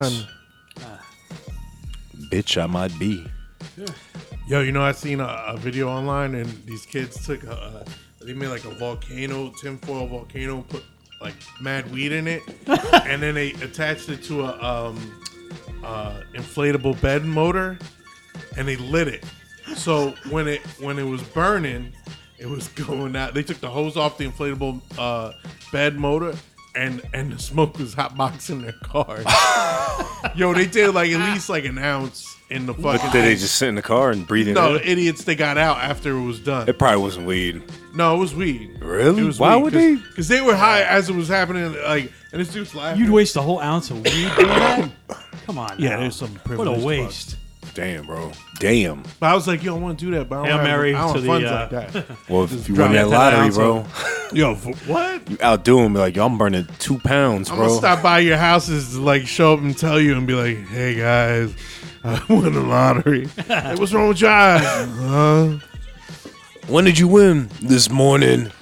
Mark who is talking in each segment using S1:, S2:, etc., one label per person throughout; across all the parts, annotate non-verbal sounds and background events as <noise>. S1: Um,
S2: Bitch, I might be.
S3: Yo, you know, I seen a, a video online and these kids took, a, uh, they made like a volcano, tinfoil volcano, put like mad weed in it, and then they attached it to a um, uh, inflatable bed motor, and they lit it. So when it when it was burning, it was <laughs> going out. They took the hose off the inflatable uh, bed motor. And, and the smoke was hotboxing their car. Yo, they did like at least like an ounce in the fucking.
S2: But did they
S3: thing.
S2: just sit in the car and breathe it
S3: No,
S2: no,
S3: the idiots. They got out after it was done.
S2: It probably wasn't weed.
S3: No, it was weed.
S2: Really?
S3: It was
S2: Why would they-
S3: Because they were high as it was happening. Like, and this dude's laughing.
S1: You'd
S3: You
S1: waste a whole ounce of weed doing that? Come on.
S3: Yeah,
S1: now.
S3: there's some
S1: What a
S3: privileged
S1: waste.
S2: Damn, bro. Damn.
S3: but I was like, yo, I want to do that, but I
S1: Hail
S3: don't have, I
S1: Mary
S3: don't
S1: to
S3: have
S1: the,
S3: funds
S1: uh,
S3: like that.
S1: <laughs>
S2: Well, if you
S3: drop
S2: win that
S3: that
S2: lottery,
S3: ounce
S2: bro,
S3: yo, for, what?
S2: you outdo him. Like, yo, I'm burning two pounds,
S3: I'm
S2: bro.
S3: gonna stop by your houses to like show up and tell you and be like, hey guys, <laughs> I won the lottery. hey, what's wrong with y'all? Huh?
S2: When did you win? This morning.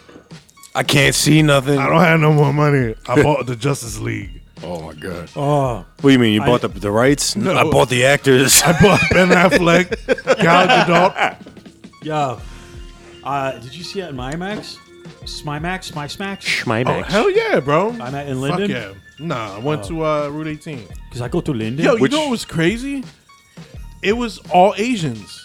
S2: I can't see nothing.
S3: I don't have no more money. I bought the Justice League. <laughs>
S2: Oh my god.
S1: Oh,
S2: What do you mean? You bought the, the rights? No. I bought the actors.
S3: <laughs> I bought Ben Affleck, Gal Gadot.
S1: yo. Uh, did you see that in my Max? Smimax? My Smack?
S2: My
S3: Oh, hell yeah, bro.
S1: I'm at in Linden. Oh.
S3: Fuck yeah. Nah, I went to uh, Route 18.
S1: Because I go to Linden.
S3: Yo, you
S2: Which-
S3: know what was crazy? It was all Asians,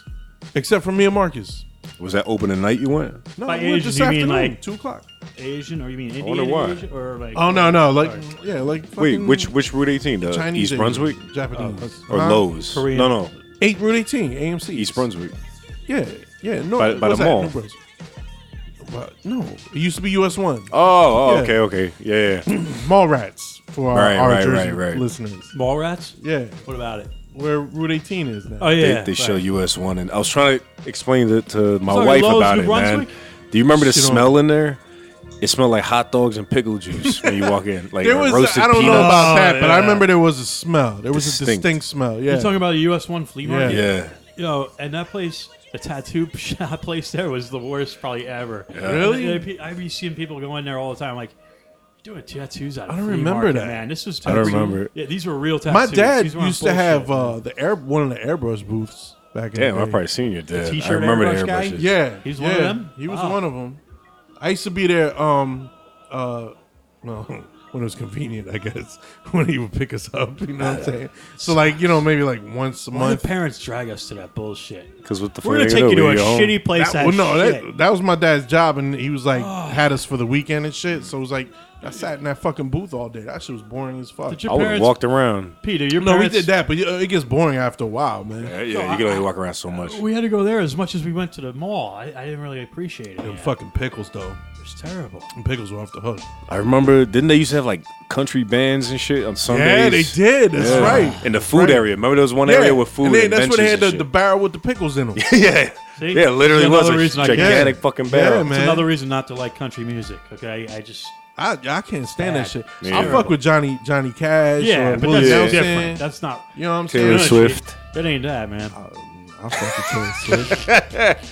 S3: except for me and Marcus.
S2: Was that opening night you went?
S3: No,
S1: By
S3: we went
S1: Asians, you mean, like-
S3: two o'clock.
S1: Asian, or you mean
S2: wonder
S1: Indian
S2: why.
S1: Asian, or like?
S3: Oh no, no, like yeah, like
S2: Wait,
S3: fucking
S2: which which Route 18? The East
S3: Chinese Asians,
S2: Brunswick
S3: Japanese,
S2: or
S3: Huh?
S2: Lowe's?
S1: Korean.
S2: No, no,
S3: Eight Route 18, AMC,
S2: East Brunswick.
S3: Yeah, yeah, no,
S2: By- by
S3: what's
S2: the
S3: that?
S2: mall.
S3: No, Brunswick. But no, it used to be US One.
S2: Oh, oh
S3: Yeah.
S2: okay, okay, yeah, yeah.
S3: Mall rats for our,
S2: Right,
S3: our
S2: right,
S3: Jersey
S2: right, right.
S3: listeners.
S1: Mall rats?
S3: Yeah,
S1: What about it?
S3: where Route 18 is now.
S1: Oh yeah.
S2: They, they show US one, and I was trying to explain it to my
S1: Sorry,
S2: wife
S1: Lowe's,
S2: about
S1: New
S2: it, man.
S1: Brunswick?
S2: Do you remember the
S3: Shit on-
S2: smell in there? It smelled like hot dogs and pickle juice when you walk in,
S3: <laughs>
S2: like
S3: There was,
S2: roasted
S3: I I don't know
S2: peanuts.
S3: about that, but I
S1: Oh, yeah.
S3: remember there was a smell. There was a
S2: Distinct.
S3: distinct smell. Yeah,
S1: You're talking about a US one flea market.
S2: Yeah,
S1: Yo, and that place, the tattoo <laughs> shop place there was the worst probably ever.
S3: Really?
S1: I, I, be seeing people go in there all the time, like doing tattoos out. Of
S3: I don't
S1: flea
S3: remember
S1: market,
S3: that.
S1: Man, this was.
S2: I don't
S1: tattoos.
S2: remember it.
S1: Yeah, these were real tattoos.
S3: My dad
S1: These weren't
S3: used to
S1: bullshit.
S3: have uh, the air one of the airbrush booths back in.
S2: damn,
S3: the
S2: I've
S3: day.
S2: probably seen your dad. I
S1: t-shirt
S2: remember the
S1: airbrush guy?
S2: airbrushes.
S3: Yeah,
S1: He's
S3: yeah,
S1: one of them?
S3: He was
S1: Wow.
S3: one of them. I used to be there. Um, uh, well, <laughs> when it was convenient, I guess <laughs> when he would pick us up. You know what I'm saying? So like, you know, maybe like once a
S1: Why do
S3: month.
S1: parents drag us to that bullshit?
S2: because what the fuck
S1: We're gonna
S2: they
S1: take
S2: do
S1: you to
S2: when
S1: a
S2: you go home?
S1: shitty place.
S3: That,
S1: That,
S3: well, no,
S1: shit. Oh.
S3: that, that was my dad's job, and he was like had us for the weekend and shit. So it was like I sat in that fucking booth all day. That shit was boring as fuck.
S1: Did your
S2: I would have
S1: parents?
S2: walked around.
S1: Peter, your
S3: no, we
S1: parents.
S3: did that, but uh, it gets boring after a while, man.
S2: Yeah, yeah, you can only walk around so much.
S1: We had to go there as much as we went to the mall. I, I didn't really appreciate it.
S3: Them
S1: Yeah.
S3: fucking pickles though.
S1: It was terrible.
S3: Them pickles were off the hook.
S2: I remember, didn't they used to have like country bands and shit on Sundays?
S3: Yeah, they did. That's
S2: Yeah.
S3: right.
S2: In the food
S3: Right.
S2: area. Remember there was one
S3: Yeah,
S2: area with food
S3: And
S2: and,
S3: then that's where they had
S2: benches
S3: the,
S2: and
S3: the barrel with the pickles in them.
S1: <laughs>
S2: shit. yeah.
S1: See?
S2: Yeah, it literally
S1: See,
S2: was
S1: another
S2: a
S1: reason I can't-
S2: gigantic fucking barrel.
S3: Yeah,
S1: It's
S3: man.
S1: another reason not to like country music. Okay, I just
S3: I, I can't stand
S1: Bad.
S3: that shit.
S2: Yeah.
S3: I fuck with Johnny Johnny Cash.
S1: yeah,
S3: or
S1: but
S3: Willie
S1: that's
S2: Yeah.
S3: Nelson.
S1: different. That's not.
S3: You know what I'm
S2: Taylor
S3: saying? Oh,
S1: Really?
S2: Swift.
S1: That ain't that, man.
S3: I fuck with Taylor Swift. <laughs>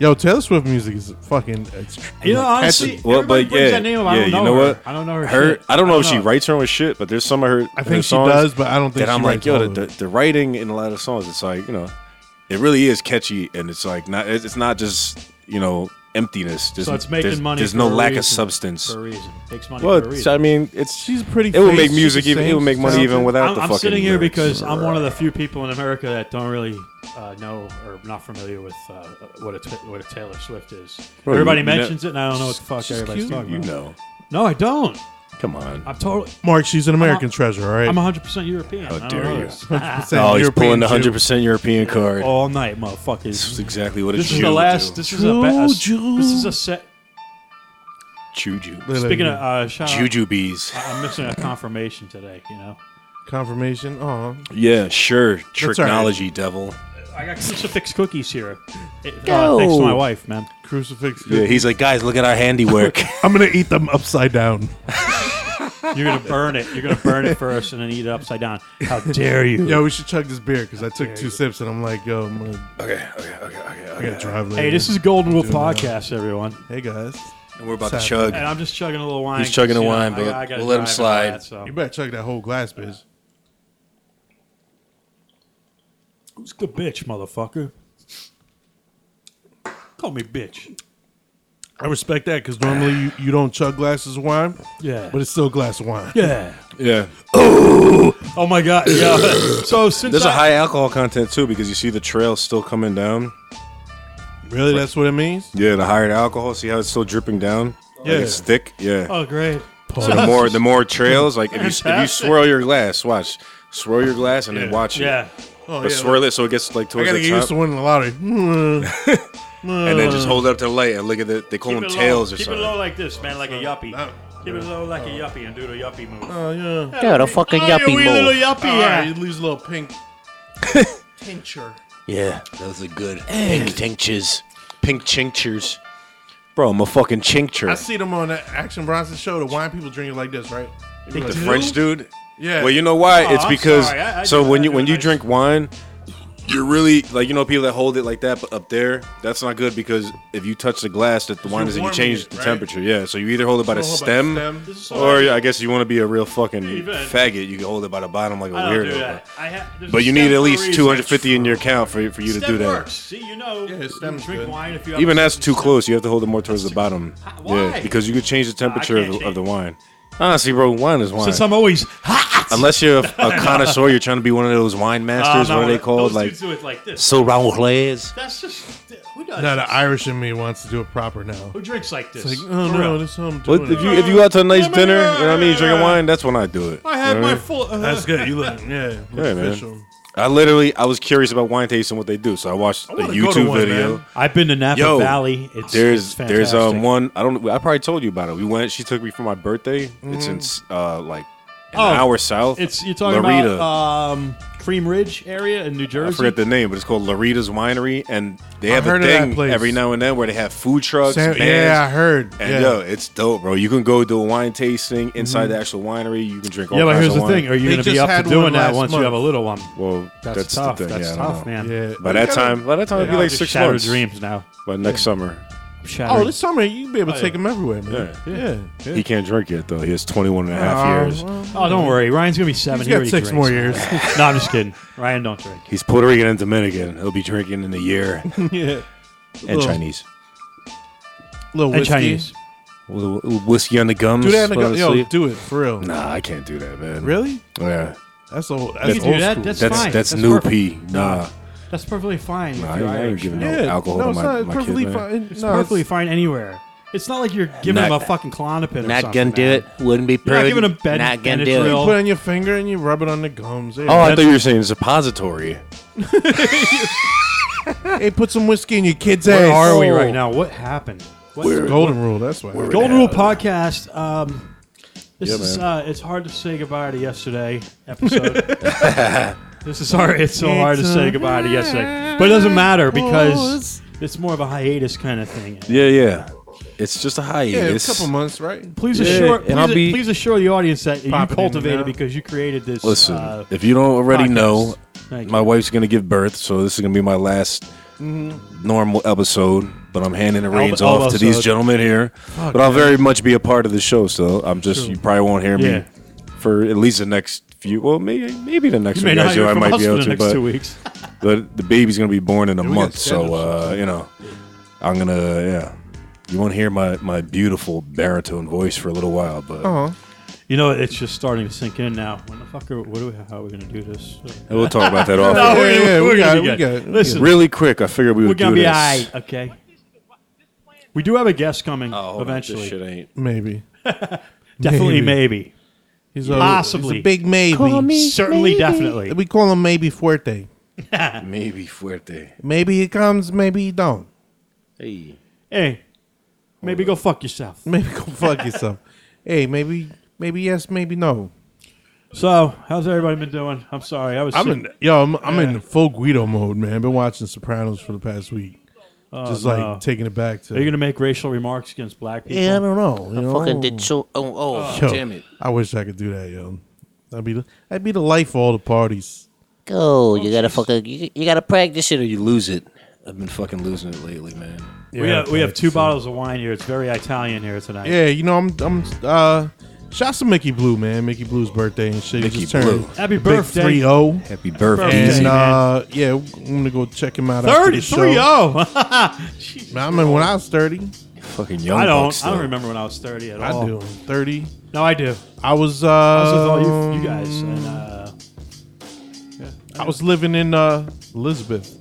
S3: Yo, Taylor Swift music is fucking. It's,
S1: You know,
S3: like, catchy.
S1: honestly,
S2: Well,
S1: everybody
S2: but
S1: brings
S2: yeah,
S1: that name up. I
S2: yeah,
S1: don't
S2: you
S1: know
S2: know
S1: her.
S2: what?
S1: I don't know her.
S2: Her,
S1: shit.
S2: I don't know if she
S1: know.
S2: writes her own shit, but there's some of her.
S3: I think she
S2: songs
S3: does, but I don't think
S2: that
S3: she
S2: I'm like,
S3: writes
S2: yo,
S3: all
S2: the, the,
S3: of
S2: the writing in a lot of songs, it's like you know, it really is catchy, and it's like not, it's it's not just you know emptiness. There's,
S1: So it's making
S2: there's,
S1: money.
S2: There's
S1: for
S2: no
S1: a
S2: lack
S1: reason,
S2: of substance.
S1: For a reason, takes money. for a
S2: Well, it's-
S1: reason.
S2: I mean, it's
S3: She's pretty.
S2: It would
S3: face,
S2: make
S3: she
S2: music
S3: can
S2: even.
S3: sing,
S2: It would make
S3: she's
S2: money even
S3: talented.
S2: without
S1: I'm,
S2: the
S1: I'm
S2: fucking.
S1: sitting here
S2: lyrics.
S1: because I'm one of the few people in America that don't really uh, know or not familiar with uh, what a t- what a Taylor Swift is.
S2: Bro,
S1: everybody
S2: you know-
S1: mentions it, and I don't know what the fuck everybody's
S3: cute.
S1: talking
S2: You
S1: about.
S2: know,
S1: No, I don't.
S2: come on.
S1: I'm totally.
S3: Mark, she's an American
S1: I'm a-
S3: treasure. All right.
S1: I'm 100 percent European. I don't
S2: dare
S1: know
S2: you.
S1: this.
S3: Saying
S2: oh, he's
S3: European
S2: pulling the
S3: Jew.
S2: hundred percent European
S1: Oh,
S2: card.
S1: <laughs> All night,
S2: This is
S1: motherfuckers.
S2: exactly what a
S1: This
S2: Jew
S1: is the
S2: would
S1: last.
S2: do.
S1: This is a, ba- a
S3: Jew,
S1: This is a set.
S2: Jew Jew.
S3: Look at that
S1: Speaking of
S3: dude.
S1: uh, shout out,
S2: Juju bees.
S1: I- I'm missing a confirmation today. You know,
S3: confirmation, oh,
S2: Yeah, sure.
S3: all right.
S2: Technology devil.
S1: I got crucifix cookies here. Uh, thanks to my wife, man.
S3: crucifix.
S2: Yeah, he's like, guys, look at our <laughs> handiwork.
S3: I'm gonna eat them upside down.
S1: You're gonna burn it. You're gonna burn it first and then eat it upside down. How dare you?
S3: Yo, we should chug this beer because I took two sips and I'm like, yo, I'm gonna,
S2: okay, okay, okay, okay.
S3: I gotta drive later.
S1: Hey, this is Golden Rule
S3: Doing that.
S1: Podcast, everyone.
S3: Hey guys,
S2: And we're about to
S3: Sad.
S2: chug.
S1: And I'm just chugging a little wine.
S2: He's chugging
S1: 'cause,
S2: a
S1: you know,
S2: wine,
S1: I-
S2: but
S1: I gotta
S2: we'll let him
S1: drive and all
S2: slide.
S1: that, so.
S3: you better chug that whole glass, bitch.
S1: Who's the bitch, motherfucker? Call me bitch.
S3: I respect that because normally you, you don't chug glasses of wine,
S1: Yeah.
S3: but it's still a glass of wine.
S1: yeah.
S2: Yeah,
S1: Oh my
S2: <coughs>
S1: god. Yeah. so since
S2: there's a
S1: I-
S2: high alcohol content too because you see the trail still coming down.
S3: Really, that's what it <laughs> means.
S2: Yeah, the higher the alcohol, see how it's still dripping down. Yeah,
S3: Yeah.
S2: it's thick. Yeah.
S1: Oh great.
S2: So the more the more trails, like if you
S1: <laughs>
S2: if you
S1: Fantastic.
S2: swirl your glass, watch swirl your glass and then
S3: Yeah.
S2: watch it.
S1: Yeah.
S3: Oh
S2: But swirl it so it gets like
S3: I
S2: towards
S3: gotta get
S2: the
S3: used
S2: top,
S3: to winning the lottery. <laughs> Mm,
S2: and then just hold it up to the light and look at the. They call
S1: Keep
S2: them
S1: it
S2: tails
S1: low.
S2: or
S1: Keep
S2: something.
S1: it low like this, man, like a yuppie.
S3: No.
S1: Keep it low like a yuppie and do the yuppie move.
S3: oh yeah.
S4: Yeah, the fucking
S1: Oh, you
S4: yuppie
S1: wee
S4: move.
S1: little yuppie,
S3: All
S1: yeah.
S3: right, you lose a little <laughs> pink tincture.
S4: yeah, those are good. Pink tinctures.
S2: Pink chinkers. Bro, I'm a fucking
S3: I
S2: chinkcher.
S3: see them on the Action Bronson show. The wine people drink it like this, right? They be
S1: The
S3: like,
S1: French-
S2: French dude.
S3: Yeah.
S2: Well, you know why?
S1: Oh,
S2: it's
S1: I'm
S2: because
S1: sorry. I- I
S2: so
S1: do-
S2: when
S1: I
S2: you
S1: do
S2: when you
S1: like-
S2: drink wine, you're really like you know people that hold it like that, but up there, that's not good because if you touch the glass, that the wine
S3: you're
S2: is you
S3: warming
S2: change
S3: it,
S2: the
S3: right?
S2: temperature. Yeah, so you either hold it by the
S3: Don't hold by
S2: stem,
S3: the stem.
S2: or yeah, I guess you want to be a real fucking
S1: bet.
S2: faggot. You can hold it by the bottom like a
S1: I don't
S2: weirdo.
S1: do
S2: bro.
S1: that. I ha- there's
S2: But
S1: a
S2: you
S1: stem
S2: need at
S1: for a
S2: least
S1: reason.
S2: 250 in your account for for you to
S1: Stem
S2: do that.
S1: works. See, you know,
S3: his
S1: you
S3: stem's
S1: drink
S3: good.
S1: wine if you have
S2: Even
S1: a
S2: that's too
S1: stem-
S2: close. You have to hold it more towards the bottom.
S1: Why?
S2: Yeah, because you could change the temperature of
S1: can't
S2: the, of
S1: change.
S2: the wine. Honestly, bro, wine is wine.
S1: Since I'm always
S2: Unless you're a, a connoisseur, you're trying to be one of those wine masters.
S1: Uh, no,
S2: what are they
S1: those
S2: called?
S1: dudes
S2: Like
S1: do it like this.
S4: So round glass.
S1: That's just who does
S3: Now the
S1: this?
S3: Irish in me wants to do it proper now.
S1: who drinks like this.
S3: Like, oh
S1: For
S3: no,
S1: real.
S3: this is how I'm doing
S2: But
S3: it.
S2: if you if you out to a nice dinner, you know what I mean, drinking wine, that's when I do it.
S1: I had
S2: You know what
S1: my
S2: I mean?
S1: full.
S3: <laughs>
S1: Uh,
S3: That's good. You look, yeah, look
S2: Yeah, man.
S3: official.
S2: I literally I was curious about wine taste and what they do, so I watched a
S3: wanna go to
S2: YouTube
S3: one,
S2: video.
S3: man.
S1: I've been to Napa
S2: Yo,
S1: Valley. It's
S2: There's
S1: it's
S2: there's um
S1: fantastic.
S2: one I don't I probably told you about it. We went. She took me for my birthday. It's in s- uh like an
S1: Oh,
S2: hour south.
S1: It's you're talking
S2: Lorita.
S1: about um, Cream Ridge area in New Jersey.
S2: I forget the name, but it's called Larita's Winery, and they have a
S3: heard of that
S2: thing
S3: place.
S2: every now and then where they have food trucks,
S3: Sam-
S2: bands,
S3: yeah, I heard.
S2: and
S3: yeah.
S2: yo, it's dope, bro. You can go do a wine tasting inside
S3: Mm-hmm.
S2: the actual winery. You can drink all
S1: Yeah, but
S2: kinds
S1: here's
S2: of
S1: the
S2: wine.
S1: thing: Are you
S3: They
S1: going to be
S3: just
S1: up
S3: had
S1: to
S3: one
S1: doing that
S3: last
S1: once you
S3: month.
S1: have a little one?
S2: Well,
S1: That's,
S2: that's,
S1: tough.
S2: the thing.
S1: That's
S2: yeah, I don't
S1: tough,
S2: know.
S1: man.
S3: Yeah.
S2: By that time, by that time, it'd be like
S1: Just
S2: six
S1: shattered
S2: months.
S1: dreams now.
S2: By next summer,
S1: Shattered.
S3: Oh, this summer you can be able to take them everywhere, man.
S2: Yeah.
S3: Yeah. yeah.
S2: he can't drink yet though. He has 21 and a half
S3: Oh,
S2: years.
S3: well,
S1: <laughs> Oh, don't worry. Ryan's gonna be seven.
S3: He's
S1: He
S3: got
S1: already
S3: six
S1: drinks.
S3: more years.
S1: <laughs> no, I'm just kidding. Ryan, don't drink.
S2: He's Puerto Rican and Dominican. He'll be drinking in a
S3: <laughs>
S2: year
S3: yeah.
S2: and
S3: Ugh.
S2: Chinese.
S3: Little
S1: And
S3: whiskey.
S1: Chinese.
S2: Little- little Whiskey on the gums.
S3: Do that in the
S2: put on
S3: gu-
S2: the
S3: yo,
S2: sleeve.
S3: do it for real.
S2: Nah, I can't do that, man.
S3: Really?
S2: Yeah,
S3: That's old.
S1: You
S3: That's
S1: can
S3: old
S1: do that.
S3: school.
S1: That's,
S2: that's
S1: fine.
S2: that's, new
S1: perfect.
S2: P. Nah,
S1: That's perfectly fine.
S2: Nah,
S1: if
S2: I ain't-
S1: you're
S2: I ain't
S1: Irish,
S2: giving
S1: man.
S2: no alcohol
S3: no,
S2: to
S3: it's
S2: my,
S3: not
S2: my
S3: perfectly
S2: kid, man.
S3: fine.
S1: It's
S3: no,
S1: perfectly fine anywhere. It's not like you're giving
S2: Not-
S1: him a fucking clonopin. or
S4: Not
S1: something,
S4: gonna do
S1: man.
S4: it. Wouldn't be
S1: not
S4: pretty.
S1: giving him Ben-
S4: Not gonna do
S1: Benadryl.
S4: it.
S3: You put it on your finger and you rub it on the gums. Hey,
S2: Oh, I thought you were saying suppository.
S3: hey put some whiskey in your kid's
S1: Where
S3: ass.
S1: are we right now? What happened? What's
S2: Where-
S1: the-
S3: Golden rule. That's why. Golden
S1: Golden Rule Podcast. Um, this
S2: Yeah,
S1: is
S2: man.
S1: uh, it's hard to say goodbye to yesterday episode. this is hard. It's so hard to
S3: It's
S1: say
S3: a
S1: goodbye to yesterday, but it doesn't matter because it's more of a hiatus kind of thing.
S2: Yeah, yeah. It's just a
S3: Yeah, a
S2: hiatus.
S3: couple months, right?
S1: Please
S2: Yeah,
S1: assure,
S2: and
S1: please,
S2: I'll be-
S1: please assure the audience that you
S3: Popping in and
S1: cultivated
S3: out.
S1: because you created this.
S2: Listen,
S1: uh,
S2: if you don't already
S1: podcast.
S2: know,
S1: Thank
S2: my
S1: you.
S2: wife's gonna give birth, so this is gonna be my last
S1: Mm-hmm.
S2: normal episode. But I'm handing the reins
S1: Elbow-
S2: off to these
S1: elbow-sode.
S2: gentlemen here. but I'll very much be a part of the show. So I'm just you probably won't hear
S1: Yeah.
S2: me for at least the next few. Well, maybe maybe the next
S1: You
S2: few
S1: may not
S2: guys
S1: hear
S2: I
S1: from
S2: might
S1: us
S2: be
S1: for
S2: able
S1: the
S2: to.
S1: next two
S2: But
S1: weeks.
S2: the, the baby's gonna be born in a
S3: we got
S2: month, so
S3: schedules.
S2: uh, you know I'm gonna yeah. You won't hear my, my beautiful baritone voice for a little while, but
S3: Uh huh.
S1: <laughs> You know, it's just starting to sink in now. When the fuck are, what are we, how are we going to do this?
S2: we'll talk about
S1: <laughs>
S2: that off.
S1: No,
S2: air.
S1: we're-
S3: Oh, yeah,
S1: we're
S3: we
S1: gonna
S3: got
S1: be
S3: it, we
S1: good.
S3: got it, we
S1: Listen,
S2: <laughs> Really quick, I figured we would
S1: we're going
S2: do
S1: to be
S2: this.
S1: all right, okay? We do have a guest
S3: Oh,
S1: coming eventually.
S3: Maybe.
S1: Definitely, maybe.
S3: He's a,
S1: Possibly.
S3: He's a big maybe.
S1: Certainly, definitely.
S3: We call him maybe fuerte.
S2: Maybe fuerte.
S3: Maybe he comes. Maybe he don't.
S2: Hey.
S1: Hey, maybe go fuck yourself.
S3: <laughs> Maybe go fuck yourself. Hey, maybe maybe yes, maybe no.
S1: So, how's everybody been doing? I'm sorry, I was.
S3: I'm
S1: sick.
S3: in yo, I'm, I'm in full Guido mode, man. Been watching Sopranos for the past week, just like
S1: Oh, no.
S3: taking it back to.
S1: Are you going to make racial remarks against black people?
S3: yeah, I don't know. You know?
S4: Fucking did so. Oh, oh,
S3: Yo,
S4: damn it.
S3: I wish I could do that, yo. I'd be the, I'd be the life of all the parties.
S4: Go. You gotta fucking. You, you gotta practice it or you lose it.
S2: I've been fucking losing it lately, man.
S1: we have we have two
S3: bottles.
S1: bottles of wine here. It's very Italian here tonight.
S3: Yeah, you know I'm I'm uh Shouts to Mickey Blue, man. Mickey Blue's birthday and shit.
S2: Mickey
S3: he just turned
S2: Blue.
S1: Happy
S3: big
S1: birthday.
S3: 3-0.
S2: Happy birthday.
S1: Birthday.
S3: And
S1: man. oh.
S3: uh, yeah, I'm gonna go check him out. after the
S1: 30,
S3: show.
S1: 3 <laughs> 0.
S3: Man, I mean, when I was thirty,
S2: Fucking young.
S1: I
S2: buck
S1: don't.
S2: still.
S1: I don't remember when I was 30 at
S3: I
S1: all.
S3: do thirty.
S1: No, I do.
S3: I was. Uh,
S1: I was with all you, you guys. And, uh,
S3: I was living in uh, Elizabeth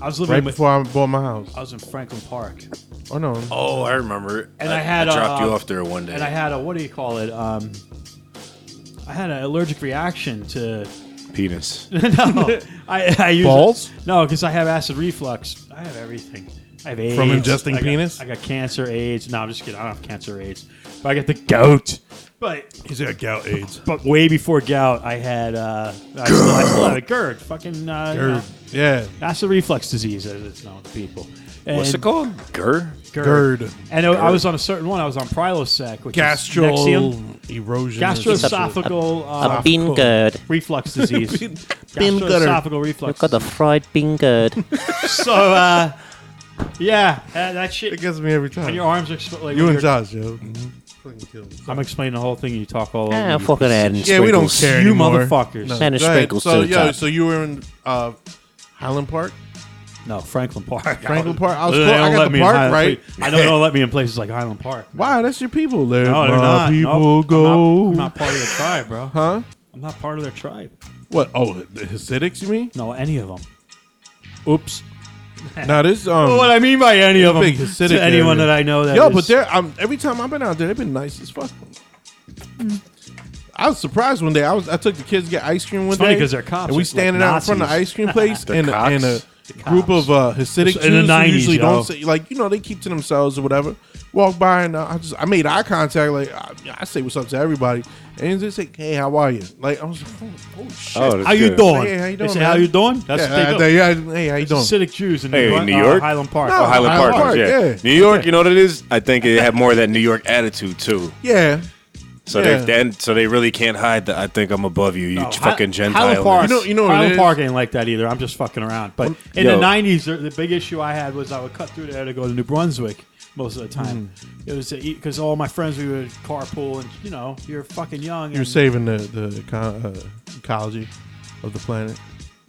S1: I was living
S3: right
S1: with.
S3: before I bought my house.
S1: I was in Franklin Park.
S3: Oh no,
S2: Oh, I remember. it.
S1: And I had,
S2: I dropped
S1: uh,
S2: you off there one day.
S1: and I had a what do you call it? Um, I had an allergic reaction to. <laughs>
S2: penis.
S1: no, I, I use
S3: Balls?
S1: No, because I have acid reflux. I have everything. I have AIDS.
S3: From ingesting
S1: I got-
S3: penis?
S1: I got cancer, AIDS. No, I'm just kidding. I don't have cancer, AIDS. But I got the gout. But
S3: he's got gout AIDS.
S1: but way before gout, I had uh, I, still, I still had a GERD, fucking uh,
S3: Or- yeah,
S1: acid reflux disease, as it's known to people. And
S2: What's it called? Gur?
S3: GERD,
S1: And I- I was on a certain one. I was on Prilosec, which
S3: gastro
S1: is Nexium,
S3: erosion,
S1: gastroesophacal uh,
S4: A bean curd. <laughs>
S1: reflux disease,
S3: bean gutter.
S1: gastroesophacal
S4: We've
S1: reflux.
S4: got the fried bean curd.
S1: so uh, yeah, uh, that shit.
S3: It gets me every
S1: When
S3: time.
S1: your arms are expo- like
S3: you
S1: when
S3: and
S1: you're-
S3: Josh, yo. Fucking kill me.
S1: I'm explaining the whole thing. You talk all over.
S4: ah,
S1: you
S4: fucking
S1: piece of
S4: add and
S1: shit.
S3: Yeah, we don't
S4: sprinkles.
S3: care.
S1: You
S3: anymore.
S1: motherfuckers.
S3: No.
S4: And the
S3: Go ahead.
S4: sprinkles
S3: So
S4: to the
S3: yo,
S4: top.
S3: so you were in uh, Highland Park,
S1: No, Franklin Park. <laughs>
S3: Franklin Park. I was.
S1: Uh, They
S3: close- I
S1: don't let
S3: got
S1: me
S3: the
S1: in
S3: park
S1: Highland-
S3: right.
S1: I don't. They don't let me in places like Highland Park.
S3: <laughs> Wow, that's your people. Let
S1: No,
S3: my
S1: they're not.
S3: people
S1: Nope.
S3: go.
S1: I'm not, I'm not part of their tribe, bro.
S3: Huh?
S1: I'm not part of their tribe.
S3: What? Oh, the Hasidics, you mean?
S1: No, any of them. <laughs>
S3: Oops. now this um.
S1: What I mean by any of them,
S3: big Hasidic
S1: to anyone
S3: area.
S1: that I know that
S3: yo,
S1: is-
S3: but they're um. Every time I've been out there, they've been nice as fuck. I was surprised one day. I was. I took the kids to get ice cream one
S1: It's funny
S3: day
S1: 'cause they're cops,
S3: And we
S1: like
S3: standing out in front of the
S1: Nazis. <laughs>
S3: ice cream place,
S2: They're
S3: and, a-
S2: cops.
S3: and a
S1: They're
S3: group
S1: cops.
S3: of uh, Hasidic
S1: In the
S3: Jews who
S1: 90s,
S3: usually
S1: yo.
S3: don't say like you know they keep to themselves or whatever. Walk by and uh, I just I made eye contact. Like I, I say what's up to everybody, and they say, "Hey, how are you?" Like I was like, "Oh, oh shit."
S2: Oh, that's
S1: How you
S2: good.
S1: doing?
S3: Hey, how you doing,
S1: They say,
S3: man?
S1: how you doing? That's
S3: yeah, uh,
S1: what
S3: I-
S1: they do.
S3: yeah, hey, how you doing?
S1: Hasidic Jews in
S2: Hey,
S1: New, York-
S2: New
S1: uh,
S2: York?
S1: Highland Park.
S3: No.
S2: Oh, Highland,
S3: Highland
S2: Park.
S3: Park,
S2: yeah.
S3: yeah.
S2: New York. You know what it is? I think it had more of that New York attitude too.
S3: Yeah.
S2: So
S3: Yeah.
S2: they and so they really can't hide that I think I'm above you. You
S1: Hi-
S2: fucking
S1: Highland
S2: Gentile.
S1: Park.
S3: You know- you know what it
S1: Highland
S3: is?
S1: Park ain't like that either. I'm just fucking around. But in
S2: yo.
S1: the '90s, the- the big issue I had was I would cut through there to go to New Brunswick most of the time.
S3: Hmm.
S1: It was because all my friends we would carpool, and you know, you're fucking young.
S3: You're
S1: and-
S3: saving the the co- uh, ecology of the planet.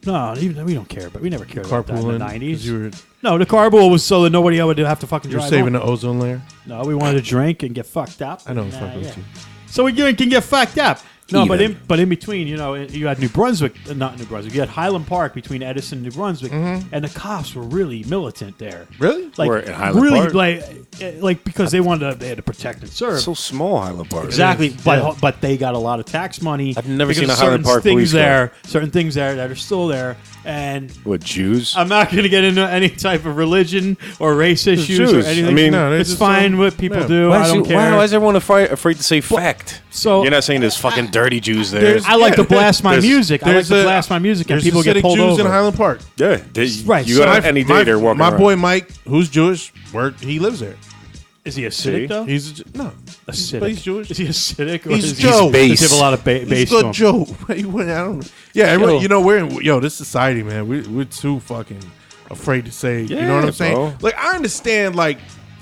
S1: No, even we don't care, but we never cared about that in the
S3: Carpooling. 'cause
S1: '90s.
S3: You were
S1: no, the carpool was so that nobody else would have to fucking
S3: you're
S1: drive.
S3: saving the
S1: home.
S3: ozone layer.
S1: No, we wanted to drink and get fucked up.
S3: I know. I'm
S1: Nah,
S3: fucking
S1: yeah.
S3: with you.
S1: So we drink and get fucked up. No, but
S2: Even.
S1: in but in between, you know, eh, you had New Brunswick, uh, not New Brunswick. You had Highland Park between Edison and New Brunswick, and the cops were really militant there.
S3: Mm-hmm. Really?
S1: Like
S2: Where, in Highland
S1: really,
S2: Park?
S1: like uh, like because they wanted to, they had to protect and serve.
S2: so small Highland Park.
S1: Exactly,
S3: is,
S1: but
S3: yeah.
S1: but they got a lot of tax money.
S2: I've never
S1: because
S2: seen
S1: of
S2: a Highland
S1: certain
S2: Park
S1: things
S2: police car.
S1: there, certain things there that are still there, and
S2: What Jews?
S1: I'm not going to get into any type of religion or race issues
S2: Jews.
S1: or
S2: I
S1: anything.
S2: mean- No,
S3: they're
S1: it's
S3: just
S1: fine
S3: some-
S1: what people
S3: yeah.
S1: do. I
S2: is
S1: don't
S2: you-
S1: care.
S2: why is everyone afraid, afraid to say fact?
S1: so-
S2: you're not saying there's fucking dirty Jews there.
S3: There's-
S1: I like to
S3: Yeah.
S1: blast my
S2: There's-
S1: music. I like
S3: there's
S1: to
S3: a-
S1: blast my music, and
S3: There's
S1: people get
S3: Hasidic
S1: pulled
S3: Jews
S1: over.
S3: in Highland Park.
S2: yeah, they-
S1: Right,
S2: You
S1: so
S2: go
S1: my-
S2: out any day
S3: my,
S2: they're walking
S3: my
S2: around.
S3: boy Mike, who's Jewish, work he lives there.
S1: is he
S2: See?
S1: acidic though?
S3: He's a, Ju- no,
S1: acidic.
S3: but he's Jewish.
S1: Is he acidic? Or
S3: He's
S1: is he-
S3: Joe.
S1: does he
S2: Base.
S1: have a lot of ba-
S3: He's
S1: base to
S3: good
S1: him? <laughs>
S3: Joe. He went- I don't. Yeah, everyone, you know we're in, yo this society, man. We we're too fucking afraid to say. you know what
S2: Yeah,
S3: I'm saying?
S2: bro.
S3: Like I understand, like <laughs>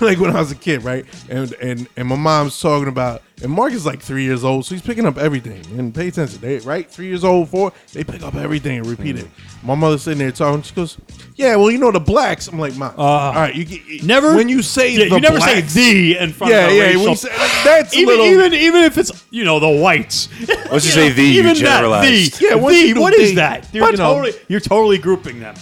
S3: like when I was a kid, right? And and and my mom's talking about, and Mark is like three years old, so he's picking up everything. And pay attention, they right? Three years old, four, they pick up everything and repeat it.
S1: Mm.
S3: My mother's sitting there talking. She goes, "Yeah, well, you know the blacks." I'm like, "Mom, all right, you get
S1: Uh, Never-
S3: when you say
S1: Yeah,
S3: the
S1: you never
S3: blacks,
S1: say the in front
S3: yeah,
S1: of a
S3: yeah,
S1: racial.
S3: when you say, like, that's
S1: even,
S3: a little
S1: even even if it's you know the whites.
S2: Let's just
S1: You
S2: say
S1: know,
S2: the, you
S1: even
S2: generalized.
S1: That, the,
S3: Yeah, once
S1: the,
S3: you do
S1: what is
S3: the,
S1: that? You're
S3: but, you know-
S1: totally you're totally grouping them.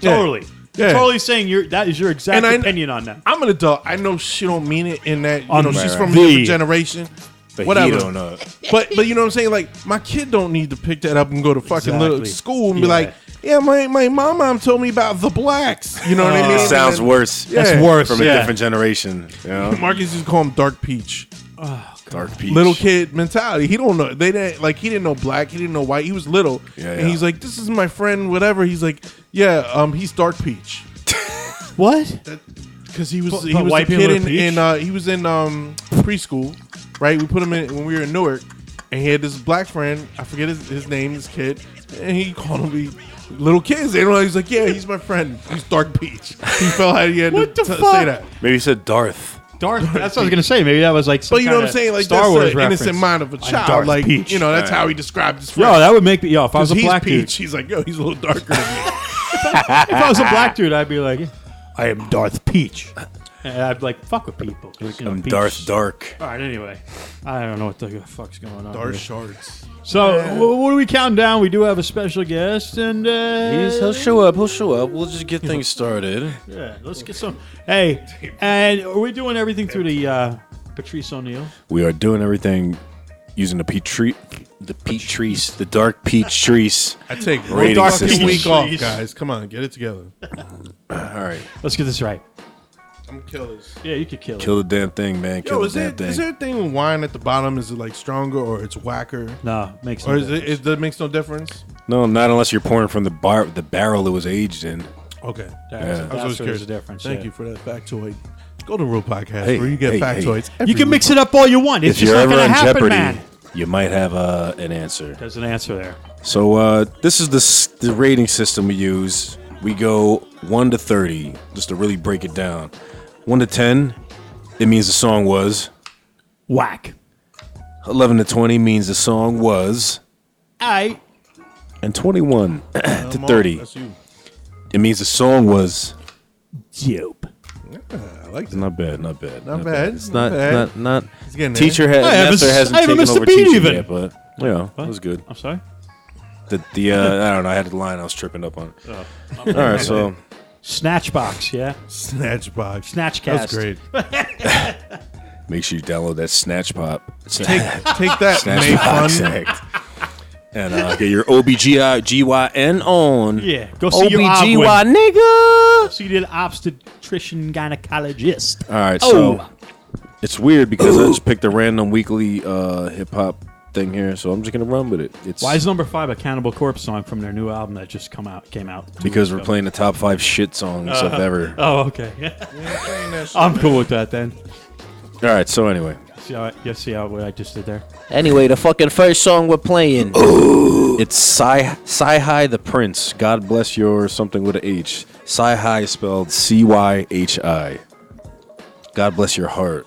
S3: Yeah.
S1: Totally. You're
S3: Yeah.
S1: totally saying your that is your exact
S3: And I-
S1: opinion on them.
S3: I'm an adult. I know she don't mean it in that you
S1: On
S3: know she's
S2: right,
S3: from
S1: right.
S3: a
S1: The-
S3: different generation.
S2: But
S3: whatever.
S2: he don't know.
S3: But but you know what I'm saying? Like my kid don't need to pick that up and go to fucking little
S1: Exactly.
S3: school and
S1: Yeah.
S3: be like, yeah, my my mom mom told me about the blacks. You know what I mean?
S2: It Oh, sounds
S3: And
S2: worse.
S3: Yeah. That's
S1: worse,
S2: from a
S1: yeah.
S2: different generation. You know?
S3: then <laughs> Marcus just call him Dark Peach,
S2: Dark peach.
S3: little kid mentality. He don't know. They didn't like. He didn't know black. He didn't know white. He was little,
S2: Yeah,
S3: and
S2: yeah.
S3: he's like, "This is my friend." Whatever. He's like, "Yeah, um, he's Dark Peach."
S1: What?
S3: because he was
S1: But-
S3: he
S1: but
S3: was
S1: white
S3: a
S1: people
S3: kid
S1: are
S3: in,
S1: peach?
S3: in uh, he was in um, preschool, right? We put him in when we were in Newark, and he had this black friend. I forget his, his name, this kid, and he called him he, little kids. And he's like, "Yeah, he's my friend. He's dark peach." He felt like he had
S1: What
S3: to
S1: the
S3: t-
S1: fuck?
S3: say that.
S2: Maybe he said Darth.
S1: Darth. That's what I was gonna say. Maybe that was like. Some
S3: But you know what
S1: kinda
S3: I'm saying? Like
S1: Star
S3: that's
S1: Wars
S3: the
S1: reference.
S3: innocent mind of a
S1: Like
S3: child.
S1: Darth
S3: like
S1: Peach.
S3: you know, that's
S2: Right.
S3: how he described his friend.
S1: Yo, that would make me. Yo, if I was a
S3: he's
S1: black dude,
S3: Peach. He's like, yo, he's a little darker than me.
S1: if I was a black dude, I'd be like, <laughs> I am Darth Peach. And I'd be like, fuck with people. 'cause, you know,
S2: I'm
S1: Peach.
S2: Darth Dark.
S1: All right. Anyway, I don't know what the fuck's going on.
S3: Dark
S1: here.
S3: shards.
S1: So wh- what are we counting down? We do have a special guest, and uh,
S2: He's- he'll show up. He'll show up. We'll just get things started.
S1: yeah, let's get some. Hey, and are we doing everything through the uh, Patrice O'Neill?
S2: We are doing everything using the Petri, the Petrice, the dark Petrice.
S3: I take one
S2: Rating
S3: fucking
S2: system.
S3: week off,
S1: Jeez.
S3: guys. Come on, get it together.
S2: All right,
S1: Let's get this right.
S3: I'm killers.
S1: Yeah, you could kill, it.
S2: kill the damn thing, man. Kill
S3: Yo, is
S2: the damn
S3: it
S2: thing.
S3: is there a thing with wine at the bottom? Is it like stronger or it's whacker?
S1: No, makes no
S3: Or is it,
S1: difference.
S3: it that makes no difference?
S2: no, not unless you're pouring from the bar, the barrel it was aged in.
S3: Okay.
S1: That's-
S2: Yeah. I was
S3: I
S1: that's
S3: was
S1: where there's
S3: curious.
S1: a difference.
S3: Thank
S1: yeah.
S3: you for that factoid. Go to Real Podcast
S2: Hey,
S3: where you get
S2: hey, hey.
S3: factoids.
S1: You can mix it up all you want. It's
S2: if
S1: just
S2: you're
S1: not
S2: ever
S1: going
S2: in
S1: to happen,
S2: jeopardy,
S1: man.
S2: you might have uh, an answer.
S1: There's an answer there.
S2: So uh, this is the s- the rating system we use. We go one to thirty, just to really break it down. One to ten, it means the song was.
S1: Whack.
S2: Eleven to twenty means the song was.
S1: I.
S2: And twenty-one <clears throat> to thirty,
S3: That's you.
S2: it means the song was.
S1: Dope.
S3: I like that.
S2: Not bad, not bad,
S3: Not bad,
S2: It's
S3: not
S2: not,
S3: bad.
S2: not, not.
S3: It's getting there.
S2: Teacher had
S1: I haven't
S2: master
S1: s-
S2: hasn't
S1: I haven't
S2: taken
S1: missed a
S2: over
S1: beat
S2: teaching
S1: even.
S2: yet, but you know, it was good.
S1: I'm sorry.
S2: The, the uh, I don't know, I had the line I was tripping up on. All right, so
S1: Snatchbox. Yeah.
S3: Snatchbox.
S1: Snatchcast.
S3: That's great.
S2: make sure you download that <laughs> Snatch Pop.
S3: Take, take that, make fun.
S2: Act. And uh, get your OBGYN on.
S1: Yeah, go see your
S2: OBGY nigga.
S1: So you did obstetrician gynecologist.
S2: All right, so it's weird because I just picked a random weekly uh, hip hop thing here, so I'm just gonna run with it. It's
S1: Why is number five a Cannibal Corpse song from their new album that just come out came out? two
S2: because
S1: weeks
S2: we're
S1: ago?
S2: playing the top five shit songs of ever.
S1: Oh, okay. <laughs> I'm cool with that then.
S2: All right, so anyway,
S1: See how I, you see how what I just did there?
S4: Anyway, the fucking first song we're playing.
S2: it's Sci Sci Hi the Prince. God bless your something with a H. Sci Hi is spelled C Y H I. God bless your heart.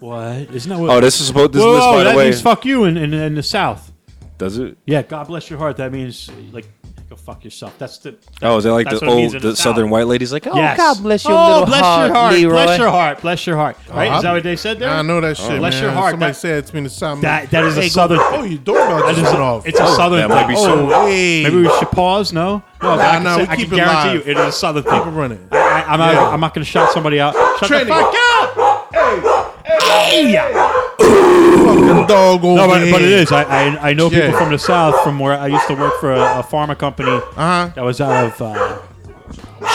S1: What? Isn't that what?
S2: Oh, this is supposed. This
S1: whoa,
S2: list, by
S1: that
S2: the way,
S1: means fuck you in, in, in the South.
S2: does it?
S1: Yeah, God bless your heart. That means like go fuck yourself. That's the
S2: Oh, is that like
S1: That's
S2: the
S1: what it means
S2: old
S1: in
S2: the
S1: the South.
S2: Southern white ladies? Like, oh,
S1: yes.
S4: God bless your
S1: oh,
S4: little
S1: bless
S4: heart,
S1: your heart.
S4: Leroy.
S1: Bless your heart. Bless your heart. Right? is that what they said there?
S3: I know that shit.
S1: Oh, bless
S3: man.
S1: your heart.
S3: Somebody
S1: That-
S3: said it's been a something.
S1: That that is a
S4: Hey, go-
S1: southern.
S3: oh, your doorbell
S1: That
S3: just
S1: is
S3: went
S1: a,
S3: off.
S1: it's a
S2: that
S1: southern
S2: might
S1: thing.
S2: be
S1: Oh,
S2: something.
S3: hey.
S1: Maybe we should pause. No, no, but I can,
S3: nah,
S1: say-
S3: we
S1: I
S3: keep
S1: can
S3: it
S1: guarantee
S3: live.
S1: you, it is a southern thing.
S3: Keep it running.
S1: I, I'm not. I'm not going to shout somebody out. Shut
S3: Trinity.
S1: the fuck up. Hey.
S3: Fucking dog over
S1: No, but, but it
S3: here.
S1: is. I, I, I know people
S3: Yeah.
S1: from the south, from where I used to work for a, a pharma company
S3: Uh-huh.
S1: that was out of uh,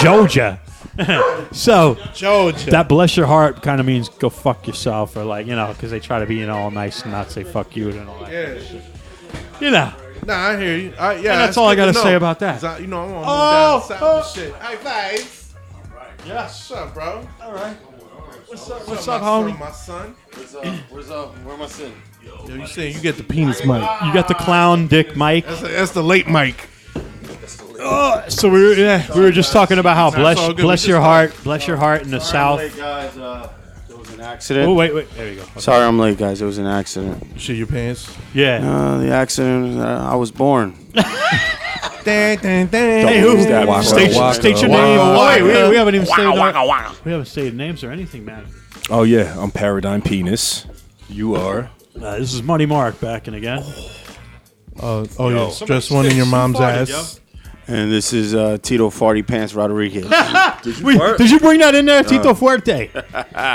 S1: Georgia. <laughs> so
S3: Georgia.
S1: that bless your heart kind of means go fuck yourself, or like you know, because they try to be you know all nice and not say fuck you and all that.
S3: yeah.
S1: You know.
S3: Nah, I hear you. I, yeah,
S1: that's all I
S3: good
S1: gotta
S3: know.
S1: say about that.
S3: 'Cause I- you know, I'm on
S1: Oh,
S3: down south
S1: oh.
S3: and shit. Hey, Vibes. Yeah. What's up, bro?
S1: All right. What's up,
S3: What's
S1: what's
S3: up,
S1: up
S3: my son,
S1: homie?
S3: my son?
S2: Where's up? Where's up? Where am I sitting?
S3: Yo, you saying you get the penis mic.
S1: You got the clown dick Mike.
S3: That's, that's the late mic.
S1: Oh, so we were, yeah, we were just talking about how
S3: all
S1: bless
S3: good.
S1: bless
S3: We
S1: your
S3: just-
S1: heart, bless your heart in the south.
S5: guys. Uh, there was an
S1: Oh
S5: accident.
S1: wait, wait, there you go. Okay.
S5: Sorry, I'm late, guys. It was an accident.
S3: You shit your pants.
S1: Yeah.
S5: Uh, the accident. Uh, I was born.
S3: Dun, dun, dun.
S1: Hey, who? State,
S2: waka,
S1: state
S2: waka,
S1: your name. Oh, wait,
S3: waka.
S1: we, we haven't even stated our- we haven't stated names or anything, man.
S2: Oh yeah, I'm Paradigm Penis. You are.
S1: Uh, this is Money Mark back and again.
S3: Oh, oh yeah. Just one in your mom's
S1: farted,
S3: ass.
S5: And this is uh, Tito Farty
S3: <laughs>
S5: Pants Rodriguez. nah,
S1: Wait, did you bring that in there, Tito Fuerte?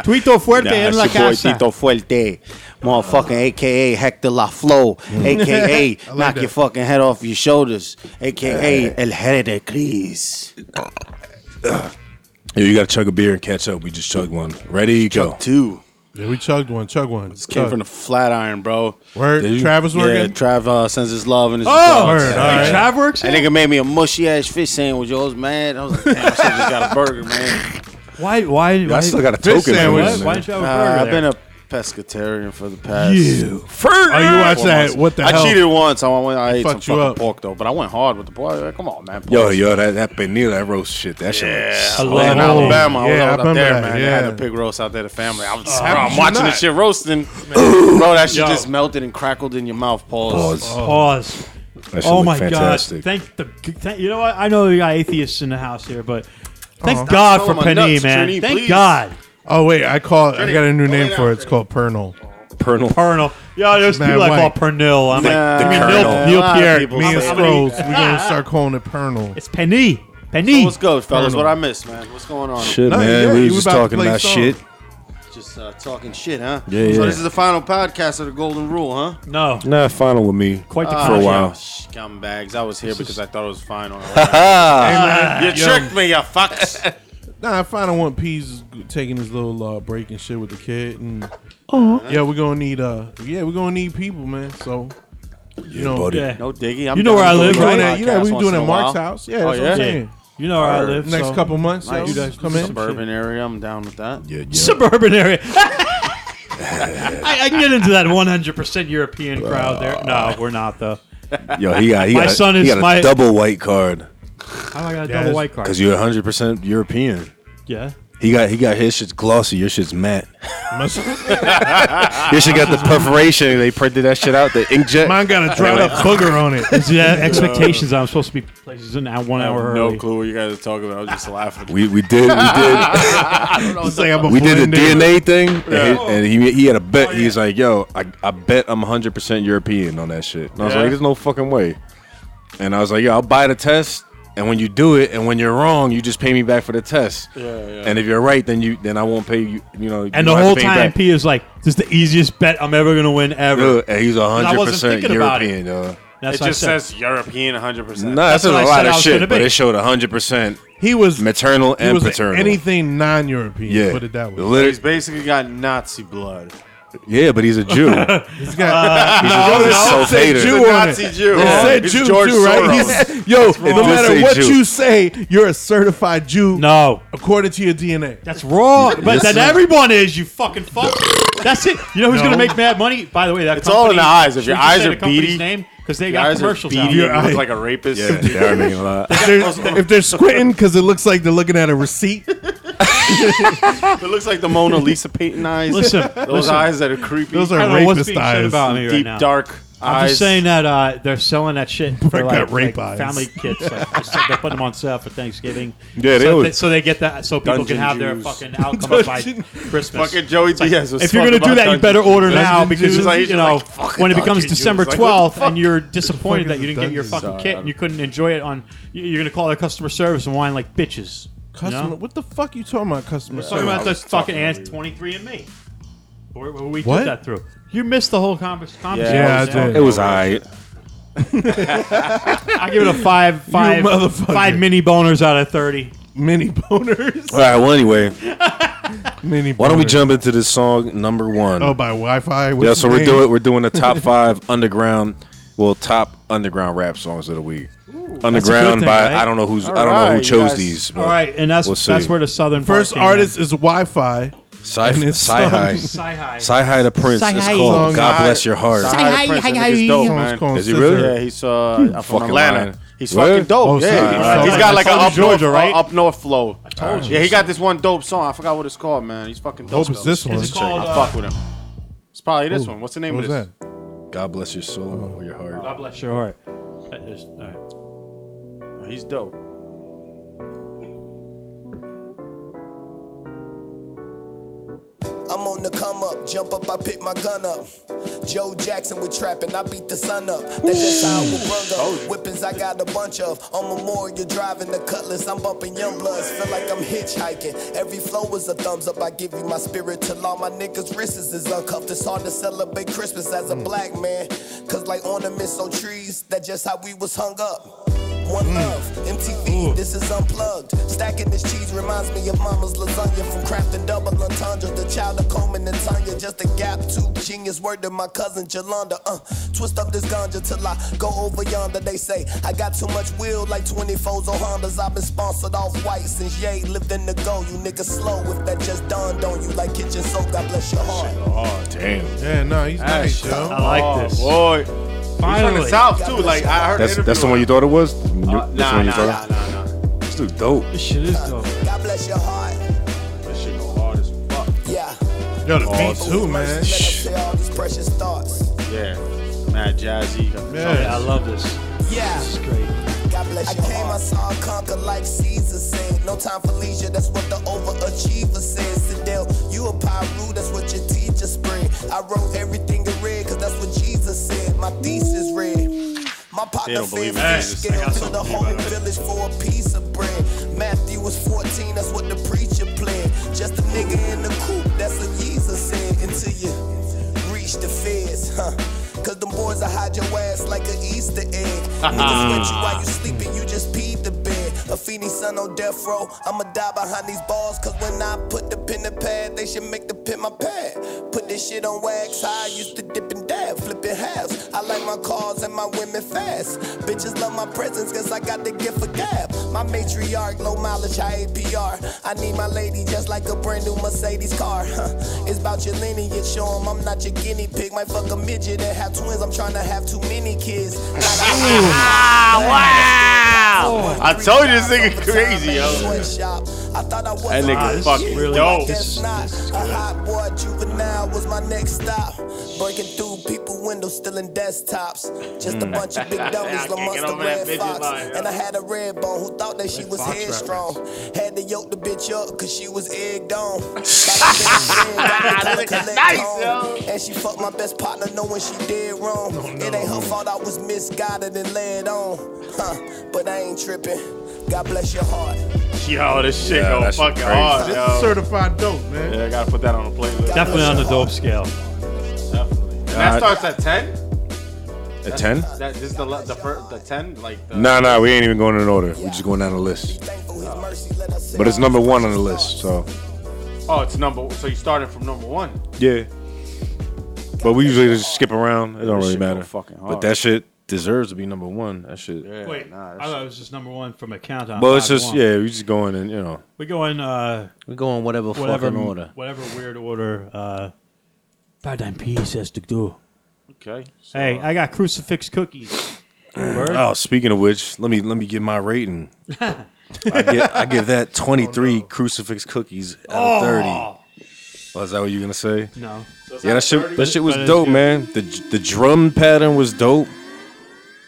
S1: Tito Fuerte in
S5: it's
S1: la
S5: your boy
S1: casa.
S5: Tito Fuerte, motherfucking AKA Hector
S3: <laughs>
S5: La Flow, AKA
S3: I like
S5: Knock
S3: that.
S5: Your Fucking Head Off Your Shoulders, AKA El Head de Cris.
S2: Yo, you gotta chug a beer and catch up. We just chugged one. Ready? Go.
S5: Chuck two.
S3: Yeah, we chugged one. Chug one.
S5: This came from the Flatiron, bro.
S3: Word.
S2: Did you-
S3: Travis
S5: Yeah,
S3: working.
S5: Trav uh, sends his love and his
S1: Oh,
S5: regards.
S3: Word,
S1: hey,
S3: all right.
S1: Trav works.
S5: That
S1: here?
S5: nigga made me a mushy ass fish sandwich. I was mad. I was like, damn, I should just got a burger, man.
S3: <laughs>
S1: Why? Why? why
S2: I still got a
S3: Fish
S2: token.
S1: why,
S3: sandwich.
S2: Why,
S1: why did you have a
S5: Uh,
S1: burger
S5: I've been
S1: there?
S5: a
S6: pescatarian for the past.
S3: Oh, you watch
S6: four
S3: that?
S6: months.
S3: What the
S6: I
S3: hell?
S6: cheated once. I, went, I ate some
S3: Fucked you
S6: fucking
S3: up.
S6: pork though, but I went hard with the pork. Like, Come on, man. pork.
S2: Yo, yo, that, that panini, that roast shit, that shit.
S6: Yeah, I
S2: was-
S6: was in
S1: Alabama.
S6: Alabama. I was
S3: Yeah, I
S6: out up
S3: remember
S6: there,
S3: that,
S6: man. They had
S3: yeah.
S6: a pig roast out there. The family. I was just,
S3: how
S6: I'm
S3: could you
S6: watching
S3: not?
S6: this shit roasting, <laughs> bro. That shit
S3: Yo.
S6: just melted and crackled in your mouth. Pause.
S2: Pause.
S1: Pause.
S2: That shit
S1: Oh
S2: looked
S1: my
S2: fantastic.
S1: god! Thank the thank, you know what I know we got atheists in the house here, but thank
S3: Stop
S1: God for
S6: smelling Oh. my
S1: Panini,
S6: nuts,
S1: man.
S6: Trini,
S1: thank
S6: please.
S1: God,
S3: Oh wait, I call it. I
S6: Jenny,
S3: got a new
S6: hold
S3: name
S6: it
S3: for
S6: out
S3: it. It's
S6: there.
S3: called Pernal.
S2: Pernal.
S1: Pernil. Yeah, there's
S3: Mad
S1: people I call
S3: white.
S1: Pernil. I'm
S6: Nah,
S1: like, I mean,
S6: a
S1: Neil,
S6: lot
S3: Pernal.
S1: Neil
S6: of
S1: Pierre.
S6: people
S3: Me and
S6: say-
S3: Scrolls, we're gonna start calling it Pernal.
S1: It's Penny.
S6: So
S1: Penny.
S6: what's good, fellas?
S3: Colonel.
S6: What I miss, man? What's going on?
S2: Shit,
S3: No,
S2: man.
S3: yeah,
S2: we
S3: you
S2: were just
S3: about to
S2: talking
S3: play
S2: about
S3: song.
S2: shit.
S6: Just uh, talking shit, huh?
S2: Yeah,
S6: So
S2: yeah.
S6: this is the final podcast of the Golden Rule, huh?
S1: No.
S2: Nah, final with me.
S1: Quite
S2: for
S1: the
S2: a
S6: Oh,
S1: contrast.
S2: while.
S6: Shh, Scum bags. I was here because I thought it was <laughs> final.
S2: Ah,
S6: you tricked me, you fucks.
S3: Nah, I find I want P's taking his little uh, break and shit with the kid, and yeah, we're gonna need uh, yeah, we're gonna need people, man. So you know,
S2: buddy.
S1: Yeah.
S6: No diggy. I'm
S1: You know where I
S6: down to do
S1: live,
S6: a
S3: we're doing
S1: right?
S3: that,
S6: podcast
S3: you know, we're
S6: once
S3: doing
S6: in
S3: it
S6: a
S3: at
S6: while.
S3: Mark's house. Yeah,
S6: Oh,
S3: that's what I'm
S6: yeah?
S3: saying.
S1: You know where I live.
S3: Next
S1: so-
S3: couple months,
S6: Nice.
S3: yo, come in.
S6: Suburban area. I'm down with that.
S2: Yeah, yeah.
S1: <laughs> Suburban area. <laughs> I, I can get into that 100% European crowd
S6: Uh,
S1: there. No, we're not, though.
S2: Yo, he got, he
S1: My
S2: got,
S1: son
S2: he
S1: is
S2: got a
S1: my-
S2: double white card
S1: How do I got a
S3: Yeah,
S1: double
S3: it's-
S1: white card?
S2: because you're 100 percent European.
S1: Yeah.
S2: He got he got his shit's glossy. Your shit's matte. Your shit got
S1: <laughs>
S2: the perforation. They printed that shit out. The inkjet.
S3: Mine got a dried up booger on it.
S1: <laughs> Is that expectations? I'm supposed to be places in that one
S6: I
S1: hour
S6: have
S1: early.
S6: no clue what you guys are talking about. I was just laughing.
S2: we we did we did
S1: <laughs>
S6: <laughs>
S3: It's like I'm a
S2: we did a
S3: blended-
S2: DNA thing, and, he, and he, he had a bet. He's like, "Yo, I, I bet I'm 100 percent European on that shit." And I was
S6: Yeah.
S2: like, "There's no fucking way." And I was like, "Yo, I'll buy the test, and when you do it, and when you're wrong, you just pay me back for the test. And if you're right, then you then I won't pay you. You know,
S1: And the whole time, P is like, this is the easiest bet I'm ever going to win ever.
S2: and he's 100 percent
S1: thinking about it.
S2: European, yo.
S1: That's
S6: It
S1: what I
S6: just
S1: said.
S6: says European 100%.
S2: No, that's,
S1: That's what
S2: a
S1: I
S2: lot
S1: said I
S2: of
S1: was gonna
S2: shit, but
S1: be.
S2: it showed 100 percent
S3: He was
S2: maternal
S3: he
S2: and
S3: was
S2: paternal.
S3: anything non-European.
S2: yeah,
S3: put it that way.
S2: Literally-
S6: He's basically got Nazi blood.
S2: yeah, but he's a
S1: <laughs>
S2: Jew.
S3: He's got
S2: no,
S3: Jew
S6: He's a
S3: on it.
S6: Nazi Jew.
S3: It said
S6: He's
S3: Jew
S6: George
S3: too, right?
S6: Soros.
S3: He's- yo, no
S2: wrong. It did
S3: matter
S2: say
S3: what
S2: Jew.
S3: you say, you're a certified Jew
S1: No.
S3: according to your DNA.
S1: That's
S6: <laughs>
S1: wrong. But
S2: Yes,
S1: then
S2: sir.
S1: everyone is, you fucking fuck. That's it. You know who's
S3: No.
S1: going to make mad money? By the way, that
S6: It's all in
S1: company-
S6: the eyes. If
S1: should we
S6: your
S1: just
S6: eyes
S1: say
S6: are
S1: the company's
S6: beady,
S1: name? Because they
S6: Your
S1: got
S6: eyes are
S1: commercials out.
S6: beady. You
S3: Your
S6: look
S3: eye-
S6: like a rapist.
S2: yeah, they are making a lot.
S3: They're- if they're squinting because it looks like they're looking at a receipt,
S6: <laughs> it looks like the Mona Lisa painting eyes.
S1: Listen,
S6: Those
S1: listen.
S6: eyes that are creepy.
S3: those
S1: I
S3: are
S1: don't know what's
S3: rapist
S1: being said
S3: eyes.
S1: about me right
S6: deep,
S1: now.
S6: dark eyes.
S1: I'm just saying that uh, they're selling that shit for
S3: Break
S1: like,
S3: that rape
S1: like
S3: eyes.
S1: family kits. So
S6: <laughs>
S1: it's like they're putting them on sale for Thanksgiving.
S2: Yeah, they
S1: so,
S2: always-
S1: they, so they get that so people can
S6: Dungeon
S1: have their
S6: Jews.
S1: fucking outcome up by
S3: Dungeon-
S1: Christmas.
S6: Fucking Joey Diaz was
S1: if you're gonna
S6: talking
S1: do
S6: about
S1: that, you
S6: Dungeon
S1: better
S6: Jews.
S1: order now
S3: Dungeon
S1: because
S3: Jews.
S6: Like,
S1: you know
S6: just like,
S1: when it
S6: fucking
S1: becomes
S6: Dungeon
S1: December
S6: Jews. Like, what the
S1: 12th and
S6: fuck?
S1: you're disappointed that
S3: is
S1: you didn't get your
S3: Dungeon?
S1: fucking
S6: Sorry,
S1: kit
S6: I
S1: and you couldn't enjoy it on. you- You're gonna call their customer service and whine like bitches. You
S3: Customer,
S1: know?
S3: what the fuck you talking about? Customer
S1: Talking
S3: service.
S1: about the fucking ads 23 and me. Where, where we
S3: What?
S1: took that through. You missed the whole conversation.
S6: Yeah,
S3: I did.
S2: It was alright.
S1: I give it a five, five,
S3: motherfucker.
S1: five mini boners out of thirty.
S2: <laughs>
S3: Mini boners.
S2: All right. Well, anyway,
S3: Mini.
S2: why don't we jump into this song number one?
S3: Oh, by Wi-Fi.
S2: yeah. So we're doing we're doing the top five underground, well, top underground rap songs of the week. underground
S1: thing,
S2: by
S1: right?
S2: I don't know who's I don't know
S6: Alright,
S2: who
S6: you
S2: chose
S6: guys-
S2: these. But
S1: All right, and that's
S2: we'll see.
S1: that's where the southern uh,
S3: First
S1: part came
S3: artist is Wi-Fi.
S2: Sci
S3: and it's
S2: Hi.
S1: in. Sci-hi.
S2: Sci Hi the Prince is
S7: Sci-Hi.
S2: called
S3: Song
S2: God
S6: Sci-Hi.
S2: Bless Your Heart.
S6: Sci-Hi the Prince, I think he's dope,
S3: Song's
S6: man.
S3: called
S2: Is he
S3: Scissor.
S2: really?
S6: Yeah, he's uh, I'm from
S2: Fucking
S6: Atlanta.
S2: lying.
S6: He's
S2: Where?
S6: fucking dope.
S3: Oh, sorry.
S6: yeah,
S3: Alright.
S6: he's got like an
S1: Southern
S6: up north,
S1: Georgia, right?
S6: up north flow.
S1: told you.
S6: Yeah, he got this one dope song. I forgot what it's called, man. He's fucking dope.
S3: Dope is
S6: though.
S3: this one.
S1: Is it called?
S6: I
S1: uh,
S6: fuck with him. It's probably this
S3: Ooh,
S6: one. What's the name
S3: What was
S6: of this?
S3: that?
S2: God bless your soul or your heart.
S1: God bless your heart. That is- all right.
S6: He's dope.
S8: I'm on the come up, jump up, I pick my gun up. Joe Jackson with trapping, I beat the sun up. That's just how we brung up. Whippings I got a bunch of. On Memorial driving the cutlass, I'm bumping young bloods. Feel like I'm hitchhiking. Every flow is a thumbs up. I give you my spirit till all my niggas' wrists is uncuffed. It's hard to celebrate Christmas as a black man. Cause like ornaments on trees, that's just how we was hung up. One love, MTV, this is unplugged. Stacking this cheese reminds me of mama's lasagna from crafting double entendre. The child of Coleman and Tanya, just a gap to genius word to my cousin Jolanda. Uh, twist up this ganja till I go over yonder. They say I got too much will, like 24s on Hondas. I've been sponsored off white since Ye lived in the go. You niggas slow if that just dawned on you, like kitchen soap. God bless your heart.
S2: Oh damn.
S3: Yeah, no, he's nice,
S1: shit.
S3: yo.
S1: I like this.
S9: Oh, Boy. He's from
S1: Finally.
S9: the South, too. Like, I heard
S2: That's
S9: an
S2: that's the
S9: interview
S2: one you thought it was.
S6: Uh,
S9: with-
S2: That's the
S9: Nah,
S2: one you
S9: nah, nah,
S2: thought.
S9: nah, nah.
S2: This dude dope.
S1: This shit is dope.
S8: God bless your heart.
S9: That shit go hard as fuck.
S8: Yeah.
S3: Yo, the beat too, man.
S8: Let us hear all these precious thoughts.
S9: Yeah. Mad Jazzy.
S1: Yeah, I
S3: Yeah.
S1: love this.
S8: Yeah.
S1: This is great.
S8: God bless I came, I saw a conquer like Caesar said. No time for leisure, that's what the overachiever says. Sidel, you a Piru, that's what your teacher spread. I wrote everything in red, cause that's what Jesus said. My thesis read. My partner
S9: don't believe
S8: fed
S9: in
S8: fish
S9: Jesus. They
S8: scale
S9: got
S8: to the
S9: something to do
S8: holy
S9: about it.
S8: village for a piece of bread. Matthew was 14, that's what the preacher played. Just a nigga in the coop, that's what Jesus said. Until you reach the feds, huh? Cause them boys will hide your ass like an Easter egg. Niggas with you while you sleeping, you just peed the bed. A Feeny son on death row, I'ma die behind these balls. Cause when I put the pin to pad, they should make the pin my pad. Put this shit on wax, how I used to dip and dab, flipping halves. I like my cars and my women fast. Bitches love my presence cause I got the gift for gab. My matriarch, low mileage, high APR. I need my lady just like a brand new Mercedes car. Huh. It's about your lineage, show 'em I'm not your guinea pig. Might fuck a midget and have twins, I'm trying to have too many kids.
S9: Ah, wow! I told you this nigga crazy, yo.
S8: I thought I was
S9: That nigga
S8: a-
S9: fucking
S1: really-
S9: dope.
S1: This
S8: Guess not. A hot boy juvenile was my next stop. Breaking through people windows, stealing desktops. Just a bunch of big
S9: <laughs>
S8: dummies,
S9: I can't get
S8: Lamonster
S9: Mm. over that
S8: Red
S9: midget
S8: Fox.
S9: line, yo.
S8: and I had a red bone who thought that she was headstrong. Had to yoke the bitch up, cause she was
S9: <laughs>
S8: egged on. By the best friend, got me to collect
S9: Nice,
S8: home.
S9: yo.
S8: And she fucked my best partner knowing she did wrong. It ain't her fault I was misguided and led on. Huh, but I ain't tripping. God bless your heart.
S9: Yo, this shit
S2: Yeah,
S9: go
S2: that shit
S9: fucking
S2: crazy.
S9: hard,
S3: This is
S9: yo.
S3: certified dope, man.
S9: Yeah, I gotta put that on the playlist.
S1: Definitely on the dope scale.
S9: Definitely. And that
S2: Uh,
S9: starts at 10?
S2: At ten?
S9: That this the le- the first the 10 like the
S2: Nah, nah. We ain't even going in order. We're just going down the list.
S8: Thankful his mercy let us
S2: But it's number one on the list. So
S9: Oh, it's number so you started from number 1.
S2: yeah. But we usually just skip around. It don't really
S9: shit go
S2: matter.
S9: fucking hard.
S2: But that shit deserves to be number one. That shit.
S9: Yeah,
S1: Wait,
S9: nah,
S1: I
S9: that's-
S1: thought it was just number one from a countdown.
S2: Well, it's
S1: five to
S2: just
S1: one.
S2: yeah. We just going and you know.
S1: We go in uh,
S5: We go in whatever,
S1: whatever
S5: fucking order.
S1: whatever weird order. Uh, Paradigm Peace has to do.
S9: okay. So,
S1: Hey, I got crucifix <clears throat> cookies.
S2: Oh, speaking of which, let me let me get my rating. I get I give that twenty three crucifix cookies out of thirty. Oh, is that what you gonna say?
S1: No.
S2: yeah, that shit that shit was
S1: But it's
S2: dope,
S1: good.
S2: man. The the drum pattern was dope,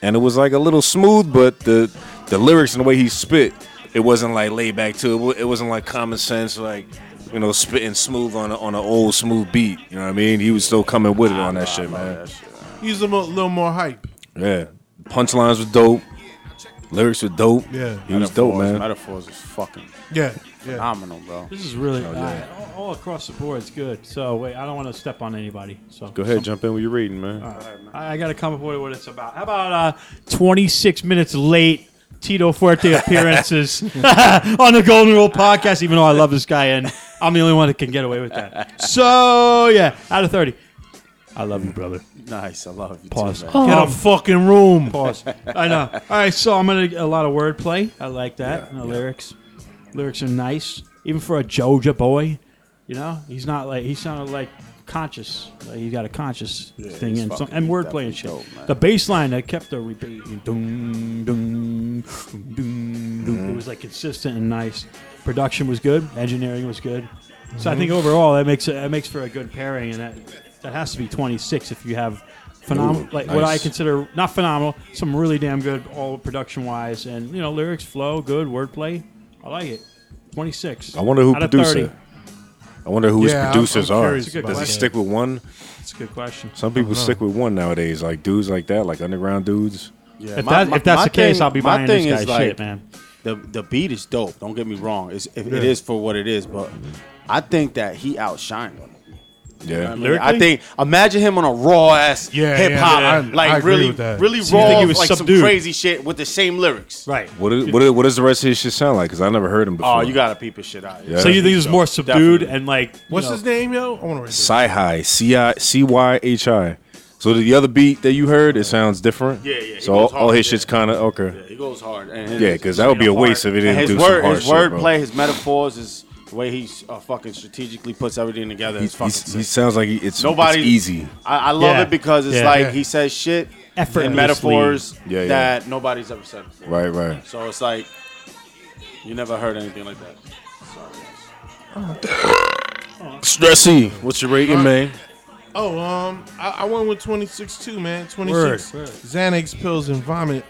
S2: and it was like a little smooth, but the the lyrics and the way he spit, it wasn't like laid back too. It, wa- it wasn't like common sense, like you know, spitting smooth on a, on an old smooth beat. You know what I mean? He was still coming with it on that shit, man.
S3: Use him a little more hype.
S2: Yeah, punchlines were dope. Lyrics were dope.
S3: Yeah.
S2: he was dope,
S9: metaphors-
S2: man.
S9: Metaphors is fucking
S3: Yeah, yeah.
S9: phenomenal, bro.
S1: This is really uh, all, all across the board. It's good. So wait, I don't want to step on anybody. So
S2: Go ahead, jump in with your reading, man.
S1: I, I got to come up with what it's about. How about uh, 26 minutes late Tito
S9: <laughs>
S1: Fuerte appearances <laughs> on the Golden Rule podcast, even though I love this guy and I'm the only one that can get away with that. So, yeah, out of 30. I love you, brother.
S9: Nice, I love you.
S1: Pause.
S9: Too, man.
S1: Get
S3: Get a
S1: off.
S3: fucking room.
S1: Um, Pause. I know. All right, so I'm going to a lot of wordplay. I like that. and the lyrics. Lyrics are nice. Even for a Joja boy, you know, he's not like, he sounded like conscious. Like he's got a conscious thing
S9: he's
S1: and, some,
S9: fucking-
S1: and
S9: he's
S1: wordplay and shit.
S9: definitely dope, man.
S1: the bass line that kept the repeat. Doom, doom, doom, doom, doom. It was like consistent and nice. Production was good. Engineering was good. So I
S2: Mm-hmm.
S1: think overall that makes it, that makes for a good pairing, and that that has to be 26 if you have phenomenal,
S2: Ooh,
S1: like what I
S2: nice.
S1: consider not phenomenal, some really damn good all production wise, and you know lyrics flow, good wordplay. I like it. 26.
S2: I wonder who
S1: Out of
S2: produced
S1: 30.
S2: it. I wonder who
S3: Yeah,
S2: his
S3: I'm-
S2: producers
S3: I'm
S2: are.
S3: curious
S2: Does
S1: about
S2: he
S1: that.
S2: stick with one?
S1: That's a good question.
S2: Some people stick with one nowadays, like dudes like that, like underground dudes.
S9: Yeah,
S1: If,
S9: my-
S1: that,
S9: my-
S1: if that's
S9: my
S1: the case,
S9: thing-
S1: I'll be
S9: my
S1: buying this
S9: thing is,
S1: guy's
S9: like,
S1: shit, man.
S9: The the beat is dope. Don't get me wrong. It's, it, it is for what it is, but I think that he outshined him.
S2: Yeah.
S10: I, mean, I think imagine him on a raw ass
S3: Yeah,
S10: hip hop,
S3: yeah, yeah. I
S10: like
S3: agree
S10: really,
S3: with that.
S10: really
S6: Really
S1: you think
S6: raw,
S1: he was
S6: like
S1: subdued?
S6: some crazy shit with the same lyrics.
S1: Right.
S2: What is what is, what does the rest of his shit sound like? Because I never heard him before.
S6: Oh, you gotta peep his shit out.
S2: Yeah.
S1: So you think it was more subdued
S6: Definitely.
S1: and like you
S3: What's
S1: know,
S3: his name, yo? I want to read
S2: Sci-Hi, C-I- C-Y-H-I. So the other beat that you heard, it sounds different.
S6: Yeah, yeah, it
S2: So all,
S6: goes
S2: all
S6: hard,
S2: his
S6: yeah.
S2: shit's kind of okay.
S6: He goes hard. And his-
S2: Yeah, because that would be a waste if it
S6: and
S2: didn't
S6: his
S2: do
S6: word,
S2: some hard
S6: his
S2: shit,
S6: word
S2: bro.
S6: play, his metaphors, his the way he uh, fucking strategically puts everything together.
S2: He,
S6: Is fucking
S2: he's- he
S6: sick.
S2: sounds like he, it's,
S6: Nobody
S2: it's easy.
S6: I, I love
S1: Yeah.
S6: it because it's
S1: Yeah.
S6: like
S1: Yeah.
S6: he says shit
S1: Effortlessly.
S6: and metaphors
S2: Yeah, yeah.
S6: that nobody's ever said before.
S2: Right, right.
S6: So it's like you never heard anything like that. Sorry,
S2: Stressy, what's your rating, man?
S3: Oh, um, I, I went with 26 too, man. 26 Xanax pills and vomit.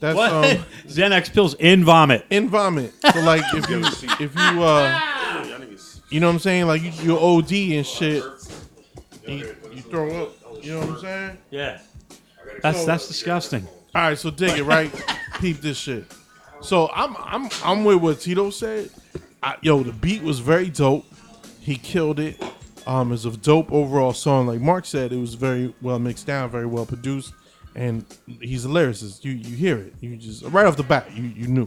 S3: That's
S1: what? <laughs>
S3: um
S1: Xanax pills in vomit.
S3: in vomit. So like if you if you uh you know what I'm saying, like you you OD and shit. and You, you throw up. You know what I'm saying?
S1: Yeah. That's that's disgusting.
S3: All right, so dig it, right? Peep this shit. So I'm I'm I'm with what Tito said. I, yo, the beat was very dope. He killed it. Um, it's a dope overall song. Like Mark said, it was very well mixed down, very well produced, and he's a lyricist. You you hear it. You just right off the bat, you you knew. You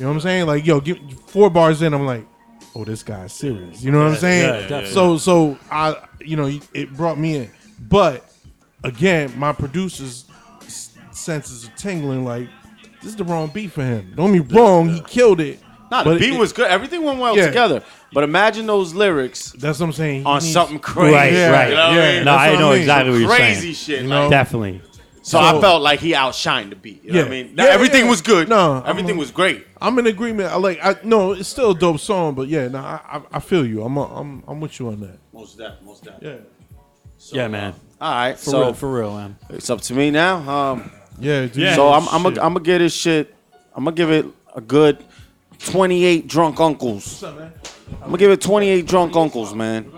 S3: know what I'm saying? Like yo, give, four bars in, I'm like, oh, this guy's serious. You know what I'm
S1: yeah,
S3: saying?
S1: definitely.
S3: so so I you know it brought me in, but again, my producers senses are tingling. Like this is the wrong beat for him. Don't be wrong. He killed it.
S6: nah,
S3: But
S6: the beat
S3: it-
S6: was good. Everything went well
S3: Yeah.
S6: together. But imagine those lyrics
S3: That's what I'm saying. He
S6: on
S3: needs-
S6: something crazy.
S1: Right,
S6: you
S1: right.
S6: know what I
S3: Yeah,
S1: No,
S6: mean?
S3: That's
S1: I
S3: what I
S1: know
S3: mean.
S1: exactly what you're
S6: crazy
S1: saying.
S6: shit.
S3: You
S6: like,
S3: know?
S1: Definitely.
S6: so, I
S3: So-
S6: felt like he outshined the beat. You know what I
S3: Yeah.
S6: mean? Now,
S3: Yeah, yeah,
S6: everything
S3: yeah.
S6: was good.
S3: No, I'm
S6: everything
S3: a-
S6: was great.
S3: I'm in agreement. I like. I no, it's still a dope song, but yeah, no, I, I I feel you. I'm a, I'm I'm with you on that.
S6: Most that, most that.
S3: Yeah,
S1: Yeah, man.
S6: All right,
S1: For
S6: so
S1: real, for real, man.
S6: it's up to me now. Um,
S3: yeah. Dude.
S1: Yeah.
S6: So I'm I'm
S3: Shit.
S6: gonna I'm give this shit. I'm gonna give it a good 28 drunk uncles.
S3: What's up, man?
S6: I'm gonna give it 28 drunk uncles, man.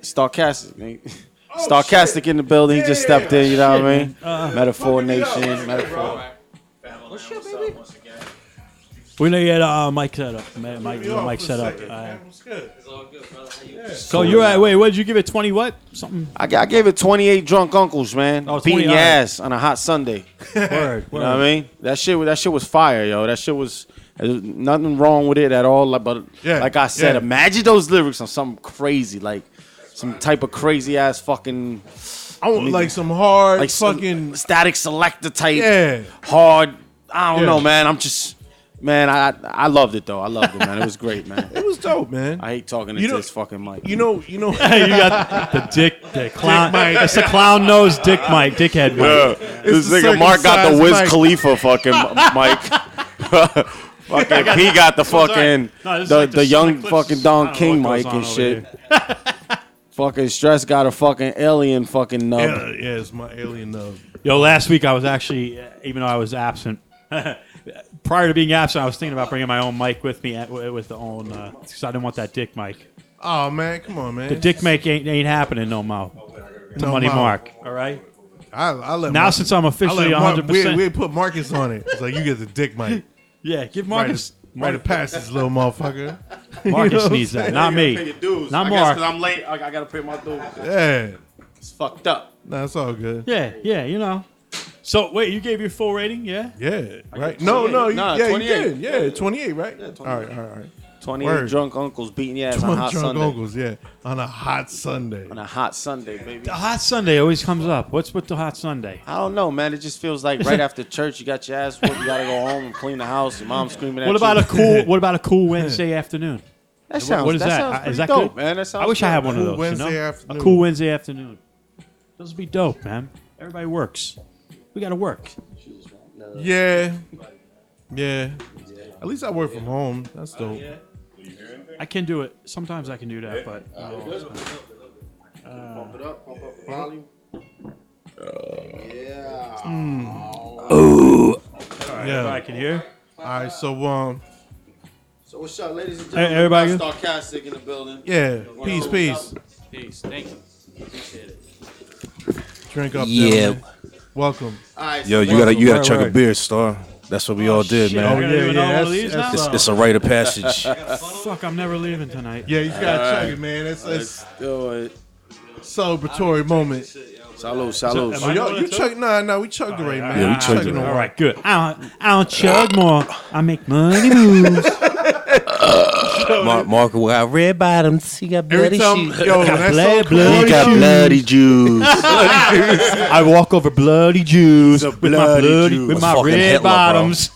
S6: Starcastic, nigga. <laughs> Starcastic in the building. He just stepped in. You know what I mean? Metaphor Nation. Metaphor.
S1: We're gonna get uh, Mike set up. Ma- Mike,
S3: Be off
S1: Mike
S3: for a
S1: set up.
S3: second,
S1: All right.
S3: man. What's good?
S1: So you're at wait, what did you give it? Twenty what? Something.
S6: I, g- I gave it 28 drunk uncles, man.
S1: Oh, 20,
S6: Beating your
S1: all right.
S6: ass on a hot Sunday.
S1: <laughs> Word.
S6: You know what I mean? That shit, wa- that shit was fire, yo. That shit was there's nothing wrong with it at all. like, But
S3: Yeah,
S6: like I said,
S3: yeah.
S6: imagine those lyrics on something crazy, like some type of crazy ass fucking
S3: I want like some hard,
S6: like
S3: like
S1: <laughs>
S6: some
S3: fucking.
S6: static selector type.
S3: Yeah.
S6: hard. I don't
S3: Yeah.
S6: know, man. I'm just man. I I loved it though. I loved it, man. It was great, man.
S3: It was dope, man.
S6: I hate talking
S3: You
S6: into
S3: know-
S6: this fucking mic.
S3: you know, you
S1: <laughs>
S3: know.
S1: Hey, you got the dick, the clown.
S3: Dick Mike.
S1: It's the clown nose, Dick Mike, dickhead Mike.
S2: this
S3: the
S2: nigga Mark got the Wiz
S3: circumcised mic.
S2: Khalifa
S6: <laughs>
S2: fucking mic. <laughs> fucking
S6: he got the fucking
S1: No, this is
S6: the,
S1: like
S6: the,
S1: the
S6: young
S1: slick clips.
S6: fucking
S1: I
S6: Don
S1: don't know
S6: King
S1: what
S6: mic
S1: goes on
S6: and
S1: over
S6: shit.
S1: <laughs>
S6: fucking stress got a fucking alien fucking nub.
S3: Yeah, yeah, it's my alien love.
S1: Yo, last week I was actually, uh, even though I was absent, <laughs> prior to being absent, I was thinking about bringing my own mic with me, at, with the own, because I didn't want that dick mic.
S3: Oh man, come on, man.
S1: The dick mic ain't, ain't happening no more. To
S3: No
S1: Money
S3: more.
S1: Mark. All right.
S3: I, I let
S1: Now
S3: Mark-
S1: since I'm
S3: I let
S1: officially
S3: Mark-
S1: 100,
S3: we,
S1: percent
S3: we put Marcus on it. It's like you get the dick, Mike.
S1: yeah, give
S3: Right,
S1: <laughs> Marcus.
S3: right to pass this little motherfucker. <laughs>
S1: Marcus needs that, not me. Not Mark.
S6: I'm late. I, I gotta pay my dues.
S3: Yeah,
S6: It's fucked up.
S3: nah, it's all good.
S1: Yeah, yeah, you know. So wait, you gave your full rating, yeah?
S3: Yeah, right. No, no, you,
S6: Nah,
S3: yeah, you
S6: 28.
S3: did. Yeah, twenty-eight, right? all right, all right, all right.
S6: 28
S3: Word.
S6: drunk uncles beating your ass on a
S3: Drunk
S6: hot Sunday.
S3: uncles, yeah, on a hot Sunday.
S6: On a hot Sunday, baby.
S1: The hot Sunday always comes up. What's with the hot Sunday?
S6: I don't know, man. It just feels like
S1: <laughs>
S6: right after church, you got your ass whooped. You gotta go home and clean the house. Your mom's screaming at
S1: What
S6: you.
S1: about a cool? What about a cool <laughs> Wednesday afternoon?
S6: that sounds,
S1: what is
S6: that?
S1: that?
S6: sounds
S1: Uh,
S6: pretty
S1: is that
S6: dope,
S1: good?
S6: man. That sounds
S1: I wish I had one of
S3: Cool
S1: those.
S3: Wednesday
S1: you know?
S3: afternoon.
S1: A cool Wednesday afternoon. Those would be dope, man. Everybody works. We gotta work.
S3: Yeah, yeah. At least I work from home. That's dope.
S1: I can do it. Sometimes I can do that, but uh, I
S3: Yeah.
S1: can hear.
S3: All right. So um,
S6: So what's up, ladies and
S1: Hey, everybody
S6: we got Starcastic in the building.
S3: yeah. Peace, peace.
S6: Peace. Thank you. Appreciate it.
S3: Drink up.
S11: Yeah.
S3: gentlemen. Welcome.
S6: All right.
S2: Yo,
S6: so
S2: you gotta you gotta
S3: Right,
S2: chug a
S3: right.
S2: beer, star. That's what we
S6: Oh,
S2: all did,
S1: Shit,
S2: man.
S1: I gotta do
S3: yeah,
S1: another
S3: yeah,
S1: one of
S3: that's-
S1: these
S3: that's-
S1: now?
S2: It's, it's a rite of <laughs> passage.
S1: Fuck, I'm never leaving tonight.
S3: Yeah, you gotta check it, man. It's it's celebratory moment.
S6: Salud, salud.
S1: Am I
S3: Yo,
S1: doing
S3: you
S1: it too?
S3: chug? Nah, nah, we chugged right, man.
S2: Yeah, we
S3: We
S2: chugged
S3: chugging
S2: it.
S3: away.
S1: All right, good. I don't, I don't chug more. I make
S3: <laughs> Oh,
S1: money moves.
S2: Mark, Mark will have red bottoms.
S4: He got
S3: Every
S4: bloody
S3: time,
S4: shoes.
S3: yo, when that's so
S1: Blood,
S3: cool.
S1: blood.
S12: He got
S1: shoes.
S12: bloody juice.
S2: <laughs>
S1: I walk over bloody Jews with my
S12: bloody
S1: bloody
S12: Jews.
S1: with my
S2: Fucking
S1: red
S2: Hitler, bro.
S1: bottoms.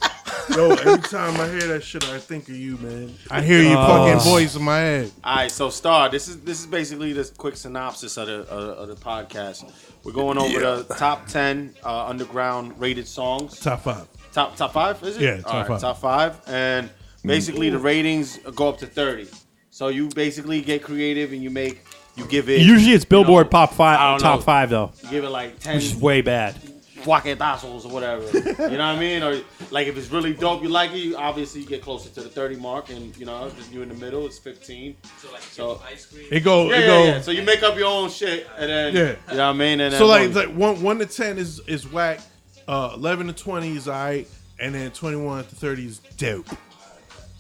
S3: Yo, every time I hear that shit, I think of you, man. I hear your
S1: Oh.
S3: fucking voice in my head.
S6: All right, so Star, this is this is basically the quick synopsis of the of, of the podcast. We're going over the top ten uh, underground rated songs.
S3: Top five.
S6: Top top five is it?
S3: Yeah, top
S6: All right,
S3: five.
S6: Top five, and basically the ratings go up to thirty. So you basically get creative and you make you give it
S1: Usually it's
S6: you know,
S1: Billboard Pop
S6: I
S1: Five,
S6: don't
S1: Top
S6: know.
S1: Five though,
S6: You give it like ten
S1: which is way bad.
S6: guaquetazos or whatever. you know what I mean? Or like if it's really dope, you like it. You obviously you get closer to the thirty mark, and you know if you're in the middle. It's fifteen. So like ice cream.
S3: It go.
S6: Yeah,
S3: it
S6: yeah,
S3: go.
S6: yeah. So you make up your own shit, and then
S3: Yeah.
S6: you know what I mean. And then
S3: So like,
S6: boom.
S3: like one one to ten is is whack. Uh, Eleven to twenty is alright, and then twenty one to thirty is dope.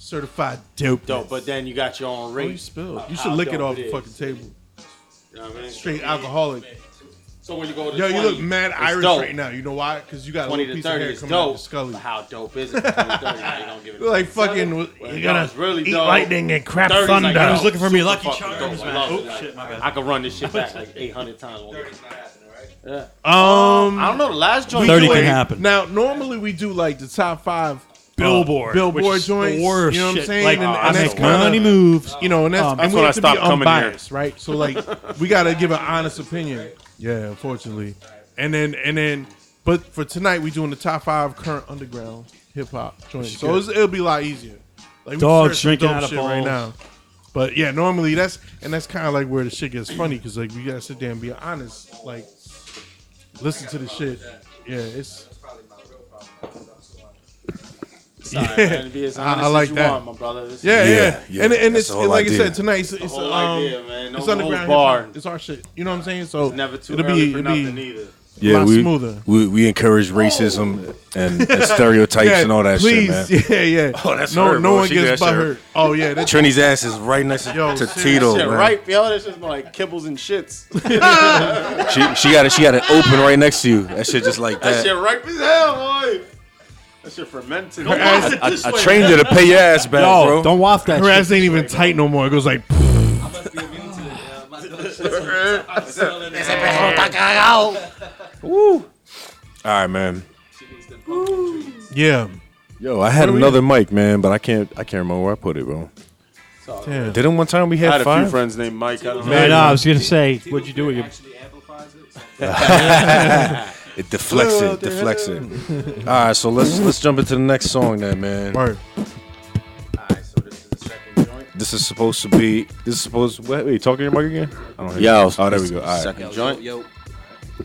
S3: Certified dope.
S6: dope, but then you got your own
S3: Oh,
S6: rate.
S3: you spilled. You
S6: How
S3: should lick
S6: dope
S3: it off
S6: it
S3: the
S6: is.
S3: fucking table.
S6: You know what I mean?
S3: Straight alcoholic.
S6: So when you go to
S3: Yo,
S6: 20,
S3: you look mad
S6: it's
S3: Irish
S6: dope.
S3: right now. You know why? Because you got a
S6: Twenty
S3: little
S6: to
S3: piece of
S6: thirty
S3: hair
S6: is
S3: coming out of the
S6: dope.
S3: scully.
S6: But how dope is it? 20 to 30, now
S3: <laughs>
S6: you don't give it
S3: You're like
S6: a fucking
S3: fucking.
S6: Well,
S3: you
S6: no,
S3: gotta
S6: it's really
S3: eat
S6: dope.
S3: lightning and crap
S6: 30's like,
S3: thunder.
S6: yo,
S1: I was looking for me
S6: super
S1: Lucky
S6: fucking
S1: Charms,
S6: dope. I
S1: man.
S6: love it.
S1: Oh,
S6: Like,
S1: shit, my bad.
S6: I could run this shit back
S3: <laughs>
S6: like eight hundred times. Won't get-
S3: um,
S6: I don't know. The last joint.
S1: Thirty
S6: you
S1: can
S6: ate-
S1: happen.
S3: Now, normally we do like the top five uh,
S1: Billboard, which
S3: Billboard
S1: is the
S3: joints.
S1: worst
S3: you know what I'm
S1: shit.
S3: saying?
S1: Like,
S3: and,
S1: I
S3: and that's
S1: make money
S3: kinda-
S1: moves.
S3: You know, and that's, and we
S2: when I
S3: have to be
S2: stopped coming here.
S3: unbiased, right? So like, we gotta give an honest opinion. Yeah, unfortunately, and then and then, but for tonight we doing the top five current underground hip hop joints. So it's, it'll be a lot easier. Like we
S1: Dogs
S3: searched some
S1: drinking
S3: dope
S1: out of
S3: shit right
S1: bowls.
S3: now. But yeah, normally that's and that's kind of like where the shit gets funny because like we gotta sit there and be honest. Like, listen to the shit. Yeah, it's
S6: Sorry, man. Be as honest
S3: <laughs> I like
S6: as you
S3: that.
S6: want, my brother. This is
S3: Yeah,
S2: Yeah,
S3: yeah,
S2: yeah,
S3: and and
S2: that's
S3: it's
S2: the whole
S3: and like
S2: idea.
S3: I said tonight. It's, it's
S6: whole
S3: um,
S6: idea, man. No
S3: it's underground.
S6: holds barred.
S3: hip-hop. It's our shit. You know what I'm saying? So
S6: Never too
S3: it'll
S6: early
S3: be,
S6: for
S3: it'll be-
S6: nothing either.
S2: Yeah,
S3: lot
S2: we,
S3: smoother.
S2: we we encourage racism and,
S1: <laughs>
S2: and stereotypes
S3: yeah,
S2: and all that
S3: please,
S2: shit, man.
S3: <laughs> yeah, yeah.
S2: Oh, that's
S3: no,
S2: her,
S3: no
S2: bro.
S3: one
S2: She
S3: gets
S2: did that
S3: but
S2: shit.
S3: hurt. Oh yeah, that's
S2: Trini's ass is right next
S3: Yo,
S2: to
S3: serious
S2: Tito,
S6: Shit,
S2: man.
S6: right, yo. That's just more like kibbles and shits. <laughs>
S2: She she got it. She got it open right next to you. That shit just like
S6: That
S2: that.
S6: shit ripe as hell, boy. That shit fermented. Don't <laughs>
S3: wash
S2: I, I trained her to pay your ass back,
S1: Yo,
S2: bro.
S1: don't waft that
S3: her
S1: shit.
S3: ass ain't even tight no more. It goes like
S2: All right, man.
S3: yeah.
S2: Yo, I had another mic, man, but I can't. I can't remember where I put it, bro.
S3: Damn.
S2: Didn't one time we
S6: I
S2: had,
S6: had a
S2: five?
S6: few friends named Mike. I don't know.
S1: Man, no, I was gonna say, what'd you do with your?
S2: It deflects it. Deflects it. All right, so let's let's jump into the next song, then, man.
S3: Word.
S6: Alright, so this is the second joint.
S2: This is supposed to be. This is supposed. Wait, wait talking to your mic again? I don't hear
S12: Yo,
S2: you. Oh, there we go. All right.
S6: Second joint.
S2: All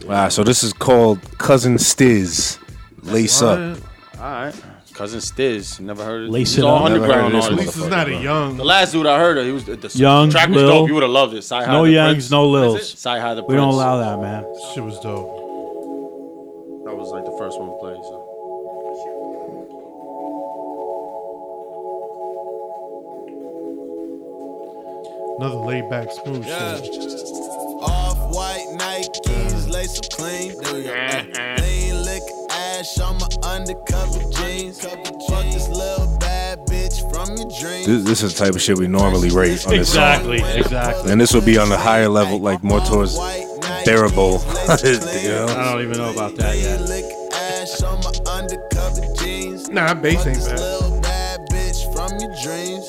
S2: right. So this is called Cousin Stiz. Lace up.
S6: Alright. Cousin Stiz. Never heard of
S1: Lace
S6: He's
S1: it
S6: all
S1: up.
S2: Never heard of
S6: underground
S2: this
S3: At
S6: artist.
S3: least it's not a young.
S6: The last dude I heard of, he was the
S1: Young,
S6: track was
S1: Lil.
S6: dope. You would have loved it. Sci-Hi
S1: No
S6: the
S1: Youngs,
S6: Prince.
S1: no
S6: That's
S1: Lils.
S6: it. Sci-Hi the
S1: We
S6: Prince.
S1: don't allow that, man.
S3: Shit was dope.
S6: That was like the first one we played. So.
S3: Another laid back smooth shit.
S5: Off white Nikes, lace up clean. There we go.
S3: Mm-hmm.
S5: Uh, Lean lick ash on my undercover jeans. Fuck this little bad bitch from your dreams.
S2: This, this is the type of shit we normally rate on this song.
S1: Exactly, exactly.
S2: And this would be on the higher level, like more towards bearable. <laughs> you know?
S1: I don't even know about that yet.
S5: Lean lick ash on my undercover jeans.
S3: Nah, bass ain't
S5: This
S3: bad.
S5: little bad bitch from your dreams.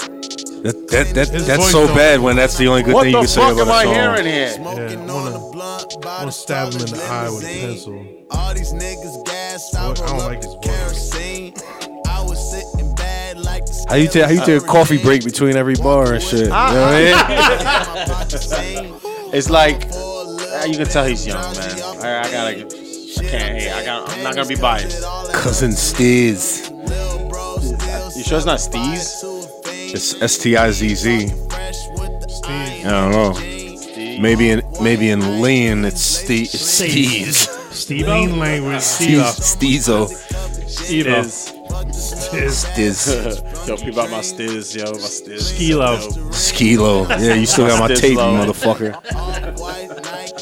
S2: That, that, that,
S3: His
S2: that's
S3: voice
S2: so
S3: don't-
S2: bad when that's the only good
S6: What
S2: thing you
S6: the
S2: can say
S6: fuck
S2: about
S6: am I
S2: a
S6: hearing
S2: song.
S6: here?
S5: Smoking
S3: Yeah, I
S5: on
S3: wanna-
S5: a blunt by
S3: wanna
S5: the
S3: stab him in the eye with a
S5: limousine.
S3: pencil.
S5: All these niggas gas, I
S3: Boy, I don't
S5: roll
S3: like
S5: up
S3: his
S5: the
S3: voice.
S5: kerosene. I was sitting bad like the
S2: How you take how you take a
S5: skeleton.
S2: coffee break between every bar and shit? You know what I
S6: <laughs>
S2: mean?
S5: My pocket seen
S6: It's like
S5: for a little
S6: uh, you can tell he's young, man. I, I gotta. get- I can't. Hey, I got. I'm not gonna be biased.
S2: Cousin Stiz.
S5: little bro still
S6: You sure it's not Steez?
S2: It's S T I Z Z.
S5: fresh with the
S2: I don't know. Maybe in maybe in lean it's Ste- it's Steez.
S1: Steve-O?
S3: Language.
S2: Steez. Steezo.
S1: Steve-O. <laughs>
S6: Is
S2: Stiz.
S6: Yo, peep out my stiz, yo, my stiz.
S1: Skilo.
S6: Yo,
S2: Skilo. Yeah, you still got my
S6: Stiz
S2: tape, you
S6: low.
S2: motherfucker.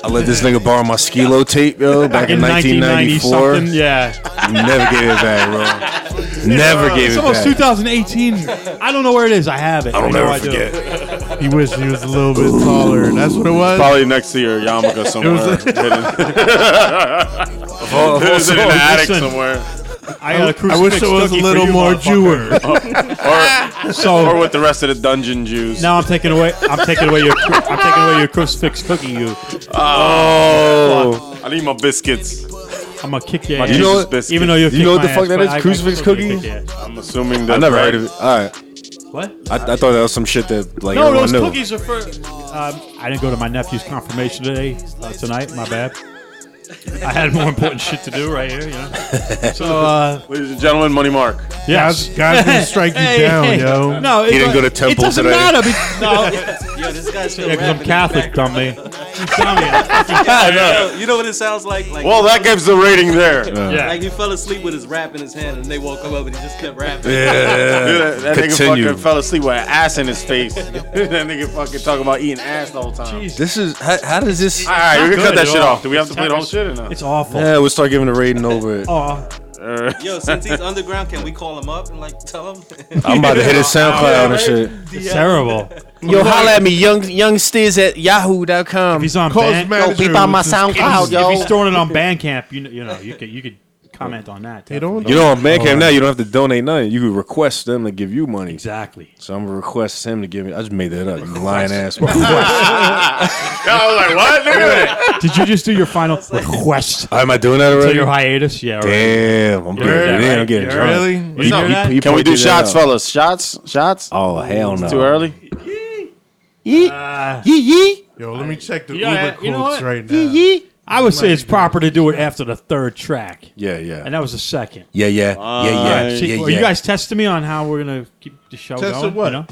S2: I let this nigga borrow my Skilo tape, yo, back in 1994.
S1: something. Yeah.
S2: Never gave it
S1: <laughs>
S2: back, bro. Never gave
S1: It's
S2: it
S1: almost
S2: back.
S1: 2018. I don't know where it is. I have it.
S2: I'll
S1: know
S2: never
S1: I do.
S2: forget.
S3: He wished he was a little bit taller. That's what it was.
S6: Probably next to your yarmulke somewhere. <laughs> Hidden,
S2: Oh,
S6: hidden in
S2: oh,
S6: an attic
S1: listen.
S6: somewhere.
S1: I got a
S3: I wish it was a little more Jewer. <laughs>
S6: Or, or
S1: So
S6: with the rest of the dungeon Jews.
S1: now I'm taking away. I'm taking away your. cru- I'm taking away your crucifix cookie. You.
S6: Oh, I need my biscuits.
S1: I'm gonna kick your
S6: My
S1: ass.
S6: Jesus
S2: know what-
S6: biscuits.
S1: even though you
S2: You know what the fuck that is? Crucifix cookie?
S6: I'm assuming that
S2: I never heard of it. All right.
S1: What?
S2: I, I thought that was some shit that like
S1: No,
S2: everyone
S1: those
S2: knew.
S1: cookies are for. Um, I didn't go to my nephew's confirmation today. Uh, tonight, my bad. I had more important shit to do right here. You know. So uh,
S6: Ladies and gentlemen, Money Mark.
S1: yes.
S3: Guys gonna strike you
S1: <laughs> Hey,
S3: down,
S1: hey.
S3: yo.
S1: No,
S2: He didn't go to
S1: It
S2: temple
S1: doesn't
S2: today. <laughs>
S1: matter. be- no,
S13: Yo, this guy's still
S1: because I'm
S13: rapping.
S1: Catholic, dummy.
S13: Yo, you know what it sounds like? Like,
S6: Well, that gives the rating there. Yeah.
S13: like he fell asleep with his rap in his hand, and they woke him up, and he just kept rapping.
S6: that that nigga
S2: Continue.
S6: fucking fell asleep with an ass in his face. <laughs> that nigga fucking talking about eating ass the whole time.
S2: This is how, how does this?
S6: All right, we can cut
S1: good
S6: that
S1: at
S6: shit
S1: all.
S6: off. Do we have to play the whole shit or not?
S1: It's awful.
S2: Yeah, we'll start giving a rating over it.
S1: Aw.
S13: Yo, since he's underground, can we call him up and like tell him?
S2: I'm about to hit his SoundCloud and shit.
S1: It's terrible.
S5: Yo, holla at me, young young stiz at yahoo.com.
S1: He's on
S3: Cause
S1: Band-
S3: manager
S5: beep out my
S3: was just-
S5: SoundCloud,
S1: if
S5: yo.
S1: he's throwing it on Bandcamp, you know, you know, you could you could comment on that.
S3: You don't
S2: You know, on Bandcamp now, you don't have to donate nothing. You can request them to give you money.
S1: exactly.
S2: So I'm gonna request him to give me. I just made that up. You lying
S1: <laughs>
S2: ass. motherfucker.
S6: I was like, what? Nigga?
S1: Did you just do your <laughs> final request
S2: Am I doing that
S1: for
S2: already?
S1: your hiatus? Yeah. Right.
S2: Damn, I'm getting,
S1: heard
S2: damn,
S1: that,
S2: I'm
S1: right?
S2: getting
S1: You
S2: drunk.
S3: Really?
S2: He-
S1: up?
S2: he- he
S6: Can we
S2: pointed
S6: do
S2: that
S6: shots,
S2: out.
S6: fellas? Shots? Shots?
S2: Oh hell no!
S6: Too early?
S5: Yee yee
S3: Yo, let me check the
S1: Yeah,
S3: Uber
S1: Uh, you know
S3: quotes
S1: what?
S3: right
S5: yee
S3: now.
S5: yee.
S1: I would say it's proper to do it after the third track,
S2: Yeah, yeah,
S1: and that was the second.
S2: yeah, yeah, yeah,
S5: Uh,
S2: yeah,
S1: See,
S2: yeah,
S1: Are Uh, you
S2: yeah.
S1: guys testing me on how we're gonna keep the show
S3: Tested
S1: going?
S3: what?
S1: You know?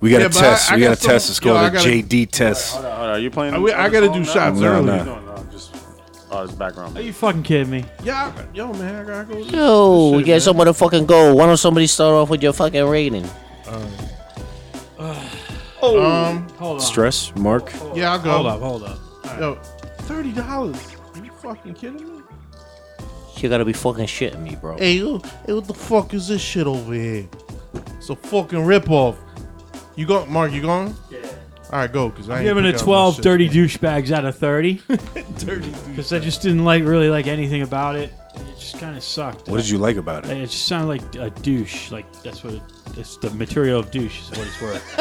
S2: We got
S3: Yeah,
S2: a
S3: but I-
S2: test.
S3: I
S2: we
S3: got
S2: got a
S3: some-
S2: test. It's
S3: yo,
S2: called
S3: I
S2: a
S3: gotta-
S2: JD test.
S6: Hold on, are you playing?
S3: I, we- I gotta do shots
S2: No,
S3: early.
S2: no.
S6: No, no, just. Oh, it's background.
S1: Are you fucking kidding me?
S3: Yeah, I- yo, man, I gotta go.
S4: Yo, we got somewhere to fucking go. Why don't somebody start off with your fucking rating?
S3: Um,
S1: Hold on.
S2: Stress, Mark.
S3: yeah, I'll go.
S1: Hold up. Hold up.
S3: Yo, thirty dollars? Are you fucking kidding me?
S4: You gotta be fucking shitting me, bro.
S3: Hey, yo, hey, what the fuck is this shit over here? It's a fucking ripoff. You go, Mark. You going? Yeah. All right, go, cause I ain't
S1: Giving
S3: pick
S1: it
S3: up my
S1: 12
S3: shit.
S1: dirty douchebags out of <laughs> 30. Because I just didn't like really like anything about it. It just kind of sucked.
S2: What did you like about it?
S1: Like, It just sounded like a douche. Like that's what it, it's the material of douche is what it's worth.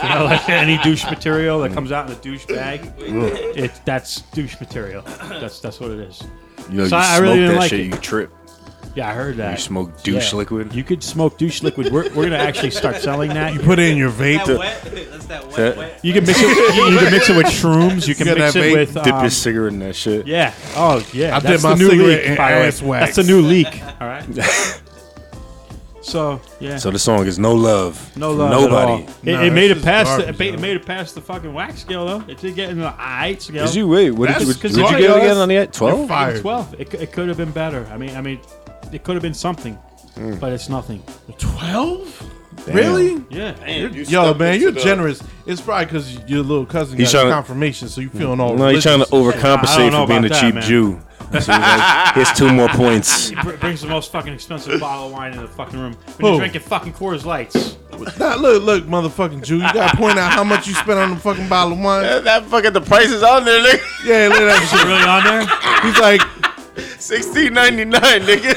S1: you know, like any douche material that comes out in a douche bag, it that's douche material. That's that's what it is.
S2: You know,
S1: So
S2: you
S1: I- I
S2: smoke
S1: really didn't
S2: that
S1: like
S2: shit,
S1: it.
S2: you trip.
S1: Yeah, I heard that.
S2: You smoke douche
S1: Yeah.
S2: liquid.
S1: You could smoke douche liquid. We're, we're gonna actually start selling
S3: <laughs>
S1: that.
S3: You put it in your vape.
S13: that wet. <laughs> That's that wet. wet.
S1: You can mix it. You, you can mix it with shrooms. You can
S3: You got
S1: mix
S3: that vape?
S1: it with.
S2: Dip
S1: Um,
S2: your cigarette in that shit.
S1: yeah. Oh yeah.
S3: I
S1: That's
S3: dip my
S1: the new
S3: cigarette
S1: leak.
S3: in
S1: by the way.
S3: ass wax.
S1: That's the new leak. All right.
S3: <laughs>
S1: So yeah.
S2: So the song is no love.
S1: No
S2: for
S1: love.
S2: Nobody.
S1: At all.
S3: Nah,
S1: It, it
S3: that
S1: made it
S3: shit's
S1: past.
S3: garbage,
S1: the, it,
S3: yo.
S1: made it past the fucking wax scale though. It did get in the I scale.
S2: Did you wait? What did
S3: That's
S2: you,
S3: because
S2: did you
S3: you
S2: get it
S3: guys-
S2: again on the eight?
S3: You're
S2: twelve?
S3: fired.
S1: Twelve. It, c- it could have been better. I mean, I mean, it could have been something, but it's nothing.
S3: Twelve? Really?
S1: Yeah.
S3: Yo, man, you're generous. It's probably because your little cousin
S2: He's
S3: got
S2: tryna-
S3: confirmation, so you feeling all.
S2: No, he's trying to
S3: religious.
S1: I don't
S2: overcompensate
S1: know
S2: for being a
S1: about that,
S2: cheap
S1: man.
S2: Jew. So he's like, here's two
S1: <laughs>
S2: more points.
S1: Br- brings the most fucking expensive bottle of wine in the fucking room. When
S3: Who?
S1: you're drinking fucking Coors Lights.
S3: Nah, look, look, motherfucking Jew. You gotta point out how much you spent on the fucking bottle of wine.
S6: That, that fucking the price is on there,
S3: <laughs>
S6: nigga. <laughs>
S3: Yeah, look at that
S1: Is it really on <laughs> there?
S3: shit. He's like,
S6: Sixteen ninety nine, nigga.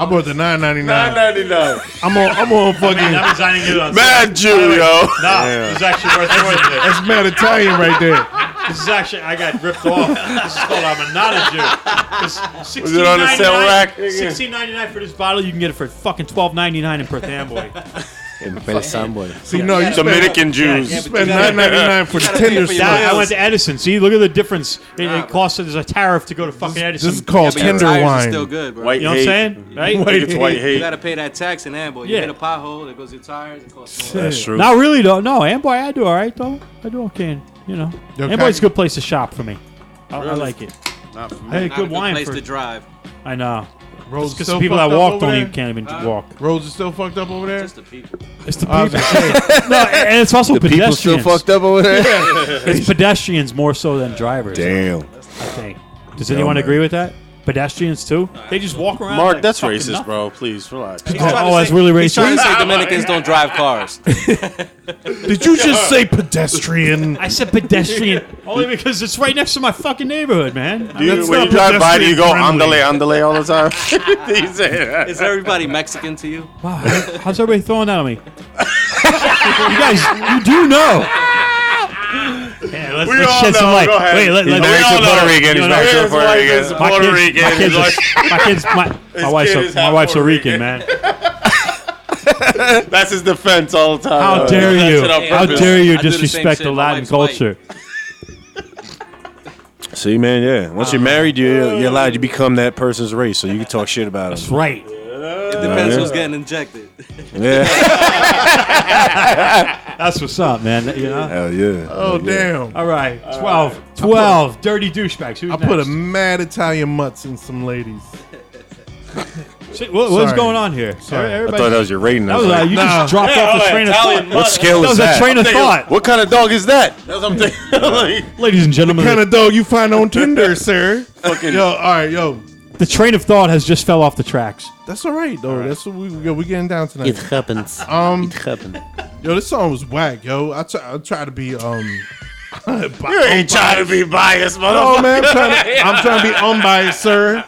S3: I bought the nine ninety
S6: Nine
S3: nine.
S6: ninety <laughs> nine.
S3: I'm on, I'm on
S1: Man,
S3: fucking.
S1: I'm designing it on.
S6: Mad Jew, yo.
S1: Nah, it's actually worth more than this.
S3: That's mad Italian right there.
S1: This is actually I got ripped off. This is called I'm a not a Jew.
S6: Was it on a sale rack?
S1: Sixteen ninety nine for this bottle. You can get it for fucking twelve ninety nine in Perth Amboy.
S3: See, no, you spent,
S6: Dominican Jews.
S13: yeah,
S3: you spent nine ninety nine for the tender
S13: for your
S1: Yeah,
S3: stuff.
S1: I went to Edison. See, look at the difference. It, it costs. There's a tariff to go to fucking Edison.
S3: This is called
S13: But your
S3: tender
S13: tires are
S3: wine.
S13: still good, bro.
S6: White
S1: you know what I'm
S6: hate.
S1: saying? Right?
S6: I think it's white
S13: You
S6: hate.
S13: gotta pay that tax in Amboy. You
S1: Yeah.
S13: hit a pothole, that goes to your tires. It costs more.
S2: That's true.
S1: Not really though. No, Amboy, I do all right though. I do okay. You know,
S3: Yo,
S1: Amboy's a
S3: Cal-
S1: good place to shop for me. I, I like it.
S6: Not for me.
S1: I had
S13: Not
S1: good
S13: a good
S1: wine
S13: place
S1: for.
S13: to drive.
S1: I know.
S3: Roads
S1: Because
S3: still
S1: people that
S3: fucked up
S1: walk
S3: over
S1: don't
S3: there?
S1: even can't even walk.
S3: Roads are still fucked up over there.
S13: Just the people.
S1: It's the
S3: I was
S1: people.
S3: gonna say,
S1: <laughs> no, and it's also
S2: People
S1: pedestrians.
S2: still fucked up over there.
S1: It's pedestrians more so than drivers.
S2: Damn.
S1: I think. Does anyone
S2: man.
S1: agree with that? Pedestrians too. They just walk around.
S6: Mark,
S1: like
S6: that's
S1: fucking
S6: racist,
S1: nothing.
S6: bro. Please relax.
S1: Oh, oh, that's really
S13: He's trying to
S1: racist.
S13: say Dominicans don't
S2: <laughs>
S13: drive cars.
S3: Did you just say pedestrian?
S1: <laughs> I said pedestrian <laughs> only because it's right next to my fucking neighborhood, man.
S6: Do you,
S3: That's
S6: when
S3: not
S6: you drive by, do you go
S3: pedestrian friendly.
S6: underlay, underlay all the time? <laughs> he said,
S13: Is everybody Mexican to you?
S1: Wow, how- how's everybody throwing that on me? <laughs> you guys, you do know. Yeah, let's,
S6: We
S1: let's
S6: all
S1: shed some
S6: know,
S1: light.
S6: go ahead.
S1: Wait, let,
S2: He's
S1: let,
S2: back
S6: all
S2: to Puerto
S6: know.
S2: Rican. He's
S1: You
S2: back to
S1: know,
S6: his
S2: Puerto Rican.
S6: wife is
S1: my
S6: Puerto
S1: kids-
S6: Rican.
S1: My kids,
S6: He's
S1: are- my kids,
S6: <laughs>
S1: my, my wife's,
S6: kid
S1: a,
S6: is
S1: my
S6: half
S1: wife's a
S6: Puerto
S1: Rican,
S6: Rican.
S1: man.
S6: That's his defense all the time.
S1: How
S6: Uh,
S1: dare
S6: that's
S1: you?
S6: it on
S13: Yeah.
S1: How
S6: purpose.
S1: dare you
S13: I do the same
S1: disrespect
S13: shit.
S1: the
S13: My
S1: Latin
S13: wife's white.
S1: culture?
S2: See, man, yeah. Once
S1: Uh-huh.
S2: you're married, you're, you're allowed to become that person's race, so you can talk shit about
S1: That's
S2: them.
S1: right.
S13: Depends
S2: yeah.
S13: who's getting injected. <laughs>
S1: <laughs>
S2: Yeah.
S1: That's what's up, man. That- You know?
S2: Hell yeah.
S3: Oh damn!
S1: All right, 12. 12. dirty douchebags. Who's
S3: I put a
S1: next?
S3: mad Italian mutts in some
S13: <laughs>
S3: ladies.
S1: Shit, what- what's
S3: Sorry.
S1: going on here?
S3: Sorry.
S1: Everybody-
S2: I thought that was your rating. I
S1: that
S2: was
S1: was, uh,
S2: like,
S1: you just dropped off the train of thought.
S6: Italian
S2: what scale
S1: That
S2: is
S1: was
S2: that?
S1: a train of thought.
S2: what kind of dog is that?
S6: That's what I'm thinking.
S1: Ladies and gentlemen,
S3: kind of dog you find on
S13: <laughs>
S3: Tinder, sir. Fucking yo, all right, yo.
S1: the train of thought has just fell off the tracks.
S3: That's all right though. That's what we yo, we getting down tonight.
S4: It happens.
S3: Um,
S4: It happens.
S3: yo, this song was whack, yo. I try, I try to be um.
S13: <laughs>
S6: you ain't trying to be biased,
S3: No
S6: motherfucker.
S3: man, I'm trying, to, I'm trying to be unbiased, sir.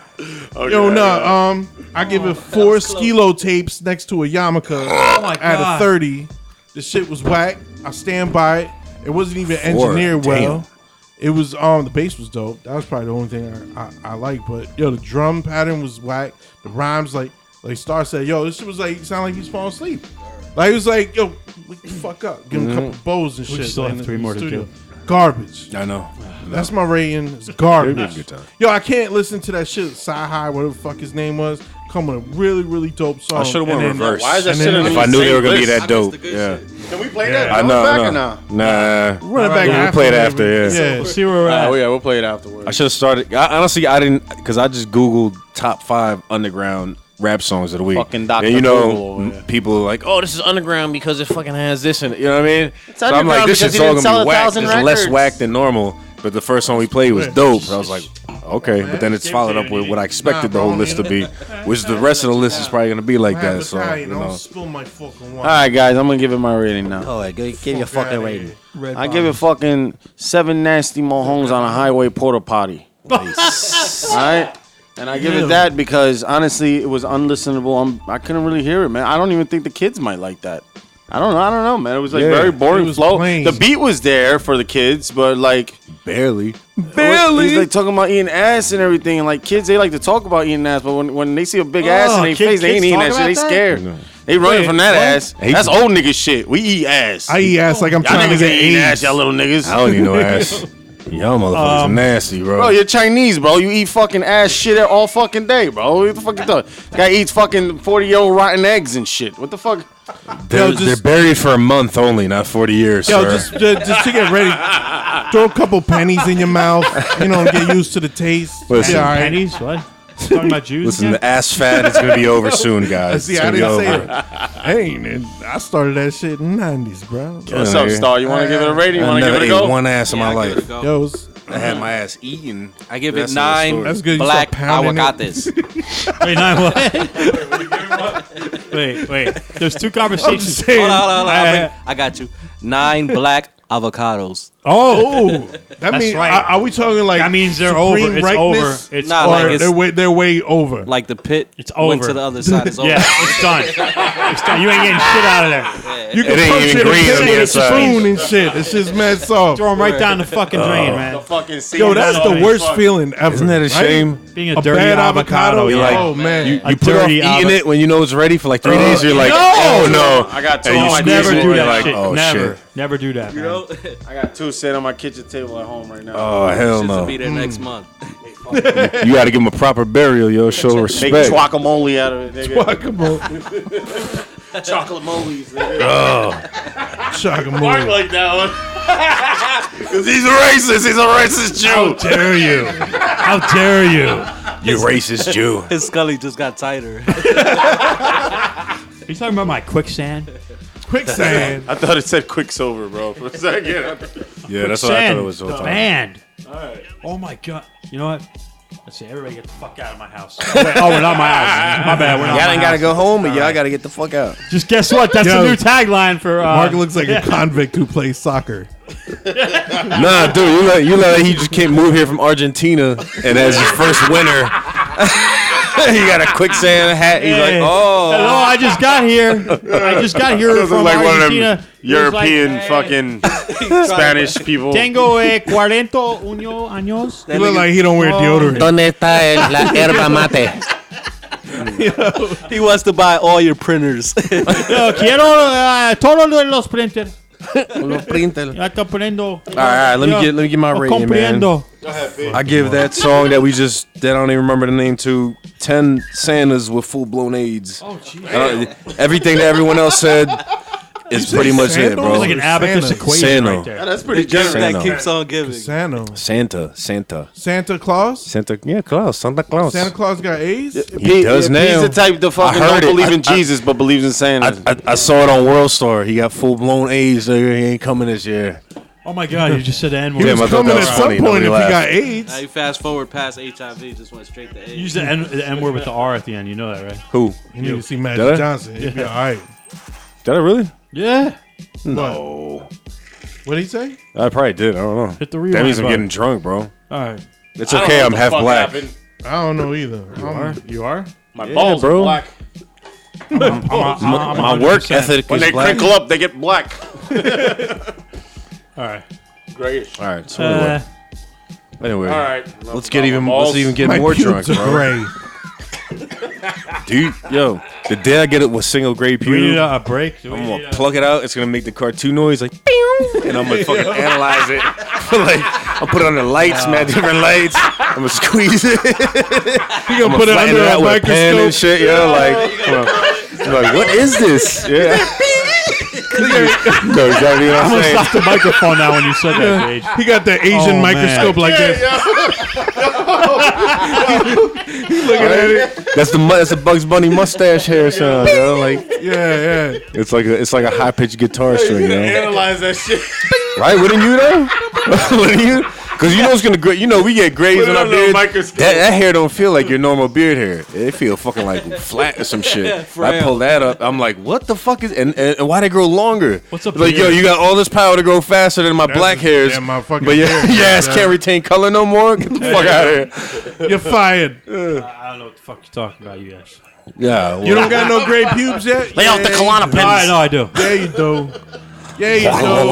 S6: Okay,
S3: Yo, no,
S6: yeah.
S3: um, I give it four skilo tapes next to a yarmulke out
S1: Oh God.
S3: of thirty. The shit was whack. I stand by it. It wasn't even engineered well. It was um the bass was dope. That was probably the only thing I, I, I like. But yo, the drum pattern was whack. The rhymes like like Star said, yo, this shit was like sound like he's falling asleep. Like it was like yo, wake the fuck up, give him a couple bows and shit.
S1: Mm-hmm. still
S3: like,
S1: have
S3: in
S1: three
S3: the
S1: more to do.
S3: Garbage.
S2: I know.
S3: That's my rating. It's
S2: It'll
S3: garbage.
S2: be a good time.
S3: Yo, I can't listen to that shit. Sci High, whatever the fuck his name was. Come with a really, really dope song.
S2: I should have went
S3: and then-
S2: reverse.
S6: Why is that
S3: And
S6: shit
S3: then-
S6: in
S2: if
S6: the
S2: I knew they
S6: same
S2: were gonna be
S6: list?
S2: that dope,
S13: good
S2: yeah.
S6: Can we play
S3: Yeah.
S6: that?
S2: I
S6: That
S2: know.
S6: was back
S2: I
S6: or
S2: know.
S6: not?
S2: Nah.
S3: Run it back.
S2: We'll
S3: after
S2: play it
S3: whatever.
S2: after, yeah.
S3: yeah.
S1: We'll see where we're at.
S6: Oh yeah, we'll play it afterwards.
S2: I should have started. I, honestly, I didn't because I just googled top five underground rap songs of the week.
S6: Fucking Dr.
S2: And you know,
S6: Google,
S2: m-
S6: yeah.
S2: people are like, "Oh, this is underground because it fucking has this," and you know what I mean. so I'm
S4: underground
S2: like, "This
S4: because
S2: shit's
S4: he
S2: all
S4: didn't
S2: gonna be
S4: sell a
S2: whack. It's
S4: thousand
S2: less
S4: records.
S2: whack than normal." But the first song we played was dope. I was like, "Okay," but then it's followed up with what I expected the whole list to be, which the rest of the list is probably gonna be like
S3: I
S2: that.
S3: have
S2: So you
S3: Italian. Don't
S2: know,
S3: spill my fucking
S6: All
S3: wine.
S6: right, guys, I'm gonna give it my rating now.
S4: Oh, I give, give you a fucking
S3: outta
S4: rating.
S6: I give it fucking seven nasty mojones on a highway
S1: <laughs>
S6: porta potty. all right. And I give it that because honestly, it was unlistenable. I'm, I couldn't really hear it, man. I don't even think the kids might like that. I don't know. I don't know, man. It was like
S2: Yeah,
S6: very boring
S3: it was
S6: flow.
S3: plain.
S6: The beat was there for the kids, but like
S2: barely.
S6: Barely. He's like talking about eating ass and everything. And like kids, they like to talk about eating ass, but when, when they see a big ass in
S1: Oh,
S6: their
S1: kid-
S6: face, they ain't
S1: kids
S6: eating
S1: talk
S6: that shit.
S1: about
S6: They
S1: that?
S6: scared. They running
S1: Wait,
S6: from that
S1: what?
S6: ass.
S2: Hey,
S6: That's
S2: you-
S6: old nigga shit. We eat ass.
S3: I eat ass like I'm
S6: Y'all
S3: trying to
S6: niggas
S3: get
S6: ain't eating ass,
S3: AIDS.
S6: y'all little
S2: I
S6: niggas.
S2: don't even know ass. Y'all motherfuckers
S1: Um,
S2: nasty, bro.
S6: Bro, you're Chinese, bro. You eat fucking ass shit all fucking day, bro. What the fuck you talking? Guy eats fucking 40 year old rotten eggs and shit. What the fuck?
S2: they're,
S3: Yo, just-
S2: they're buried for a month only, not forty years,
S3: Yo,
S2: sir.
S3: just, just just to get ready, throw a couple pennies in your mouth. You know, get used to the taste.
S2: Listen,
S3: Be all right.
S1: Pennies? <laughs> What? Talking about Jews?
S2: Listen,
S1: again?
S2: the ass fad is gonna be over soon, guys.
S3: See,
S2: it's
S3: I
S2: gonna be
S3: didn't
S2: over.
S3: say it. Hey, man, I started that shit in the '90s, bro.
S6: What's up,
S2: nigga.
S6: Star? You want to give it a rating? You
S2: I
S6: want to give
S2: never
S6: it a
S2: ate
S6: go?
S2: one ass in
S13: Yeah,
S2: my
S13: I give
S2: life.
S13: it a go.
S3: Yo, it was-
S2: I had my ass eaten.
S13: I give
S2: That's
S13: it
S2: another
S13: nine
S2: story.
S3: That's good. You
S13: black
S3: start pounding it.
S13: aguacates.
S1: Wait, nine what? <laughs> wait, wait. There's two conversations.
S13: hold on, hold on, hold on. I'll
S1: I-
S13: bring- I got you. Nine black avocados.
S1: oh, <laughs>
S3: Oh, that means
S1: right.
S3: are, are we talking like
S1: that means they're
S3: supreme
S1: over. It's
S3: rightness?
S1: over. It's
S13: Nah,
S1: over.
S13: like
S3: Or
S13: it's-
S3: they're way they're way over.
S13: Like the pit
S1: It's
S13: went
S1: over.
S13: to the other
S1: <laughs>
S13: side. It's over.
S1: yeah, it's done. It's done. You ain't getting shit out of there.
S3: you can
S2: It ain't
S3: punch
S2: even
S3: it
S2: green
S3: with
S2: on
S3: a
S2: the inside.
S3: spoon and shit. It's just
S1: <laughs>
S3: mad soft.
S1: Throw them right down the fucking
S2: Uh,
S1: drain, man.
S6: Fucking
S3: Yo, that's
S1: That's
S3: the
S1: right.
S3: worst feeling ever.
S2: Isn't that a
S3: right?
S2: shame?
S1: Being a,
S3: A
S1: dirty
S3: bad avocado.
S1: avocado. yeah.
S2: like-
S3: oh man,
S2: You,
S1: A
S2: you put off
S1: dirty
S2: eating
S1: avo-
S2: it when you know it's ready for like three days. You're like,
S1: no!
S2: oh no,
S6: I got two.
S2: And
S6: on
S2: you
S6: my
S2: sneeze
S1: Never
S6: kitchen
S2: it,
S1: do
S2: you're
S1: that
S2: like,
S1: shit.
S2: oh
S1: Never.
S2: shit,
S1: Never do that.
S13: You
S1: man.
S13: know? <laughs>
S6: I got two sitting on my kitchen table at home right now.
S2: oh hell
S13: Shit's to be
S2: no.
S13: there next month.
S2: You got to give him a proper burial, yo. Show
S6: Make
S2: respect.
S6: guacamole out of it. Nigga.
S3: guacamole,
S6: Chocolate molies.
S2: Oh.
S6: Mark
S3: guacamole.
S6: like that one. Because he's a racist. He's a racist
S1: How
S6: Jew.
S1: dare you? How dare you?
S2: You racist Jew.
S13: <laughs> His scully just got <laughs> tighter.
S1: Are you talking about my quicksand?
S3: Quicksand.
S6: <laughs> I thought it said Quicksilver, bro. For a second.
S2: Yeah, that's what I thought
S1: Sand.
S2: it was. the whole
S1: The
S2: time.
S1: band. Oh my god. You know what? Let's see. Everybody get the fuck out of my house. <laughs> oh, wait, oh, we're not my house. My bad. We're not.
S5: Y'all
S1: my
S5: ain't gotta
S1: house.
S5: go home, but y'all gotta get the fuck out.
S1: Just guess what? That's
S3: Yo.
S1: the new tagline for. Uh,
S3: Mark looks like a convict who plays soccer.
S2: Nah, dude, you like you like he just came move here from Argentina, and as his first winner, <laughs> he got a quicksand hat. He's like,
S1: Hey.
S2: oh,
S1: Hello, I just got here. I just got here
S6: Doesn't
S1: from
S6: like one of
S1: Argentina.
S6: them European <laughs> fucking Spanish people.
S1: "Eh, Tengo eh, cuarenta uno
S6: <laughs>
S1: años. eh,
S3: He look like he don't wear deodorant.
S4: ¿Dónde está el-
S2: <laughs>
S4: la herba mate?
S13: <laughs> he wants to buy all your <laughs> printers.
S1: Yo quiero uh, todos los printers.
S5: Los printers.
S1: Ya comprendo.
S2: All right, all right, let me get let me get my rating, man.
S1: Comprendo.
S2: I give that song that we just that I don't even remember the name to ten Santas with full blown AIDS. Oh, jeez. Everything that everyone else said is pretty much it,
S3: Santa?
S2: bro.
S1: Like an abacus
S3: Santa.
S1: equation
S2: Santa.
S1: right there.
S9: That's pretty
S13: Just
S9: generous.
S13: that
S2: Sano.
S13: keeps on giving.
S3: Santa.
S2: Santa, Santa,
S3: Santa Claus?
S2: Santa. Yeah, Claus, Santa Claus.
S3: Santa Claus got AIDS?
S2: He does now.
S6: He's the type that fucking
S2: I heard
S6: don't
S2: it.
S6: believe
S2: I-
S6: in
S2: I-
S6: Jesus, but believes in
S2: I,
S6: Santa.
S2: I, I saw it on World Star. He got full blown AIDS. so He ain't coming this year.
S1: Oh my god, you just said the N
S3: He
S1: word.
S2: Yeah,
S3: was
S2: I thought that
S3: coming at
S2: was
S3: some
S2: funny.
S3: point
S2: Nobody
S3: if he
S2: laughed.
S3: got
S13: Now
S3: AIDS.
S13: you fast forward past HIV, just went straight to
S1: You
S13: AIDS.
S1: used the N, the N word with the R at the end. You know that, right?
S2: Who?
S3: You need to see
S2: Did I?
S3: Magic Johnson. He'd be all right.
S2: Did I really?
S1: Yeah.
S3: No. What did he say?
S2: I probably did. I don't know.
S1: Hit the
S2: that
S1: rewind
S2: means I'm
S1: button.
S2: getting drunk, bro.
S1: All right.
S2: It's okay. I'm half black.
S3: I don't know either. Um, You are? You are?
S9: My balls
S2: bro.
S9: are black.
S1: I'm- I'm
S2: My work
S1: 100%.
S2: ethic
S6: When
S2: is
S6: they
S2: black.
S6: crinkle up, they get
S3: <laughs>
S6: black.
S1: All right.
S9: Grayish.
S2: All right. So
S1: Uh,
S2: anyway, anyway
S9: All right.
S2: let's get even. Let's even get
S3: My <laughs>
S2: more drunk,
S3: pubes are
S2: bro.
S3: gray.
S2: Dude, yo, the day I get it with single gray
S1: do we need
S2: pubes,
S1: a, a break? Do we
S2: I'm
S1: need
S2: gonna
S1: a-
S2: pluck it out. It's gonna make the cartoon noise like, <laughs> "Pew," and I'm gonna fucking analyze it. <laughs> like, I'll put it on the lights, man, different lights. I'm gonna squeeze it.
S3: You gonna
S2: I'm
S3: put it
S2: flatten
S3: under a
S2: out with pen and
S3: microscope?
S2: shit. Yeah, like, you know, like what is
S3: <laughs>
S2: this? Yeah. <laughs> no, exactly what
S1: I'm
S2: I'm
S1: gonna
S2: saying.
S1: stop the microphone now when you said that, Gage.
S3: He got that Asian
S1: Oh, man.
S3: microscope like that.
S2: That's the mu- that's the Bugs Bunny mustache hair sound. Yo. Like
S3: <laughs> Yeah, yeah.
S2: it's like a, it's like a high pitched guitar string. Yo.
S9: Analyze that shit.
S2: Right? Wouldn't you though? <laughs> Wouldn't you? Because you know it's gonna gra- you know we get grays on our beard. That, that hair don't feel like your normal beard hair. It feel fucking
S3: <laughs>
S2: like flat or some shit. I pull that up. I'm like, what the fuck is and, and, and why they grow longer?
S1: What's a
S2: Like yo,
S1: beard?
S2: you got all this power to grow faster than my
S3: That's
S2: black
S3: a-
S2: hairs.
S3: yeah, my fucking
S2: but your,
S3: beard.
S2: <laughs> your ass
S3: Yeah.
S2: can't retain color no more. Get the fuck out
S3: <laughs>
S2: of here.
S3: You're fired.
S1: I don't know what the fuck you're talking about, you guys.
S2: Yeah.
S3: You don't got no gray pubes yet? Lay
S4: off the Klonopins.
S1: All right, no, I do.
S3: Yeah, you do. Yeah, you do.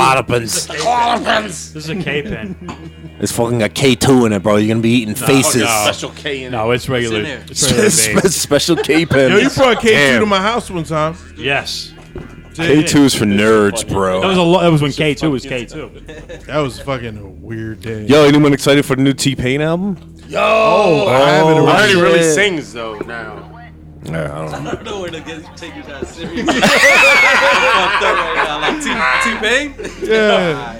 S2: Klonopins.
S1: This is a K pen.
S2: It's fucking a K two in it, bro. You're gonna be eating faces. <laughs>
S9: Special K in it.
S1: No, it's regular.
S13: there.
S1: It's, regular. vape.
S2: Special K pen.
S3: Yo, you brought K2
S2: Damn.
S3: to my house one time.
S1: yes.
S2: K two is for nerds, bro.
S1: That was a lo- That was when K two was K two.
S3: That was fucking a weird day.
S2: Yo, anyone excited for the new T Pain album?
S3: Oh, I have it
S9: I heard
S3: already.
S9: he really sings though now.
S2: Yeah, I don't know.
S13: I don't know where to get, take you guys seriously. <laughs> Fucked up right now, like T T Pain.
S3: Yeah.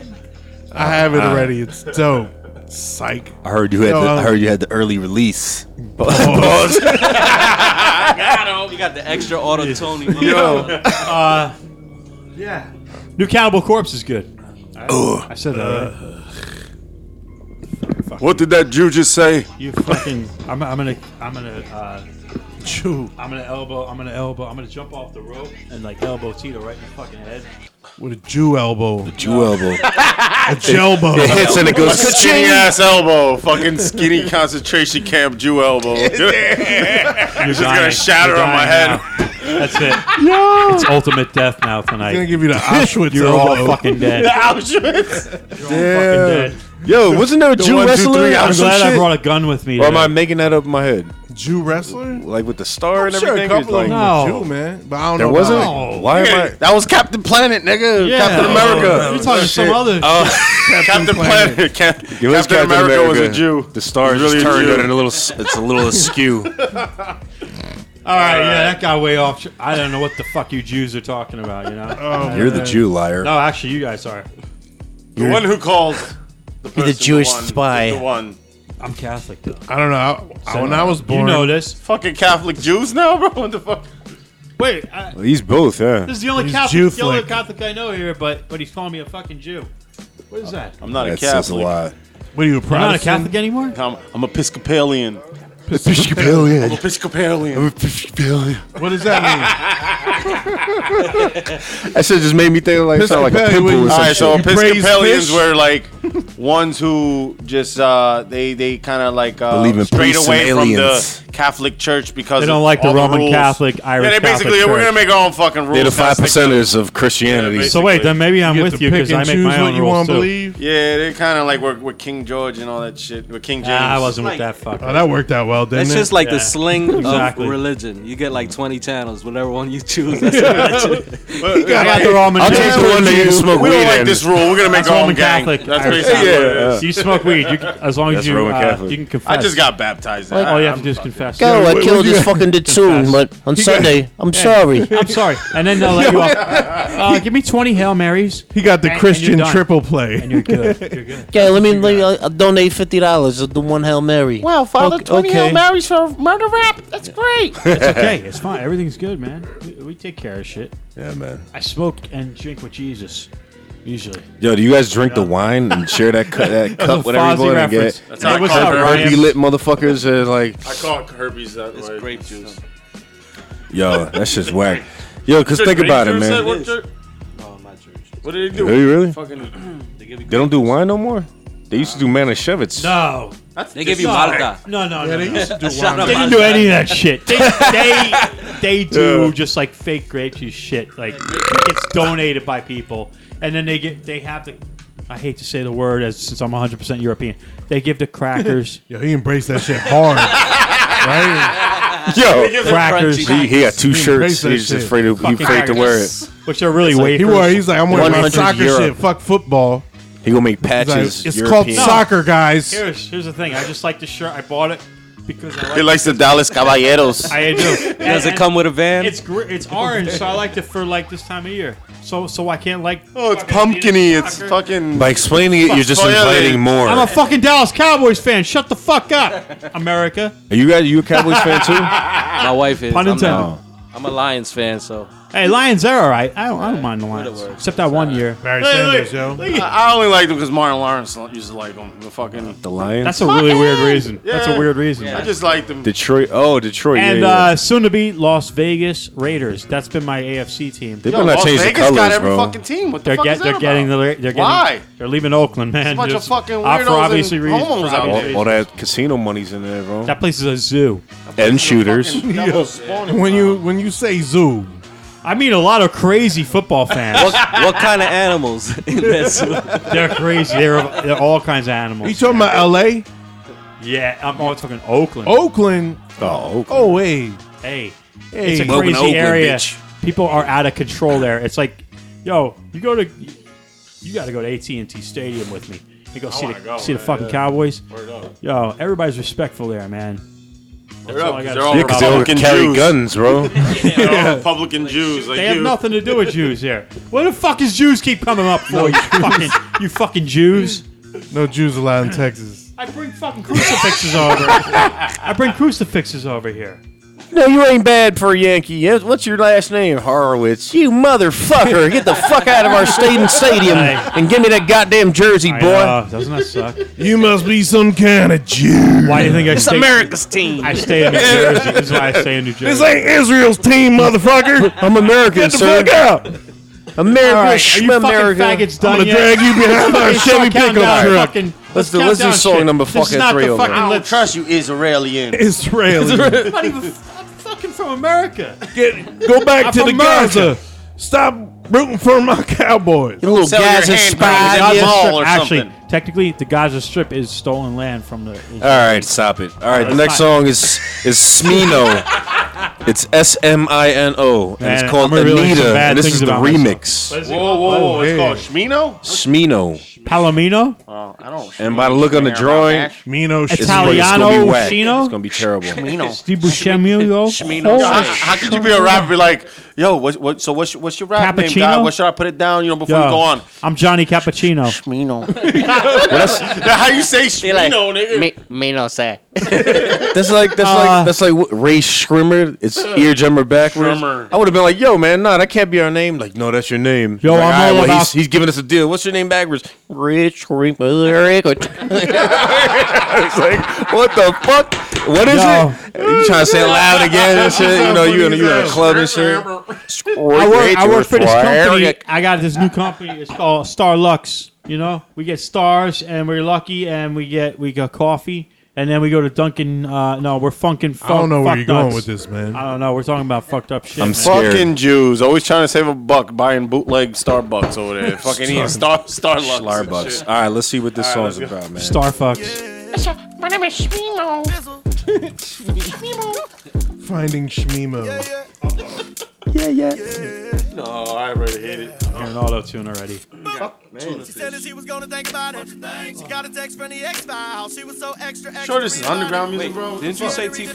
S3: I have it already. It's dope. Psych.
S2: I heard you had.
S3: Yo,
S2: the, I
S3: um,
S2: heard you had the early release.
S13: You got the extra auto Tony. Yo,
S1: New Cannibal Corpse is good. I said that. right?
S6: What did that Jew just say?
S1: You fucking. I'm, I'm gonna. I'm gonna. Uh, I'm gonna elbow. I'm gonna elbow. I'm gonna jump off the rope and like elbow Tito right in the fucking head.
S3: With a Jew elbow.
S2: Jew elbow.
S3: <laughs> A gelbo.
S2: It hits and it goes.
S6: Skinny ass elbow, fucking skinny concentration camp Jew elbow. <laughs>
S1: You're just
S6: gonna shatter on my
S3: <laughs>
S1: That's it. It's ultimate death now tonight.
S3: I'm gonna give you the Auschwitz
S1: You're all
S3: elbow.
S1: fucking dead. You're all fucking dead.
S2: Yo, wasn't there a Jew
S6: one, two,
S2: wrestler?
S6: three,
S2: or
S1: I'm
S2: some
S1: glad I
S2: shit?
S1: brought a gun with me.
S2: Or am I
S1: today.
S2: making that up in my head?
S3: <laughs> Jew wrestler?
S2: Like with the star and
S3: Sure, a
S2: everything?
S3: couple of
S2: It's
S3: them
S2: like-
S1: No.
S3: were Jew, man. But I don't
S2: There
S3: know.
S2: wasn't.
S3: about-
S2: Why am I?
S6: That was Captain Planet, nigga.
S3: Oh,
S1: Yeah.
S6: <laughs> Captain America.
S1: You're talking some other.
S6: Oh, Captain <laughs> Planet. Cap-
S2: It
S6: Captain,
S2: was
S6: America, was a Jew.
S2: The star
S6: He's
S2: just
S6: really a
S2: turned
S6: Jew.
S2: it in a little. s- It's a little askew.
S1: All
S6: <laughs>
S1: right, yeah, that got way off. tr- I don't know what the fuck you Jews are talking about. You know?
S3: Oh,
S2: You're the
S3: man.
S2: Jew liar.
S1: No, actually, you guys are.
S9: The one who calls the, person
S4: Jewish
S9: one,
S4: spy.
S9: The one.
S1: I'm Catholic though.
S3: I don't know. I- I- when I was born,
S1: You know this.
S6: Fucking Catholic Jews now, bro. <laughs> What the fuck?
S1: Wait, I,
S2: He's both, yeah.
S1: this is the only
S3: He's
S1: Catholic,
S3: Jew
S1: the only
S3: flick.
S1: Catholic I know here, but but he's calling me a fucking Jew. What is that?
S6: I'm not
S2: That
S6: a
S2: says a
S6: Catholic.
S2: lot.
S3: what are you, a
S1: I'm not a
S3: Protestant?
S1: Catholic anymore.
S6: I'm, I'm Episcopalian.
S2: Episcopalian.
S6: Episcopalian.
S2: Episcopalian.
S3: What does that
S2: That shit just made me think like sound like a
S3: Episcopalian,
S2: pimple or
S3: what
S6: All
S2: some
S6: right, so
S2: shit.
S3: praise
S6: Episcopalians
S3: fish?
S1: <laughs>
S6: were like ones who just uh, they they kind of like uh,
S2: Believe in
S6: strayed
S2: priests
S6: away
S2: and
S6: from
S2: aliens.
S6: the Catholic Church because
S1: They don't
S6: of
S1: like the
S6: all
S1: Roman
S6: rules.
S1: Catholic, Irish
S6: Yeah, they
S1: Catholic
S6: basically we're
S1: Church.
S6: gonna make our own fucking rules.
S2: They're the
S6: Kinda
S2: five
S6: stick to-
S2: percenters of Christianity.
S6: Yeah,
S1: So wait, then maybe I'm
S3: mean?
S1: with you because I make
S3: choose
S1: my
S3: what
S1: own
S3: you
S1: rules
S3: want to
S1: too.
S3: believe.
S6: Yeah, they kind of like we're, we're King George and all that shit. We're King James.
S1: Nah, I wasn't
S13: Like-
S1: with that fuck.
S3: Oh, that worked out well, didn't
S13: It's
S3: it?
S13: just like
S1: Yeah.
S13: the sling
S1: Exactly.
S13: of religion. You get like 20 channels, whatever one you <laughs> choose. That's the religion.
S6: <laughs>
S1: I got the Roman.
S2: I'll take
S1: Catholic.
S2: the one that you smoke
S6: we
S2: weed
S6: don't like
S2: in.
S6: this rule. We're gonna make
S1: That's
S6: our
S1: Roman
S6: own gang.
S1: Catholic.
S6: That's
S1: Irish
S6: basically
S1: Catholic.
S6: what it is.
S1: So you smoke weed, you can, as long as
S2: That's
S1: you
S2: Roman
S1: uh,
S2: Catholic.
S1: you can confess.
S6: I just got baptized. I-
S1: All you have
S6: I'm
S1: to do is confess.
S4: Girl, I
S3: what-
S4: killed
S3: what you
S4: this
S3: got?
S4: fucking dude too, but on Sunday, I'm sorry.
S1: I'm sorry, and then
S6: <laughs>
S1: they'll let you off. Uh, give me 20 hail marys,
S3: he got the
S1: and- and
S3: Christian
S1: you're done.
S3: triple play.
S1: and you're good. You're good.
S4: Yeah, let me, let me uh, donate fifty dollars to the one Hail Mary. Wow, Father, okay, twenty Hail Marys for murder rap. That's great.
S1: It's okay. <laughs> It's fine. Everything's good, man. We, we take care of shit.
S2: Yeah, man.
S1: I smoke and drink with Jesus, usually.
S2: Yo, do you guys drink the wine and share that, cu- that cup with everyone and get
S1: That's
S6: how I
S1: what's
S6: call
S1: up,
S6: it,
S2: herpy
S1: Ryan?
S2: lit motherfuckers? And like,
S6: I call it Herbie's that
S13: It's
S6: way.
S13: grape juice.
S2: yo, that shit's whack. Yo, cause think
S6: Grape
S2: about it,
S6: juice at
S2: man.
S6: what church?
S13: Oh, my church.
S6: What did they do?
S2: Do you really?
S13: Fucking, they give you,
S2: They don't do wine no more. They used to do Manischewitz.
S1: No,
S13: they give you Malta.
S1: no, no, no. no.
S13: Shut up,
S1: They didn't do any of that shit. They they, they do just like fake grape juice shit. Like it gets donated by people, and then they get they have the. I hate to say the word as since I'm 100 percent European. They give
S2: <laughs>
S1: the crackers,
S3: Yo, he embraced that shit hard. right?
S2: Yo,
S1: crackers,
S13: crunchy.
S2: he, he got two
S3: He
S2: shirts.
S3: embraced that
S2: He's just
S3: shit.
S2: afraid to, he
S1: Fucking
S2: afraid to wear it.
S1: which are really
S3: He
S1: wafers.
S3: wore. He's like, I'm wearing my
S2: 100
S3: soccer
S2: euro.
S3: shit. Fuck football.
S2: He gonna make
S3: He's like, it's
S2: patches.
S3: called
S2: European.
S3: soccer, guys.
S1: here's here's the thing. I just like the shirt. I bought it because I
S6: He
S1: like.
S6: likes the Dallas Caballeros.
S1: I do.
S13: Does it come with a van?
S1: It's gr- it's orange, so I like it for like this time of year. So so I can't like.
S6: Oh, it's
S1: fucking
S6: pumpkiny.
S1: Adidas
S6: It's
S1: soccer.
S6: fucking.
S2: By explaining it, you're just
S6: Fuck, yeah,
S2: inviting
S6: they-
S2: more.
S1: I'm a fucking Dallas Cowboys fan. Shut the fuck up, America.
S2: Are you guys, you a Cowboys fan too?
S13: My wife is.
S1: Pun
S13: I'm,
S1: intended.
S13: not. I'm a Lions fan, so
S1: Hey, Lions, they're all right. I don't, I don't mind the Lions,
S13: word.
S1: except that one year.
S3: Barry Sanders, yo.
S6: I I only liked him because Martin Lawrence used to like him. The fucking.
S2: The Lions.
S1: That's a really weird reason. That's a
S6: Yeah.
S1: weird reason.
S6: I just liked him.
S2: Detroit. Oh, Detroit.
S1: And
S2: yeah, yeah.
S1: uh, soon to be Las Vegas Raiders. That's been my AFC team.
S2: they
S6: Yo,
S2: better not
S6: Las
S2: change
S6: Vegas
S2: the colors,
S6: got every
S2: bro.
S6: fucking team. What the
S1: They're
S6: fuck
S1: get,
S6: is
S1: they're
S6: that
S1: getting the
S6: about?
S1: they're getting
S6: Why?
S1: they're leaving Oakland, man.
S6: bunch of
S1: Just-
S6: fucking
S1: uh, for
S6: weirdos
S1: obviously
S6: and
S1: reasons.
S6: homos
S1: for
S6: out
S1: obvious
S6: there.
S2: all, all
S1: reasons.
S2: that casino money's in there, bro.
S1: That place is a zoo.
S2: And shooters.
S6: Fucking double spawning,
S3: When
S6: bro.
S3: you when you say zoo,
S1: I mean, a lot of crazy football fans.
S13: what, what kind of animals <laughs> in this?
S1: they're crazy. They're, they're all kinds of
S3: you
S1: animals.
S3: talking about L.A.,
S1: Yeah, I'm all talking Oakland.
S3: Oakland?
S2: Oh, okay.
S3: Oh wait,
S1: Hey,
S3: hey,
S1: it's a
S2: Welcome
S1: crazy
S2: to Oakland,
S1: area.
S2: bitch.
S1: People are out of control there. It's like, yo, you go to, you got to go to AT and T Stadium with me. You go see the see the fucking Cowboys. Yo, everybody's respectful there, man. That's all I gotta
S6: they're
S1: say.
S6: all
S2: yeah, because they all
S6: Republican
S2: carry
S6: Jews.
S2: guns, bro.
S6: <laughs> They're all Republican Jews. Like
S1: They have
S6: you.
S1: nothing to do with Jews here. What the fuck is Jews keep coming up for? You fucking, you fucking Jews.
S3: no Jews allowed in Texas.
S1: I bring fucking crucifixes over. <laughs> I bring crucifixes over here.
S5: No, you ain't bad for a Yankee. Yeah, What's your last name, Horowitz? You motherfucker! Get the fuck out of our state and stadium and give me that goddamn jersey,
S1: I
S5: boy.
S1: know, doesn't that suck?
S3: You must be some kind of Jew.
S1: Why do you think I
S4: It's
S1: stay?
S4: America's team.
S1: I
S2: <laughs>
S1: stay in New Jersey. This is why I stay in New Jersey.
S3: This ain't Israel's team, motherfucker.
S5: I'm American,
S3: Get the
S5: sir.
S3: fuck out!
S5: America,
S1: All right, are you
S5: schmem America.
S1: fucking faggots
S3: I'm
S1: done
S3: gonna
S1: yet?
S3: drag you behind my
S1: Let's
S3: Chevy
S1: start counting
S3: pickup
S1: down
S3: truck.
S1: fucking-
S2: Let's do-
S1: count
S2: let's do
S1: down
S2: song
S1: shit.
S2: number
S1: This is
S2: fucking
S1: not
S2: three
S1: the
S2: over
S1: fucking
S2: here.
S6: I don't
S1: let's-
S6: trust you,
S13: <laughs>
S6: Israelian.
S3: Israeli.
S1: I'm not even. I'm fucking
S2: <laughs>
S1: from America.
S3: Get, go back
S1: I'm
S3: to the
S1: from America.
S3: Gaza. Stop rooting for my Cowboys.
S5: You little
S6: Sell your
S5: Gaza
S6: hand
S5: spy.
S6: grenades at
S5: you.
S6: the mall or
S1: Actually,
S6: something.
S1: technically, the Gaza Strip is stolen land from the.
S2: All right, stop it. All right, the
S1: it's
S2: next
S1: not-
S2: song is is Smino. it's S M I N O, and
S1: Man,
S2: it's called
S1: I'm revealing some
S2: Anita.
S1: bad
S2: And this
S1: things
S2: is the
S1: about
S3: Oh,
S1: myself.
S2: remix.
S6: Whoa, whoa, whoa! It's called Shmino.
S2: Smino.
S1: Palomino,
S13: uh,
S6: Well, I don't.
S2: And by the look on the drawing,
S3: Mino shit.
S2: it's gonna be- it's gonna be
S1: Italiano
S2: whack.
S1: Chino?
S2: It's gonna be terrible.
S1: Steve Buscemi,
S6: Yo, how, how could you be a rapper like, yo, what, what, so what's, what's your rap name,
S1: Cappuccino?
S6: guy? What should I put it down, you know, before we go on?
S1: I'm Johnny Cappuccino.
S4: Shmino.
S6: How you say shit?
S4: like, nigga. Me, Mino say.
S2: That's like that's
S1: Uh,
S2: like that's like what, Ray Scrimmer. It's ear drummer backwards. I would have been like, "Yo, man, nah, that can't be our name." Like, no, that's your name.
S1: Yo,
S2: Like,
S1: I'm
S2: "Alright,
S1: all
S2: well,
S1: about-
S2: he's, he's giving us a deal. What's your name backwards?
S4: Rich, Rick, Rick.
S2: <laughs> It's like, what the fuck? What is
S1: Yo.
S2: it? You trying to say it loud again and shit? You know, you in a, you in a club and shit.
S1: I work, I work for this company. I got this new company. It's called Star Lux. You know, we get stars, and we're lucky, and we get we got coffee, and then we go to Dunkin'. Uh, no, we're funkin' fuck.
S3: I don't know where you're
S1: Oh, fuck
S3: going
S1: nuts. Uh,
S3: with this, man.
S1: I don't know. We're talking about fucked up shit.
S2: I'm
S1: man.
S2: scared.
S6: Fucking Jews, always trying to save a buck, buying bootleg Starbucks over
S2: <laughs>
S6: there. Fucking eating Star Starbucks.
S2: Starbucks. All right, let's see what this song's about,
S1: <laughs>
S2: man.
S1: Star fucks.
S4: My name is Shmino.
S3: Finding Shmimo.
S9: No, I already hate it.
S1: You're an auto tune already.
S8: She said that she was gonna think about it. She got a text from the X file. She was so extra extra.
S9: Sure, this is underground music, bro.
S13: Didn't you say T Pain?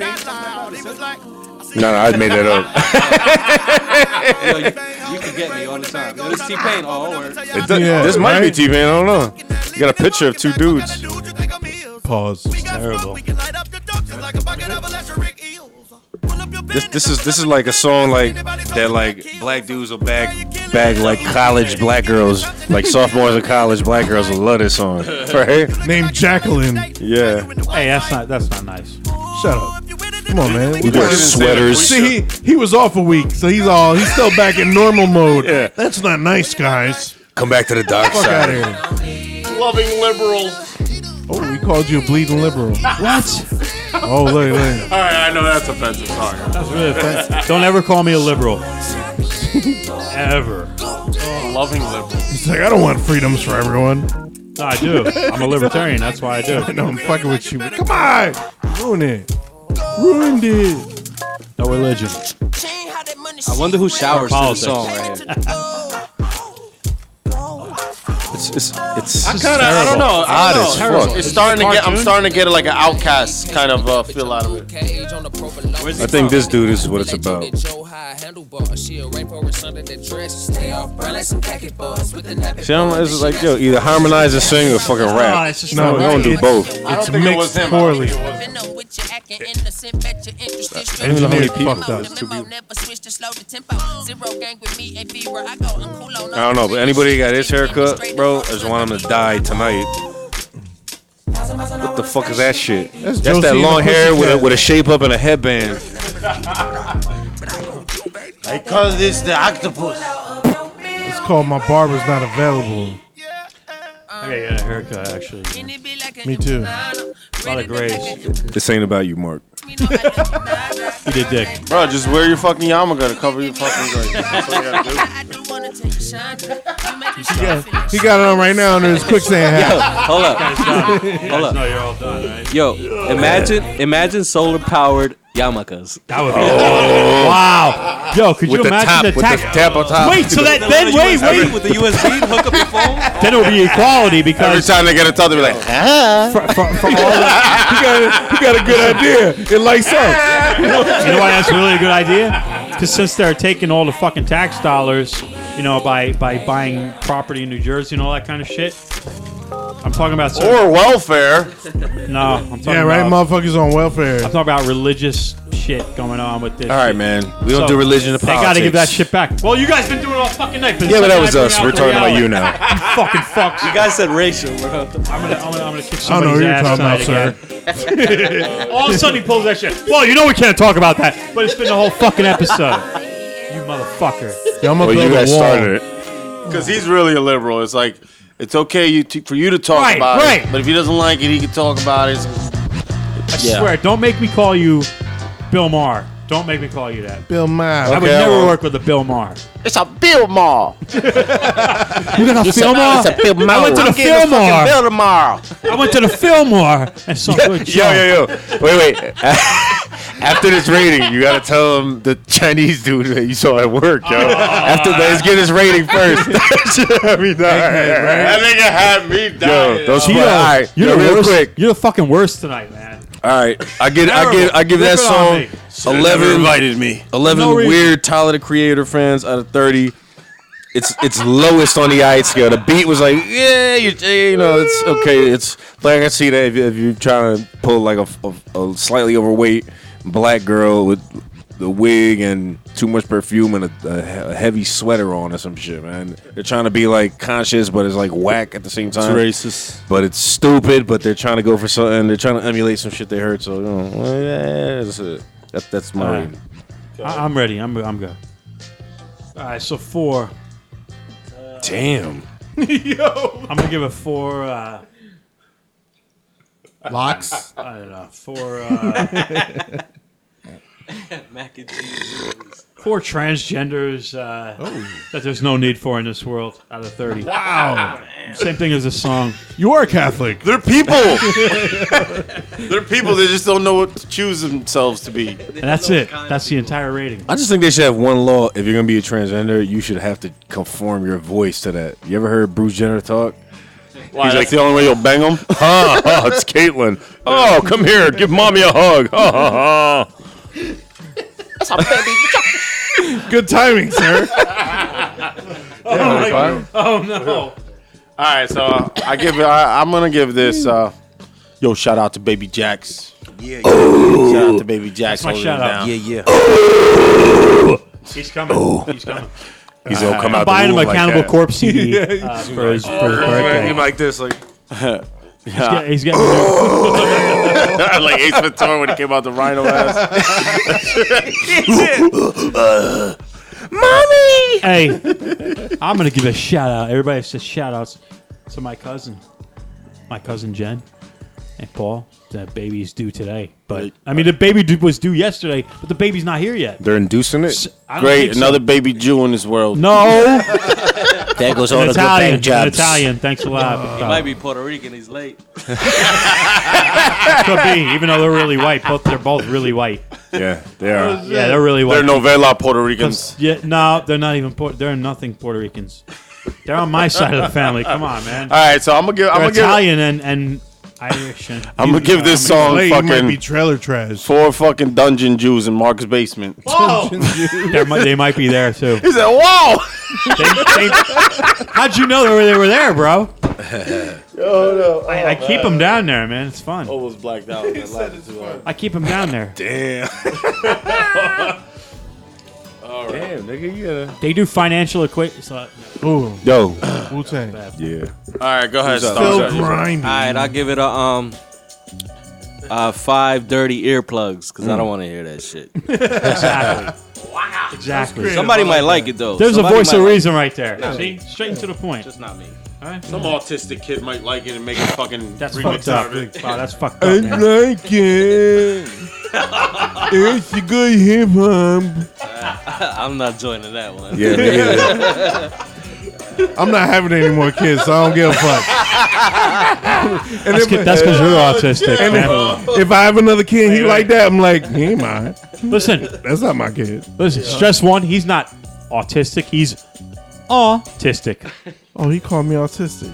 S2: No, no, I made that <laughs> up.
S13: Yo, you, you can get me all the time. Yo, It's T Pain. Oh, word.
S2: It does-
S3: Yeah,
S2: this might be
S3: right?
S2: T Pain. I don't
S6: <laughs>
S2: know. You got a picture of two dudes.
S3: Pause.
S8: Terrible.
S2: This this is this is like a song like that like black dudes will bag bag like college black girls like sophomores in college black girls will love this song
S6: <laughs>
S2: right
S3: Named Jacqueline.
S2: yeah
S1: Hey, that's not that's not nice.
S3: Shut up. Come on, man.
S2: we wear sweaters
S3: See, he, he was off a week, so he's all he's still back in normal mode.
S2: Yeah.
S3: That's not nice, guys.
S2: come back to the dark
S3: Fuck out
S2: side
S3: here.
S9: Loving liberal.
S3: Oh, we called you a bleeding liberal.
S1: What?
S3: Oh, look,
S9: <laughs>
S3: look.
S9: All right, I know that's offensive. Sorry.
S1: That's really offensive. Don't ever call me
S9: <laughs>
S1: a liberal. ever.
S9: Loving liberal.
S3: He's like, I don't want freedoms for everyone.
S1: No, I do. I'm a libertarian. That's why I do.
S3: <laughs> I know I'm fucking with you. Come on, ruin it, ruined it.
S1: No religion.
S13: I wonder who showers to the
S1: Politics.
S13: song right here.
S2: it's it's it's
S6: I kind of, I don't know. I
S2: odd
S6: don't
S2: as
S6: know.
S2: fuck
S6: It's starting to get, I'm
S1: Cartoon?
S6: starting to get like an outcast kind of uh, feel out of it.
S2: I think this dude is what it's about see I'm, it's like yo either harmonize and sing or fucking
S1: No,
S2: rap
S1: it's just
S2: no
S1: not
S2: we're gonna do
S3: right.
S2: both
S3: It's mixed poorly.
S2: I don't even know how many
S3: Engineered
S2: people
S3: fucked up.
S2: I don't know but anybody got this haircut bro I just want him to die tonight what the fuck is that shit that's,
S3: Josie
S2: that
S3: and the
S2: long hair with a,
S3: Pussycat.
S2: with a shape up and a headband
S6: Because it's the octopus.
S3: It's called my barber's not available.
S1: I gotta get a haircut actually.
S3: Me too.
S1: A lot of grays.
S2: this ain't about you Mark
S14: <laughs>
S1: Eat a dick.
S6: Bro, just wear your fucking yarmulke to cover
S1: <laughs>
S6: your fucking like. That's all you gotta do.
S3: He got it on right now under his quicksand hat.
S13: Hold up. Hold up.
S1: No, you're all done, right?
S13: Yo, imagine imagine solar powered yarmulkes.
S1: That would be wow. Yo, could you
S2: Oh. with the
S1: imagine
S2: top
S1: the
S2: with the
S1: tax?
S2: tap on top
S1: wait, so that then wait,
S13: USB,
S1: wait,
S13: With the USB, hook up your phone.
S1: then it'll be equality
S2: Every
S1: because
S2: time they get a top, they be
S1: <laughs>
S2: like,
S1: for, for, for all the,
S2: you got a <laughs> good idea. It lights up.
S1: you know why that's really a good idea? Because since they're taking all the fucking tax dollars, you know, by by buying property in New Jersey and all that kind of shit. I'm talking about certain,
S6: Or welfare.
S1: no, I'm talking
S3: Yeah, right.
S1: about
S3: Motherfuckers on welfare.
S1: I'm talking about religious shit going on with this.
S2: All right,
S1: shit.
S2: man. We don't
S1: So,
S2: do religion to
S1: They
S2: politics.
S1: gotta give that shit back. Well, you guys been doing it all fucking night.
S2: Yeah, but that was us. We're talking about you now.
S1: You fucking fucks.
S13: You guys said racial,
S1: I'm
S13: bro.
S1: gonna, I'm gonna, I'm gonna kick
S3: I don't know what
S1: somebody's
S3: you're talking about,
S1: ass tonight
S3: sir.
S1: again. All of a sudden he pulls that shit. Well, you know we can't talk about that, but it's been the whole fucking episode. You motherfucker.
S3: Yeah, I'm
S2: Well,
S3: gonna
S2: you
S3: build a
S2: guys
S3: wall.
S2: started it.
S6: Because he's really a liberal. It's like, it's okay you t- for you to talk
S1: Right,
S6: about
S1: right.
S6: it. But if he doesn't like it, he can talk about it. It's-
S1: I
S6: Yeah.
S1: swear, don't make me call you Bill Maher. Don't make me call you that.
S3: Bill
S1: I
S3: Maher.
S1: would
S6: Okay, I
S1: never
S6: won't.
S1: work with a Bill Maher.
S4: It's a
S1: <laughs>
S4: Bill Mall.
S1: You gonna Fillmore?
S4: It's a Bill Mall.
S1: I went to the Fillmore.
S6: Bill tomorrow. <laughs>
S1: I went to the Fillmore and saw good show.
S2: Yo, yo, yo. Wait, wait.
S6: After this rating, you gotta tell him the Chinese dude that you saw at work, yo. After that, let's get his rating first. <laughs> I mean, all right, all right.
S9: That nigga had me dying.
S6: Yo, those
S1: Tito,
S6: all right,
S1: you're
S6: yo,
S1: the
S6: real
S1: worst.
S6: quick.
S1: You're the fucking worst tonight, man.
S6: All right, I give I
S1: Terrible.
S6: give I give that
S1: Rip it on
S6: song
S1: me.
S6: eleven.
S2: invited me.
S6: Eleven
S1: No reason.
S6: weird Tyler the Creator fans out of thirty. It's it's lowest on the IH scale. The beat was like yeah, you, you know it's okay. It's like I can see that if, you- if you're trying to pull like a, a, a slightly overweight black girl with the wig and too much perfume and a, a, a heavy sweater on or some shit, man. They're trying to be like conscious, but it's like whack at the same time.
S5: Racist.
S6: But it's stupid. But they're trying to go for something. They're trying to emulate some shit they heard. So you know, well, yeah, that's it. That, that's my.
S1: All right. I- I'm ready. I'm I'm good. All right, so four. <laughs>
S6: Damn.
S1: I'm gonna give it four. Uh,
S3: Locks.
S1: I don't know. Four.
S6: <laughs>
S1: Uh,
S13: Mac and cheese. noodles.
S1: four transgenders uh,
S6: Oh.
S1: that there's no need for in this world out of thirty.
S3: Wow.
S1: Same thing as the song.
S3: You are Catholic.
S5: They're people. They're people that just don't know what to choose themselves to be.
S1: And that's it. That's the entire rating.
S6: I just think they should have one law. If you're gonna be a transgender, you should have to conform your voice to that. You ever heard Bruce Jenner talk?
S5: He's like the only way you'll bang them.
S6: <laughs> Ha ha! It's Caitlyn. Oh, come here, give mommy a hug. Ha ha ha!
S3: Good timing, sir.
S1: Oh no!
S5: All right, so uh, I give. I, I'm gonna give this. Uh, yo, shout out to Baby Jacks. Yeah. Shout out to Baby Jacks.
S1: my
S5: holding it
S1: shout out.
S5: down.
S1: Yeah,
S5: yeah.
S1: <laughs> He's coming. He's coming.
S6: He's gonna come out.
S1: Buying
S6: the
S1: him
S6: womb
S1: a
S6: like
S1: Cannibal <laughs>
S6: that.
S1: Corpse CD uh, for his, for his birthday.
S2: He like this, like
S1: He's get- He's getting. a new-
S5: <laughs> like Ace Ventura when he came out
S1: <laughs>
S5: the Rhino ass.
S1: Hey, <laughs> I'm gonna give a shout out. Everybody says shout outs to my cousin, my cousin Jen and Paul. The baby's due today, but I mean the baby d- was due yesterday, but the baby's not here yet.
S6: They're inducing it.
S1: I don't
S5: Great,
S1: think so.
S5: another baby Jew in this
S1: <laughs>
S5: world.
S1: No,
S4: There goes all
S1: an
S4: the good
S1: Italian.
S4: bank
S1: An
S4: jobs.
S1: Italian. Thanks a lot.
S13: He might be Puerto Rican. He's late.
S1: Could be, even though they're really white. Both they're both really white.
S6: Yeah, they are.
S1: Yeah, they're really white.
S5: They're novella Puerto Ricans.
S1: yeah, no, they're not even. Puerto, they're nothing Puerto Ricans. They're on my side of the family. Come on, man.
S5: All right, so I'm gonna give. I'm
S1: They're
S5: gonna give.
S1: Italian and and Irish. And
S5: I'm gonna give this song
S3: Play, you might be
S5: fucking
S3: trailer trash.
S5: four fucking dungeon Jews in Mark's basement. <laughs>
S1: They're mi- they might be there too.
S5: He said, "Wow."
S1: They- they- how'd you know they were, they were there, bro? oh, no. I,
S5: Oh,
S1: I keep them down there, man. It's fun.
S5: Almost blacked out. when I laughed too hard.
S1: I keep them down
S5: <laughs>
S1: there.
S2: damn.
S6: Damn, nigga, you gotta.
S1: They do financial equipment.
S3: Boom.
S6: Yo.
S3: Wu Tang.
S6: Yeah.
S5: All right, go ahead.
S3: Still
S5: Star.
S3: grinding.
S13: All right, I'll give it a um. Uh, five dirty earplugs because I don't want to hear that shit.
S1: Exactly. Exactly.
S13: Somebody might like it though.
S1: There's a
S13: Somebody
S1: voice
S13: might
S1: of
S13: like it.
S1: reason right there. See? Straight to the point.
S13: Just not me.
S9: Some autistic kid might like it and make a fucking
S1: That's
S9: remix
S1: fucked
S9: out
S1: up.
S9: of it.
S1: Wow, that's fucked up. man.
S6: like <laughs> it. it's a good hip hop.
S13: I'm not joining that one.
S6: Yeah, nigga.
S3: <laughs> I'm not having any more kids, so I don't give a fuck. and
S1: That's
S3: if,
S1: because you're autistic,
S3: and
S1: man.
S3: if, if I have another kid, he like that. I'm like, he ain't mine.
S1: Listen,
S3: That's not my kid.
S1: listen. Stress one, he's not autistic. He's autistic.
S3: Oh, he called me autistic.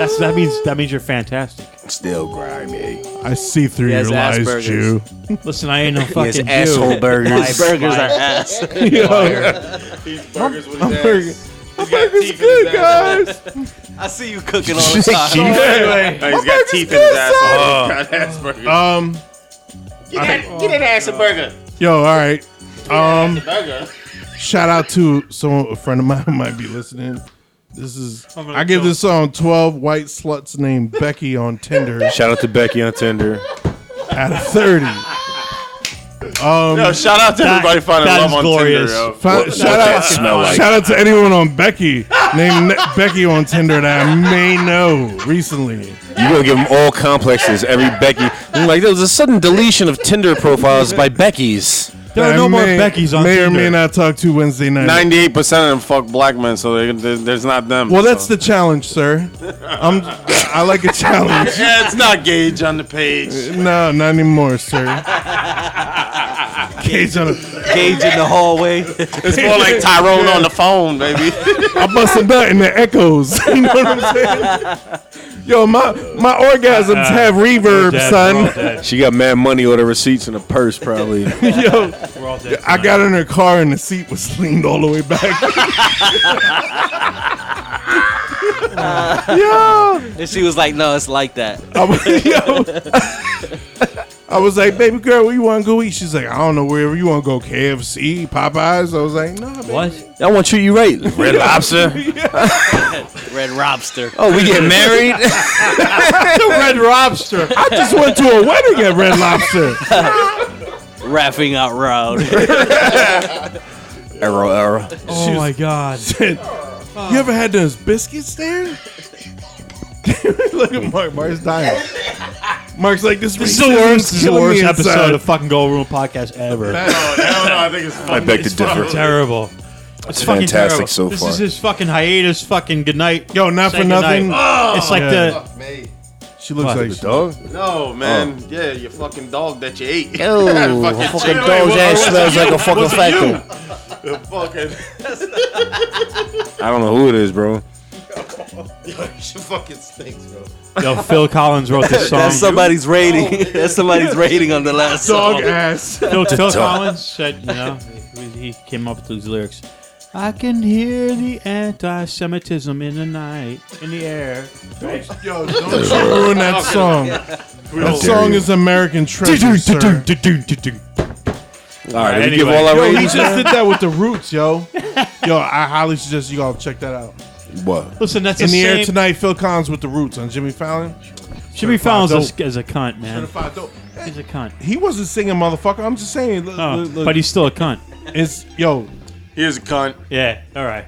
S1: That's, that means that means you're fantastic.
S6: Still grimy.
S3: I see through
S13: He
S3: your
S13: has
S3: lies,
S13: Asperger's.
S3: Jew.
S1: Listen, I ain't no
S6: It's
S1: fucking Jew.
S6: asshole
S13: <laughs>
S6: burgers.
S13: Burgers are ass.
S9: These burgers with
S3: I'm
S9: his
S3: burger-
S9: ass.
S3: My
S9: He's got
S3: burger's
S9: teeth in his
S3: good, guys.
S13: I see you cooking all the time.
S1: Anyway.
S5: He's got teeth in his asshole.
S1: Oh.
S3: Um,
S9: Get an ass a burger.
S3: yo, all right. Um,
S9: Burger.
S3: shout out to someone, a friend of mine <laughs> who might be listening. This is.
S1: gonna
S3: I give
S1: kill
S3: this song 12 white sluts named Becky on Tinder <laughs>
S6: Shout out to Becky on Tinder.
S3: out of 30.
S5: Yo, shout out to
S1: That-
S5: everybody finding
S1: that
S5: love
S1: is
S5: on
S1: glorious.
S5: Tinder. Yo.
S3: Fi- shout out,
S6: smell like?
S3: shout out to anyone on Becky named Ne- Becky on Tinder that I may know recently.
S6: You gonna give them all complexes. Every Becky, You're like there was a sudden deletion of Tinder profiles by Becky's.
S1: There
S3: that
S1: are no
S3: I
S1: more
S3: may-
S1: Becky's on
S3: May or
S1: Tinder.
S3: may not talk to Wednesday night.
S5: Ninety-eight percent of them fuck black men, so they, there- there's not them.
S3: Well, that's the challenge, sir.
S6: <laughs>
S3: I'm. I like a challenge.
S5: yeah, it's not Gage on the page.
S6: <laughs>
S3: No, not anymore, sir. Cage on a,
S5: Cage in the
S13: <laughs>
S5: hallway.
S6: It's more like Tyrone on the phone, baby.
S3: I bust a nut and it echoes. <laughs> You know what I'm saying? Yo, my my orgasms have reverb,
S1: Dead, Uh-huh. We're all
S3: son.
S2: <laughs>
S1: dead.
S2: She got mad money or the receipts in her purse, probably.
S3: <laughs> Yo,
S1: We're all dead
S3: I got in her car and the seat was leaned all the way back. <laughs> yo,
S5: And she was like, no, it's like that.
S3: I was, <laughs> yo. I was like, baby girl, where you want to go eat? She's like, I don't know, wherever you want to go, KFC, Popeyes. I was like, nah, baby.
S1: What?
S6: I want to treat you right. Red Lobster.
S5: Red Lobster.
S6: Oh, we get married.
S5: <laughs>
S1: Red Lobster.
S3: I just went to a wedding at Red Lobster.
S5: Wrapping out round.
S2: Arrow, arrow.
S1: Oh my god.
S3: said, "You ever had those biscuits there?" <laughs> Look at Mark. Mark's dying. Mark's like, "This,
S1: This is the
S3: racism's
S1: worst. This is the
S3: killing me
S1: worst
S3: inside."
S1: episode of fucking Gold Room podcast ever.
S9: I think it's
S2: I
S9: fun.
S2: beg to differ.
S1: Fucking terrible. It's fucking
S2: fantastic
S1: terrible.
S2: so
S1: this
S2: far.
S1: is his fucking hiatus. Fucking good night.
S3: Yo, not
S1: Say
S3: for nothing. Oh.
S1: goodnight. it's like
S3: yeah.
S1: the
S9: Me.
S3: She looks
S1: What?
S3: like
S2: The
S3: she-
S2: dog?
S9: No, man.
S6: Oh.
S9: Yeah, your fucking dog that you
S6: <laughs>
S9: ate.
S4: Oh, fucking,
S9: fucking
S4: fucking
S9: Doge
S4: dog's ass smells like a fucking factory.
S9: The fucking.
S2: I don't know who it is, bro.
S9: Yo, she fucking stinks, bro.
S1: yo, Phil Collins
S2: <laughs>
S1: wrote this song.
S5: That's
S6: Oh,
S5: somebody's
S13: <laughs>
S5: rating. That's somebody's rating on the last
S3: dog
S5: song.
S3: ass.
S1: Phil, Phil Collins said, you know, he he came up with these lyrics. I can hear the anti-Semitism in the night, in the air.
S3: Yo, don't you ruin that song. That song is American <laughs> treasure. sir.
S2: All right, did you give
S1: anyway.
S2: all our
S3: Yo, he
S2: ratings?
S3: just did that with the Roots, <laughs> yo. Yo, I highly suggest you all check that out.
S2: What?
S1: Listen, that's
S3: In
S1: the
S3: the air
S1: same.
S3: tonight, Phil Collins with the Roots on Jimmy Fallon.
S1: Jimmy Fallon's
S3: Dope.
S1: a, is a cunt, man. He's a cunt.
S3: He wasn't singing, motherfucker. I'm just saying. Look,
S1: Oh,
S3: look, look.
S1: but he's still a cunt.
S3: it's yo.
S9: Here's a cunt.
S1: Yeah. All right.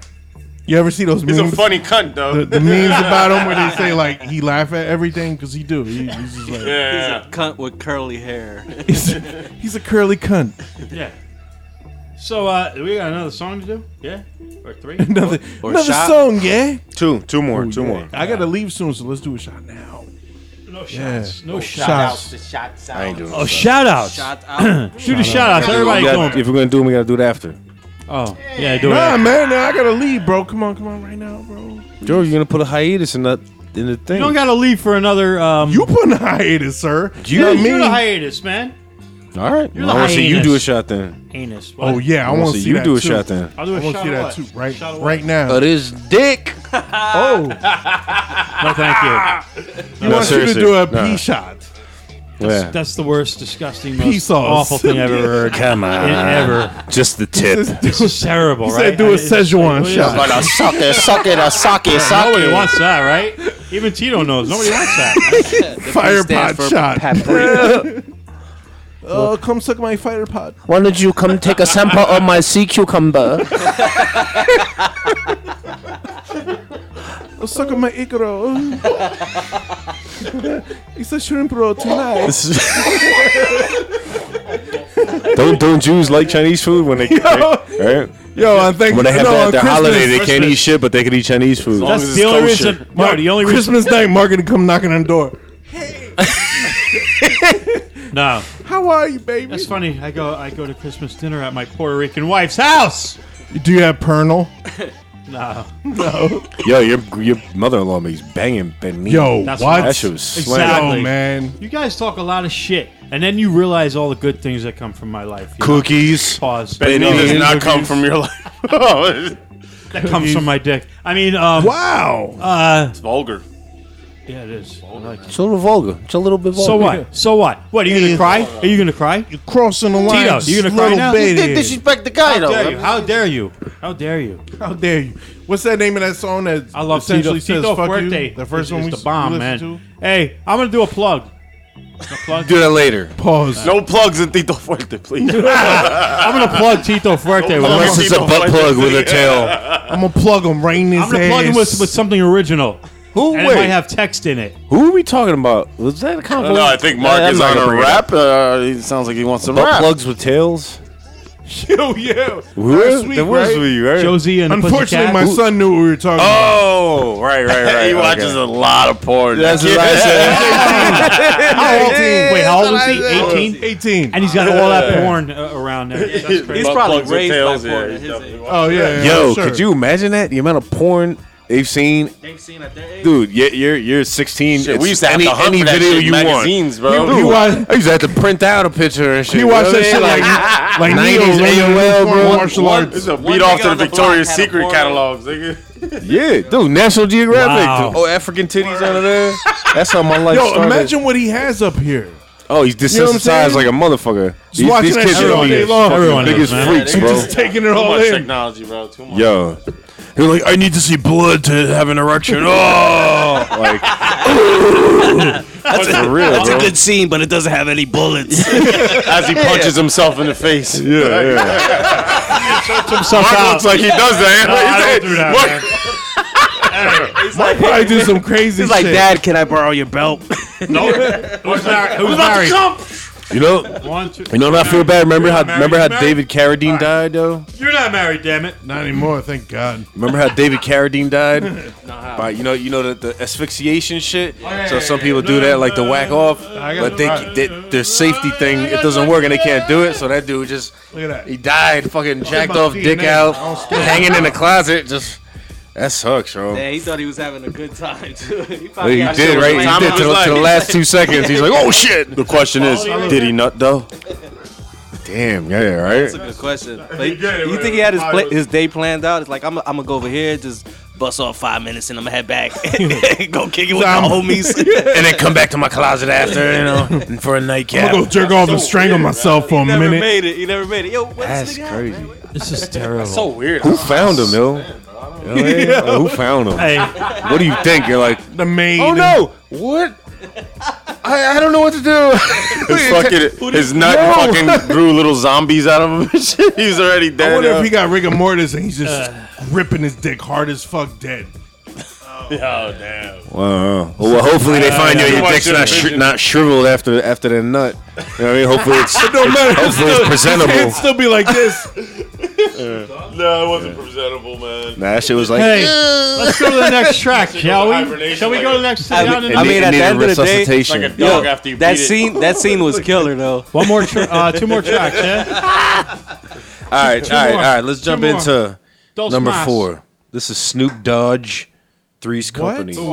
S3: You ever see those
S9: He's
S3: memes?
S9: a funny cunt, though.
S3: the, the memes
S1: <laughs>
S3: about him where they say like he laugh at everything because he do. He, he's just like
S9: Yeah.
S5: Cunt with curly hair.
S3: he's, he's a curly cunt.
S1: Yeah. So uh, we got another song to do? Yeah, or three?
S3: Another,
S5: Or
S3: another
S5: shot.
S3: song, yeah.
S2: Two, two more, two more.
S3: I gotta leave soon, so let's do a shot now.
S1: no shots. No
S3: Shout
S1: shots.
S3: outs.
S9: Shots. The shots out.
S2: I ain't doing
S1: Oh,
S2: this.
S1: shout outs.
S5: Shot out.
S1: do the shout outs. Everybody
S2: We
S1: going.
S2: got- If we're gonna do them, we gotta do it after.
S1: oh, yeah, do
S3: Nah,
S1: it.
S3: man, nah, I gotta leave, bro. Come on, come on, right now, bro.
S2: George, you're gonna put a hiatus in that in the thing.
S1: You don't got to leave for another. Um,
S3: You put in a hiatus, sir. You
S1: yeah,
S3: know
S1: you're
S3: me.
S1: the hiatus, man.
S2: all right.
S1: the
S2: I want to see you
S1: hiatus.
S2: do a shot then.
S1: Anus. What?
S3: Oh yeah, I,
S2: I
S3: want to see
S2: you
S3: that
S2: do a
S3: too.
S2: shot then.
S1: I'll do
S3: I
S1: a
S3: want
S1: shot.
S3: to see that too,
S1: of what?
S3: right?
S1: Shot of what?
S3: Right now.
S6: But his dick.
S1: <laughs>
S3: Oh,
S1: No, thank you.
S3: you want you to
S2: seriously.
S3: do a
S2: Nah.
S3: pee shot? <laughs>
S2: Yeah.
S1: That's the worst, disgusting,
S3: Pea
S1: most
S3: sauce.
S1: awful thing I've ever heard.
S3: <laughs>
S2: Come on.
S1: Ever.
S2: Just the tip.
S1: This is terrible,
S3: He
S1: right?
S3: said do a
S1: I- it's-
S3: Szechuan
S1: it's-
S3: shot.
S4: But I suck it, suck it, I suck it, suck
S1: Nobody
S4: it.
S1: wants that, right? Even Tito knows. Nobody wants that.
S3: <laughs> Fire
S5: stands
S3: pod
S5: for
S3: shot. Oh, come suck my fighter pod.
S4: Why don't you come take a sample of my sea cucumber?
S3: Oh, suck on my Icaro. it's a shrimp roll tonight.
S2: don't don't Jews like Chinese food when
S1: <laughs>
S2: they right?
S3: Yo, I think
S2: When they have
S3: no,
S2: that,
S3: on
S2: that
S3: Christmas,
S2: holiday, they can't eat shit, but they can eat Chinese food.
S1: That's the only reason. No,
S3: Mark,
S1: the only reason.
S3: Christmas night, Mark gonna come knocking on the door.
S1: No.
S3: How are you, baby?
S1: That's funny. I go I go to Christmas dinner at my Puerto Rican wife's house.
S3: Do you have Pernal?
S1: No.
S2: Yo, your your mother-in-law makes banging panini.
S3: Yo,
S1: That's
S3: what?
S2: that shit was slam.
S1: Exactly.
S3: Yo, man.
S1: You guys talk a lot of shit, and then you realize all the good things that come from my life. you know?
S2: Cookies.
S1: Pause.
S2: They
S1: No,
S2: need
S1: that
S2: to-
S6: not come from your life. <laughs> Oh,
S1: comes from my dick. I mean, um,
S3: Wow.
S1: Uh,
S6: it's vulgar.
S1: yeah, it is. I like it.
S4: It's a little vulgar. It's a little bit vulgar.
S1: So what? So what? What are you gonna cry? Are you gonna cry?
S3: You're crossing the line.
S1: Tito,
S3: just
S1: you gonna cry
S3: little
S1: now?
S3: bit
S4: You did
S3: here.
S4: disrespect the guy,
S1: How
S4: though.
S1: dare you? How dare you? How dare you?
S3: How dare you? What's that name of that song that
S1: I love Tito,
S3: essentially says
S1: Tito
S3: "fuck
S1: Fuerte.
S3: you"? The first
S1: is-
S3: one
S1: is
S3: we
S1: the bomb,
S3: we
S1: man.
S3: listened to.
S1: Hey, I'm gonna do a plug. A plug?
S2: Do that later.
S3: Pause.
S6: No plugs in Tito Fuerte, please.
S1: I'm gonna plug Tito Fuerte. with
S2: Unless it's a butt plug with a tail.
S3: I'm gonna plug him right in his
S1: I'm gonna plug him
S3: ass.
S1: with, with something original.
S2: Who?
S1: And it might
S2: Wait,
S1: have text in it.
S2: who are we talking about? Was that a compliment?
S6: no, I think Mark
S2: Yeah, I'm
S6: is
S2: not
S6: on
S2: gonna
S6: a
S2: bring it
S6: rap. Uh, he sounds like he wants some
S2: Butt
S6: rap.
S2: plugs with tails.
S3: Yo, yeah.
S6: Where?
S3: Last week,
S6: That was
S3: right?
S6: you, right?
S1: Josie and the
S3: Unfortunately,
S1: Pussycat.
S3: my son knew what we were talking about.
S6: Oh, right, right,
S2: <laughs>
S6: right.
S2: he watches
S6: okay.
S2: a lot of porn.
S6: That's
S2: <laughs>
S6: what I said.
S3: <laughs>
S1: How old- Wait, how old was he? Eighteen.
S3: 18.
S1: And he's got all that porn uh, around there. That's crazy.
S13: He's probably
S6: plugs and
S13: raised
S6: tails,
S13: by
S6: yeah,
S13: porn
S6: he's
S13: at his age.
S3: Oh, yeah. yeah,
S6: Yo,
S3: sure.
S6: could you imagine that? The amount of porn they've seen,
S13: They've seen at their age.
S6: dude. You're you're, you're 16.
S2: Shit,
S6: it's
S2: we used to have
S6: any,
S2: to hunt
S6: any
S2: for that
S6: video
S2: shit in
S6: you
S2: magazines,
S6: want.
S2: bro.
S6: You,
S2: You
S6: you
S3: watch-
S6: I used to have to print out a picture and shit.
S3: He watched that shit <laughs> like,
S6: like,
S3: like Neo,
S6: 90s
S3: right?
S6: AOL,
S3: Perform
S6: bro.
S3: Martial arts.
S2: a
S13: One
S2: beat off to
S13: nigga
S2: the
S13: on the block
S2: Victoria's
S13: had a
S2: Secret
S13: porno.
S2: catalogs, nigga.
S6: yeah, dude. National Geographic.
S1: Wow.
S6: Oh, African titties under there. That's how my life
S3: Yo,
S6: started.
S3: imagine what he has up here.
S6: Oh, he's
S3: know what I'm saying?
S6: desensitized like a motherfucker.
S3: Just watching that shit
S6: are
S3: all
S6: the
S3: day long.
S6: fucking
S1: Everyone is,
S6: biggest
S1: man.
S6: freaks,
S3: He's
S6: bro.
S3: just taking it
S2: Too
S3: all
S2: much
S3: in.
S2: technology, bro. Too much.
S6: Yo. They're like, I need to see blood to have an erection. Oh, <laughs> like that's for real, bro.
S15: scene, but it doesn't have any bullets.
S2: As he punches himself in the face.
S6: yeah, yeah. Mark looks like he does that.
S1: I don't do that, man.
S3: I probably do
S1: <laughs>
S3: some crazy shit.
S15: can I borrow your
S13: <laughs>
S15: belt?
S1: Who's married? Who's married?
S6: You know,
S1: One, two-
S6: you know what I feel bad. Remember how?
S3: married,
S6: Remember how
S3: married.
S6: David Carradine died, though.
S1: You're not married, damn it.
S3: Not anymore, thank God.
S6: Remember how David Carradine died? By, you know, you know the, the asphyxiation shit. so some people do that, like the whack off,
S3: got
S6: but
S3: the
S6: they,
S3: right.
S6: they their safety thing it doesn't work and they can't do it. So that dude just
S3: Look at that.
S6: he died, fucking jacked
S3: my
S6: off, dick
S3: DNA.
S6: out,
S3: I don't still-
S6: hanging in the closet. Just that sucks, bro.
S13: Yeah, he thought he was having a good time too. <laughs> He
S6: But
S13: probably
S6: he
S13: got
S6: did
S13: shit
S6: right.
S13: with
S6: He
S13: his
S6: did to,
S13: mama.
S6: the- to the last two seconds. He's like, "Oh shit!" The question is,
S2: Did he nut though?
S6: damn, yeah, right.
S13: That's a good question. Like,
S3: did it,
S13: you think he had his pla- his day planned out? It's like I'm I'm gonna go over here, just bust off five minutes, and I'm gonna head back, <laughs> go kick it with the homies. <laughs>
S6: and then come back to my closet after, you know, and <laughs> for a nightcap.
S3: I'm gonna go jerk off and strangle myself for a
S13: never
S3: minute.
S13: made it. He never made it. Yo, what's
S6: That's
S13: nigga
S6: crazy.
S13: Out, man?
S1: This is terrible.
S2: So weird.
S6: Who found him, yo? You know what I mean? Like, Who found him?
S1: hey,
S6: What do you think? You're like,
S3: The maid.
S6: oh no, what? I, I don't know what to do. <laughs>
S2: His fucking his nut
S6: No. <laughs>
S2: fucking grew little zombies out of him. and shit. He's already
S3: I
S2: dead.
S3: wonder if
S2: yo.
S3: he got rigor mortis and he's just gripping his dick hard as fuck dead.
S6: Wow. Well, uh, hopefully they find you and your dick's not shri- not shriveled after after that nut. You know what I mean? Hopefully it's <laughs> hopefully <laughs> it's
S3: It'd
S6: presentable.
S3: still be like this.
S2: No, it wasn't presentable, man.
S6: Nah, that shit was
S1: <laughs>
S6: like.
S1: hey, let's go to the next track, shall we?
S2: hibernation
S1: Shall we
S2: like
S1: go to
S2: a-
S1: the next?
S13: I
S1: down
S13: mean-
S1: in-
S13: I
S6: it
S13: mean, at
S6: needed
S13: the end of the day,
S6: resuscitation.
S2: Like a dog after you
S13: that
S2: beat
S13: scene that scene was killer though.
S1: One more, tra- uh, two more
S2: <laughs>
S1: tracks. Yeah.
S6: All right, all right, all right. Let's jump
S1: more.
S6: into
S1: Dos
S6: number
S1: Mas.
S6: four. This is Snoop Dogg, Three's Company.
S1: What?
S2: Whoa,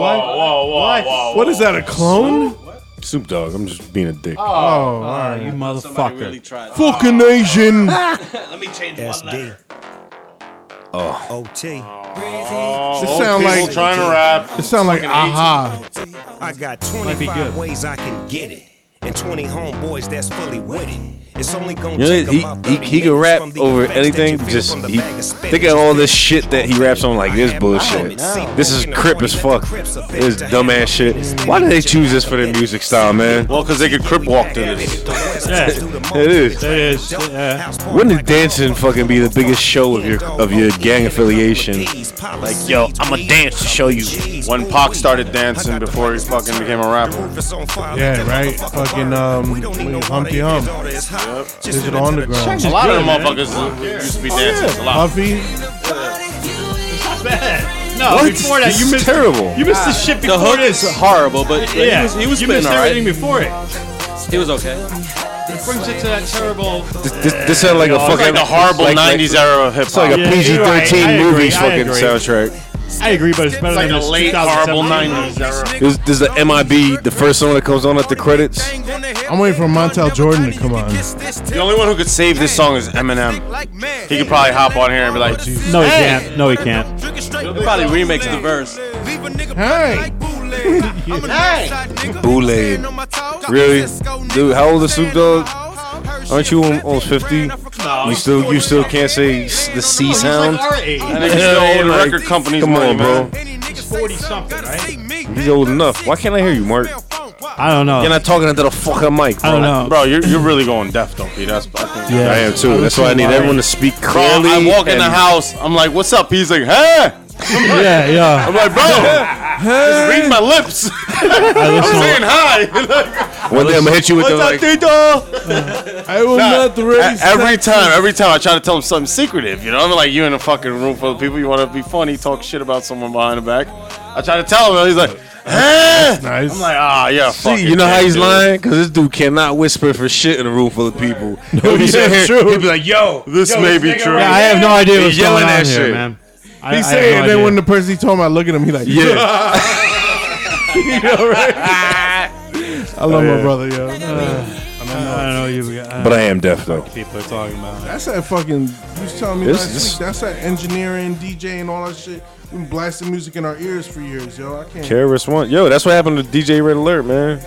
S2: whoa,
S1: What?
S3: What is that, a clone?
S6: Snoop Dogg. I'm just being a dick.
S3: Oh, alright.
S1: You
S13: Somebody
S1: motherfucker.
S13: really tried.
S3: Fucking Asian.
S13: Let me change one
S15: SD.
S13: letter.
S15: OT.
S3: It sound
S2: People
S3: like
S2: trying to rap.
S3: it sound like aha.
S5: I got
S1: be good.
S5: 25 ways I can get it, and 20 homeboys that's fully with it. It's only gonna
S6: You know,
S5: take
S6: he,
S5: about
S6: he,
S5: 30
S6: he can
S5: minutes
S6: rap
S5: from the
S6: over
S5: effects that
S6: anything.
S5: you feel
S6: Just
S5: from the
S6: he,
S5: bag of spinach.
S6: think of all this shit that he raps on, like this bullshit. This is crip as fuck. This dumbass shit. Why did they choose this for their music style, man?
S2: Well, because they could crip walk to this.
S1: Yeah.
S6: It is.
S1: It is. Yeah.
S6: When did dancing fucking be the biggest show of your of your gang affiliation?
S5: Like,
S2: Yo, I'ma dance to show you. When Pac started dancing before he fucking became a rapper.
S3: Yeah, right. Fucking um, wait, Humpty Hump. Digital Underground.
S2: A lot of them motherfuckers used to be dancers. A lot.
S3: Huffy.
S1: No, before that,
S6: This
S1: you
S6: is
S1: missed.
S6: terrible.
S1: You missed the shit before
S13: The hook
S1: this.
S13: is horrible, but but
S1: yeah,
S13: he was he was
S1: you
S13: spitting
S1: missed
S13: all
S1: everything
S13: right.
S1: before it.
S13: He was okay.
S1: It brings it to that terrible.
S6: This, this, this sound like a
S2: It's like
S6: fucking
S2: the horrible
S6: like-
S2: 90s era of hip
S6: It's like
S2: hop.
S6: a
S1: Yeah,
S6: PG
S1: you're right. I
S6: thirteen
S1: agree,
S6: movie's
S1: I
S6: fucking
S1: agree.
S6: soundtrack.
S1: I agree, but it's better
S2: Like
S1: than
S2: the
S1: this
S2: late horrible
S1: 2007.
S2: 90s era.
S6: This, this is the MIB, the first song that comes on at the credits.
S5: I'm
S3: I'm waiting for Montel Jordan to come on.
S2: The only one who could save this song is Eminem. He could probably hop on here and be
S3: Oh,
S2: like,
S1: No, he can't. No, he can't.
S13: He probably remixed the verse.
S3: Hey.
S6: Boule. Really? Dude, how old is Snoop Dogg? Aren't you al- almost 50? You still you still can't say s- the C sound?
S2: and
S6: <laughs>
S2: they still owe the record companies
S6: Come
S2: money,
S6: on, bro.
S1: something, right?
S6: He's old enough. Why can't I hear you, Mark?
S1: I don't know.
S6: You're not talking into the fucking mic,
S1: I
S6: bro.
S1: don't know.
S2: Bro, you're, you're really going deaf, don't be. That's I think.
S1: Yeah.
S6: I am too. That's why I need everyone to speak
S2: Bro,
S6: clearly.
S2: I walk in the
S6: and-
S2: house. I'm like, "What's up?" He's like, "Hey."
S1: Yeah, yeah.
S6: <laughs>
S2: I'm like, "Bro,
S6: Just read my lips.
S16: <laughs>
S6: I'm
S1: listen-
S6: saying hi.
S16: One day I'm gonna hit you with the like.
S3: I will not
S6: e-
S3: raise
S16: E-, Every time, every time I try to tell him something secretive, you know, I'm like, you in a fucking room full of people, you want to be funny, talk shit about someone behind the back. I try to tell him, he's like, eh.
S3: nice.
S16: I'm like, ah, yeah.
S6: See, you know how he's lying? Because this dude cannot whisper for shit in a room full of people. He'll be sitting here- He'll be like, yo,
S16: This
S6: yo,
S16: may
S6: this
S16: be
S6: nigga
S16: true.
S6: right
S1: Yeah, I have no
S6: here.
S1: idea
S6: He
S1: what's going
S6: yelling
S1: on
S6: that
S1: here,
S6: shit.
S1: man. I,
S3: He
S1: I have
S3: said,
S1: no
S3: and then
S1: idea.
S3: when the person he told him, I look at him, he like,
S6: Yeah.
S3: you know, right? I love my brother, yo.
S1: I don't know you. I don't
S6: But I am deaf, though.
S1: people are talking about.
S3: That's that fucking. You was telling me
S6: This
S3: last
S6: is-
S3: week. That's that engineering, DJ, and all that shit. We've been blasting music in our ears for years, yo. I can't.
S6: Terrorist one. Yo, that's what happened to DJ Red Alert, man.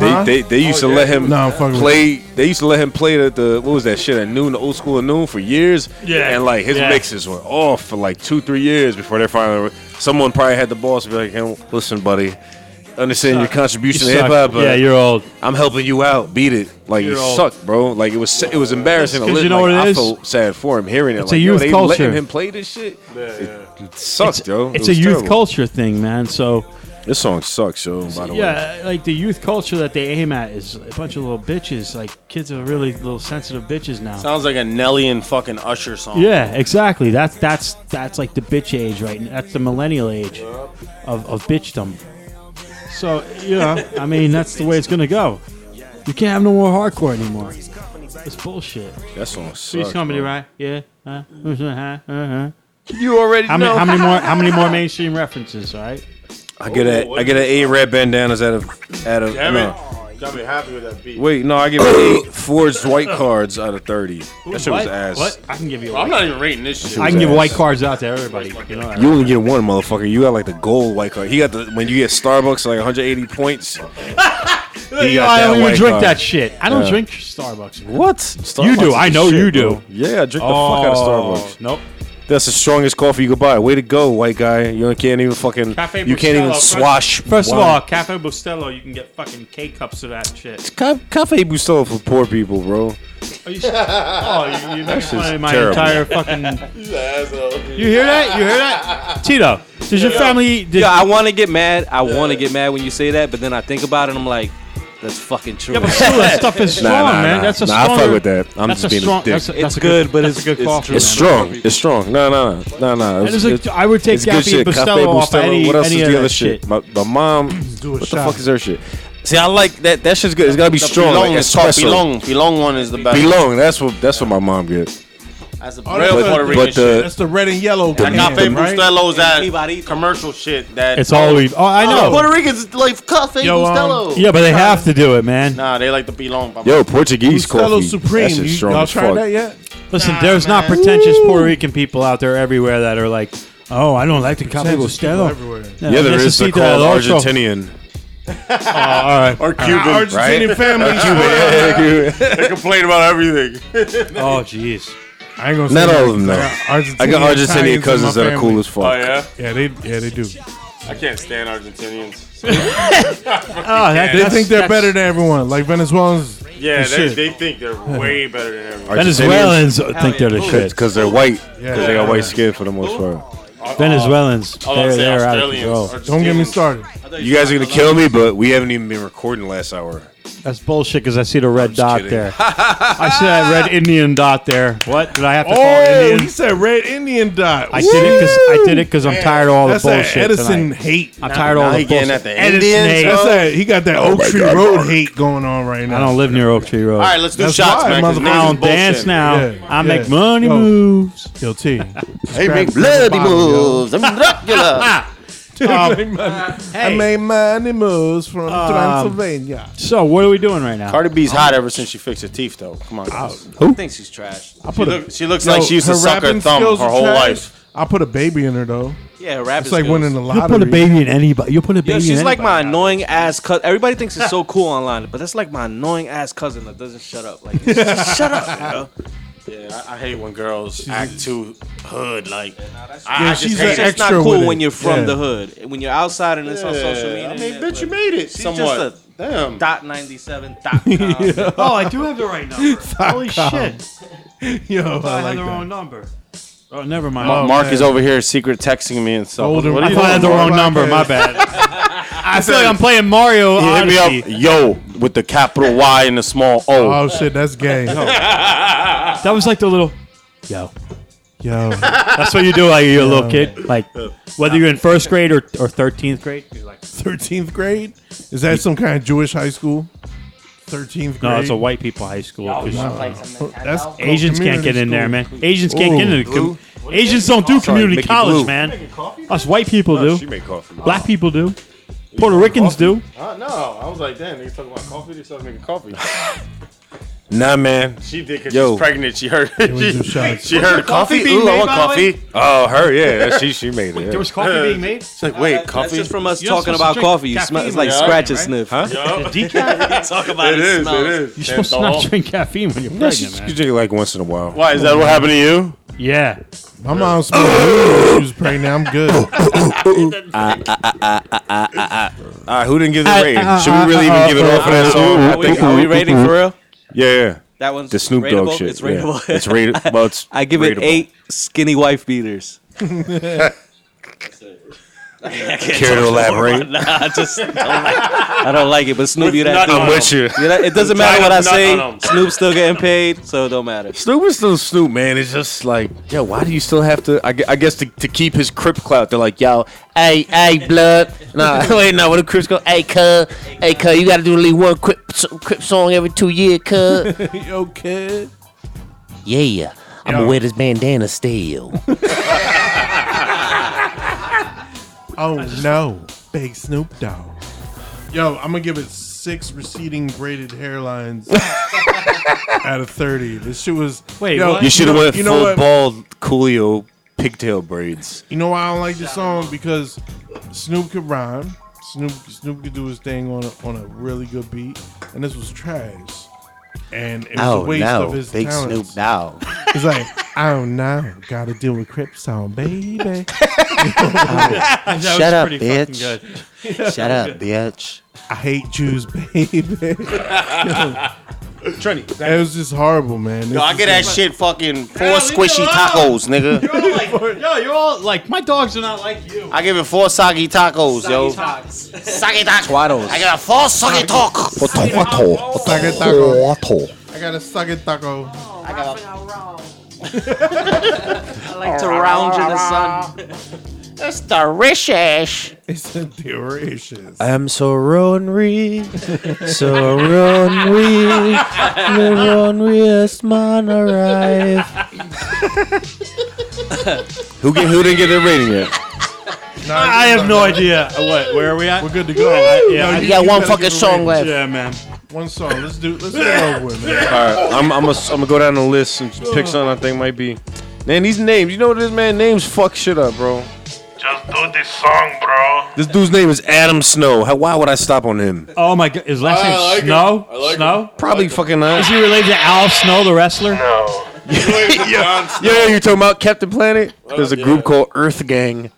S6: They,
S3: Huh?
S6: they, they used
S3: Oh,
S6: to
S3: yeah.
S6: let him
S3: Nah, I'm fucking with
S6: play. They used to let him play the, the what was that shit at noon, the old school at noon for years.
S1: Yeah.
S6: and like his
S1: Yeah.
S6: mixes were off for like two, three years before they finally. Someone probably had the balls to be like, hey, "Listen, buddy, understand your contribution to hip hop.
S1: Yeah,
S6: but
S1: you're old.
S6: I'm helping you out. Beat it. Like it
S1: You're old.
S6: sucked, bro. Like it was it was embarrassing. to
S1: 'cause
S6: listen.
S1: you know
S6: Like,
S1: what it
S6: I
S1: is?
S6: felt sad for him hearing it.
S1: It's
S6: like,
S1: a
S6: yo,
S1: youth
S6: they
S1: culture.
S6: letting him play this shit. It sucked, yo. It
S1: It's a
S6: was
S1: youth
S6: terrible.
S1: culture thing, man. So
S6: This song sucks, yo. By the way.
S1: yeah, like the youth culture that they aim at is a bunch of little bitches. Like kids are really little sensitive bitches now.
S2: Sounds like a Nelly and fucking Usher song.
S1: yeah, exactly. That's that's that's like the bitch age, right? now. That's the millennial age of of bitchdom. So you know, I mean, that's the way it's gonna go. You can't have no more hardcore anymore. It's bullshit.
S6: That song sucks.
S1: Please comedy,
S6: bro.
S1: right? Yeah. Huh? Uh-huh. Uh-huh.
S2: You already
S1: How many, how many more? How
S2: <laughs>
S1: many more mainstream references? All right.
S6: I get a I get an eight red bandanas out of out of
S13: Damn
S6: no.
S13: it. Gotta be happy with that beat.
S6: Wait, no, I give
S1: <coughs>
S6: it eight forged white cards out of thirty. That shit was
S1: What?
S6: ass.
S1: What? I can give you. A
S2: I'm
S1: white.
S2: not even rating this shit.
S1: I can
S6: was
S1: give
S6: ass.
S1: white cards out to everybody. You know.
S6: You only get one, motherfucker. You got like the gold white card. He got the when you get Starbucks like
S1: <laughs>
S6: 180 points.
S1: Oh, You know,
S6: got
S1: I
S6: that
S1: don't even
S6: white
S1: drink
S6: card.
S1: that shit. I don't drink Starbucks.
S6: What?
S1: You do. I know you do.
S6: Yeah, I drink the fuck out
S1: Oh,
S6: of Starbucks.
S1: Nope.
S6: That's the strongest coffee you could buy. Way to go, white guy. You can't even fucking.
S1: Cafe
S6: you can't even
S1: Bustelo.
S6: swash.
S1: First of
S6: wine.
S1: all, Cafe Bustelo, you can get fucking K cups of that shit.
S6: Ca- Cafe Bustelo for poor people, bro.
S1: Are you, oh, you, you made
S6: shit's
S1: fun of my
S6: terrible.
S1: entire fucking. You hear that? You hear that? Tito, does your family? Did,
S17: Yeah,
S1: <laughs>
S17: I want to get mad. I want to get mad when you say that, but then I think about it. and I'm like, that's fucking true.
S1: yeah, but still, that stuff is strong,
S6: nah,
S1: man.
S6: nah.
S1: That's a
S6: Nah, I
S1: strong.
S6: fuck with that. I'm
S1: that's
S6: just
S1: a
S6: being a
S1: strong,
S6: dick.
S1: That's a,
S17: It's
S1: that's a
S17: good, but
S1: that's
S17: it's-
S1: a good
S17: it's
S1: coffee.
S17: true.
S6: It's strong. It's strong. No, no, no, no, no.
S1: That
S6: It's-
S1: is a-
S6: it's-
S1: I would take
S6: it's good
S1: Cafe
S6: shit. Cafe
S1: Bustelo off
S6: Bustelo.
S1: any-
S6: What else
S1: any
S6: is
S1: of
S6: the
S1: that
S6: other shit?
S1: shit.
S6: My, my mom.
S3: Do a
S6: What the
S3: shot.
S6: fuck is her shit? See, I like that. That shit's good. It's gotta be strong.
S2: Pilong
S6: Like
S2: is called
S6: espresso.
S2: Pilong. Pilong one is the best.
S6: Belong. That's what. That's what my mom gets.
S13: As a
S3: Oh,
S2: Real
S13: real
S3: that's,
S2: Puerto
S3: the,
S2: Rican
S6: But the
S3: that's the red and yellow.
S6: The
S3: can,
S2: Cafe
S3: right?
S2: Bustelo's
S13: Anybody-
S2: that commercial shit that
S1: It's all we. Oh, I know.
S2: Puerto Ricans like Cafe
S3: Yo, um,
S2: Bustelo.
S1: Yeah, but they have to do it, man.
S2: Nah, they like the Pilong.
S6: yo Portuguese
S3: Bustelo
S6: coffee.
S3: Supreme.
S6: That
S3: You,
S6: shit's strong
S3: y'all
S6: as
S3: tried that
S6: fuck.
S3: yet?
S1: Listen, there's not pretentious Puerto Rican people out there everywhere that are like, oh, I don't like the Cafe
S3: Pretentious people
S1: Bustelo.
S3: everywhere.
S6: Yeah, there is. They're
S1: necesito el
S6: called
S1: otro.
S6: Argentinian
S1: Oh, all right.
S6: or Cuban,
S3: Argentinian
S6: right?
S3: family.
S6: Yeah, Cuban.
S2: They complain about everything.
S1: Oh, jeez.
S3: I ain't gonna say
S6: Not
S3: that.
S6: all of them though. I got
S3: Italians in
S6: Argentinian cousins
S3: my
S6: that are
S3: family.
S6: cool as fuck.
S2: Oh yeah,
S3: Yeah, they yeah they do.
S2: I can't stand Argentinians.
S1: Oh, that,
S3: They think they're better than everyone. Like Venezuelans.
S2: Yeah, they,
S1: shit.
S2: they think they're way better than everyone.
S1: Venezuelans think they're the shit.
S6: because they're white. Because
S3: Yeah.
S6: they got white skin for the most part.
S1: Venezuelans,
S2: Oh,
S1: they're, they're out of
S2: Australians.
S1: control.
S2: Argentinians.
S3: Don't get me started.
S6: You guys are gonna kill me, but we haven't even been recording last hour.
S1: That's bullshit because I see the red dot
S6: kidding.
S1: there. I see that red Indian dot there. What? Did I have to call it
S3: Oh, he
S1: Indian?
S3: said red Indian dot.
S1: I did it because I did it because I'm tired of all the
S3: That's that
S1: bullshit
S3: Edison
S1: tonight.
S3: hate.
S1: I'm tired of all
S2: Now
S1: the
S2: he getting
S1: bullshit.
S2: at the
S1: Edison
S2: Indians,
S1: hate.
S3: That's that. He got that Oak Tree Road hate going on right
S1: I
S3: now.
S1: don't live near Oak Tree Road.
S2: All right, let's do
S3: That's
S2: shots,
S3: why,
S2: man. 'cause niggas
S3: motherfucker.
S2: is
S1: I don't
S2: bullshit.
S1: dance now.
S3: Yeah,
S1: I
S3: yeah.
S1: make money
S3: Yo.
S1: moves.
S3: Yo, T.
S2: They make bloody
S3: Grab some bottle, yo.
S2: moves. I'm Dracula.
S3: I made my animals from
S1: Um,
S3: Transylvania.
S1: So what are we doing right now?
S2: Cardi B's hot ever since she fixed her teeth, though. Come on. guys.
S13: I think she's trash.
S3: I put
S2: Look, she looks like she used to
S3: her
S2: suck her
S3: rapping
S2: thumb her
S3: skills are
S2: whole
S3: trash.
S2: life.
S3: I put a baby in her though.
S13: Yeah, her rap
S3: It's
S13: is
S3: like
S13: good.
S3: winning the
S1: You
S3: lottery.
S1: put a baby in anybody. You put a baby
S13: Yeah,
S1: in
S13: she's like
S1: anybody.
S13: my annoying ass cousin. Everybody thinks it's
S3: <laughs>
S13: so cool online, but that's like my annoying ass cousin that doesn't shut up. Like, just shut up, you know?
S2: Yeah, I, I hate when girls act too hood. Like,
S3: Yeah,
S2: I, I
S3: she's
S2: just
S3: an
S2: hate it.
S13: It's not
S3: Extra with
S13: cool
S3: it.
S13: when you're from
S3: Yeah. <laughs>
S13: the hood. When you're outside and it's on social media.
S2: I mean,
S13: yeah,
S2: bitch, you
S13: but
S2: made it. She's
S13: somewhat.
S2: just a damn.
S13: Dot ninety seven dot
S3: <laughs>
S13: com.
S1: <laughs> Oh, I do have the right number. Holy shit!
S3: Yo, I
S1: I
S3: like
S1: had the
S3: that.
S1: wrong number. Oh, never mind.
S6: Ma- Mark is over here secret texting me and stuff.
S1: Older-
S6: What
S1: I
S6: are you
S1: thought I had the
S6: doing?
S1: wrong number. My bad. <laughs> I feel like I'm playing Mario.
S6: He hit me
S1: Odyssey.
S6: up, yo, with the capital Y and the small O.
S3: Oh shit, that's gay.
S1: That was like the little yo.
S3: Yo,
S1: That's what you do like you're a little kid. Like whether you're in first grade or or thirteenth grade. you're like,
S3: thirteenth grade? Is that some kind of Jewish high school? Thirteenth grade.
S1: no, it's a white people high school. 'cause
S3: That's
S1: Asians can't get in there, man. Asians can't get into the com- Asians don't do community
S2: Mickey
S1: college,
S2: Blue.
S1: man. Us white people
S2: Oh,
S1: do.
S2: she make coffee.
S1: Black people do. Puerto Ricans do.
S9: Uh, no, I was like, damn, niggas talking about coffee. They started making coffee.
S2: Nah, man.
S9: She did because
S2: Yo.
S9: she's pregnant. She heard.
S3: Asian shots.
S2: She heard
S9: coffee being made, by the way?
S2: Oh, her, <laughs> yeah. <laughs> She she made it.
S1: There was coffee being <laughs> made.
S13: It's like, wait, coffee? That's just from us talking about coffee. You smell, it's like
S9: yeah,
S13: scratch and
S9: right?
S13: sniff.
S2: Huh?
S13: <laughs>
S1: Decaf.
S13: Talk about
S2: It
S13: it.
S2: is, it
S13: smells.
S2: is.
S1: <laughs> You're supposed to not drink caffeine when you're
S2: Yeah, she,
S1: pregnant,
S2: she
S1: man.
S2: drink it like once in a while.
S6: Why, is that what happened to you?
S1: Yeah.
S3: My mom smoked weed when she was pregnant. I'm good. <laughs>
S2: All right, who didn't give the rating?
S9: Uh,
S2: Should we really even give it off for that song? I
S13: Are we, are we rating for real?
S2: Yeah, yeah.
S13: That one's
S2: The Snoop Dogg
S13: rateable?
S2: shit.
S13: It's rateable. <laughs>
S2: Yeah. It's rated. <laughs> Well, it's
S13: I give
S2: rateable.
S13: it eight skinny wife <laughs> beaters.
S2: Care to elaborate? <laughs>
S13: Nah, I just don't like. I don't like it. But Snoop, you that
S2: I'm with you.
S13: You know, it doesn't matter what I say. Snoop's still getting paid, so it don't matter.
S2: Snoop is still Snoop, man. It's just like, yo, why do you still have to? I, gue- I guess to, to keep his crip clout, they're like, yo,
S4: Hey, hey, blood. Nah, <laughs> wait, no. What the Crips go? Hey, cuz. Hey, cuz. You gotta do at least one Crip, Crip song every two year, cuz.
S3: Yo, kid.
S4: yeah. I'm gonna wear this bandana still.
S3: Oh no, big Snoop Dogg. Yo, I'm gonna give it six receding braided <laughs> hairlines out of thirty. This shit was.
S1: Wait,
S3: yo,
S1: what?
S2: you should have
S3: know-
S2: went
S3: you know
S2: full
S3: what?
S2: bald Coolio pigtail braids.
S3: You know why I don't like this song because Snoop could rhyme. Snoop Snoop could do his thing on a, on a really good beat, and this was trash. And it was a
S4: Oh,
S3: waste
S4: no.
S3: of his
S4: Big
S3: talents.
S4: Snoop Dogg.
S3: It's like I don't know, gotta deal with Crip song, baby.
S1: That
S4: Shut
S1: was
S4: up,
S1: pretty fucking
S4: bitch.
S1: good.
S4: Shut up, bitch.
S3: I hate Jews, baby. It was just horrible, man. This
S6: Yo, I
S3: is
S6: get that
S3: just-
S6: shit fucking four
S1: Yeah, leave me
S6: squishy
S1: alone.
S6: tacos, nigga.
S1: You're all like, yo, you're all like, my dogs are not like you.
S6: I give it four soggy tacos, yo. Soggy tacos. I got a four soggy tacos.
S3: Suck it, taco. I got a suck it, taco.
S13: To round in the sun.
S4: That's the richest.
S3: It's a delicious.
S4: I'm so lonely, so lonely, the loneliest man alive.
S2: Who get, who didn't get their rating
S6: <laughs>
S2: yet?
S1: I have no idea. <laughs> What? Where are we at?
S3: We're good to go.
S1: Yeah,
S4: You got one
S3: better
S4: fucking
S3: give a
S4: song
S3: rating.
S4: left.
S1: yeah, man.
S3: One song. Let's do. Let's get it over with, man.
S2: All right, I'm I'm gonna I'm gonna go down the list and pick something I think might be. Man, these names, you know what it is, man? Names fuck shit up, bro.
S18: Just do this song, bro.
S2: This dude's name is Adam Snow. How, why would I stop on him?
S1: Oh my god, his last name Snow. Snow.
S2: Probably fucking
S1: Is
S6: <laughs>
S2: not.
S1: he related to Al Snow, the wrestler?
S18: No.
S2: Yeah, you talking about Captain Planet? There's a group called Earth Gang.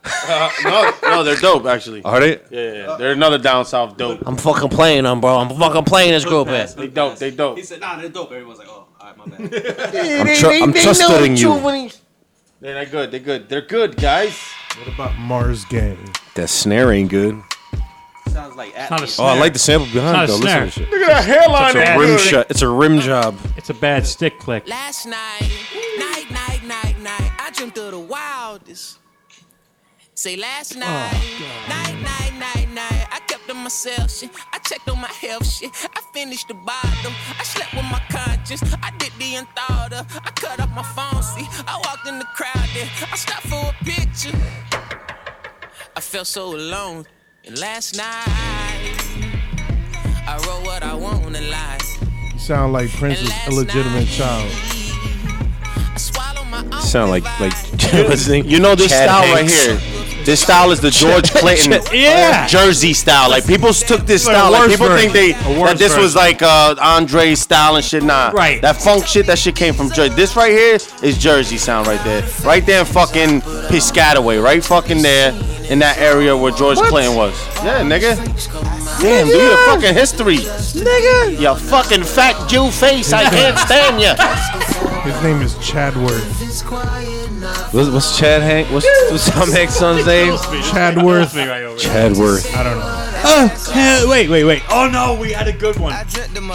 S9: no, no, they're dope actually.
S2: Are they?
S9: Yeah, yeah, they're another down south dope.
S4: I'm fucking playing them, bro. I'm fucking playing this group. man.
S9: They dope. They dope.
S13: He said, nah, they're dope. Everyone's like, oh, all right, my bad.
S2: I'm, tr- I'm trusting you.
S9: They're not good. They're good. They're good guys.
S3: What about Mars Gang?
S2: That snare ain't good.
S13: <laughs> Sounds like
S1: Not a
S13: Atlas.
S2: Oh, I
S1: snare.
S2: like the sample behind it,
S1: Not a
S2: though. Listen to
S1: snare.
S2: this shit.
S9: Look at that hairline.
S2: It's a rim shot. It's a rim job.
S1: It's a bad stick click.
S14: Last night, night, night, night, night, I dreamt of the wildest. Say last night, night, night, night, night, I kept to myself shit. I checked on my health shit. I finished the bottom. I slept with my conscience. I did the unthought of. I cut up my phone, see. I walked in the crowd there. I stopped for a picture. I felt so alone. And last night, I wrote what I want in life.
S3: You sound like Prince's illegitimate child.
S14: I swallow my own.
S2: Sound like
S14: pride.
S2: like
S6: You know this
S2: Chad
S6: style
S2: Hanks.
S6: right here. This style is the George Clinton uh,
S1: Yeah.
S6: jersey style. Like people took this
S1: Like
S6: style. Like
S1: worse
S6: people
S1: version.
S6: think they
S1: A worse
S6: that this was
S1: version.
S6: like uh, Andre's style and shit. Nah,
S1: Right.
S6: That funk shit. That shit came from Jersey. This right here is Jersey sound right there. Right there in fucking Piscataway. Right fucking there in that area where George Clinton was. Yeah, nigga. Damn, dude, the fucking history, nigga. You
S1: <laughs>
S6: fucking fat Jew face. I can't stand you.
S3: His name is Chadworth.
S5: What's, what's Chad Hank? What's, what's Tom Hanks' son's name?
S1: Chadworth.
S5: Chadworth.
S1: I don't know. Oh, hell, wait, wait, wait. Oh no, we had a good one.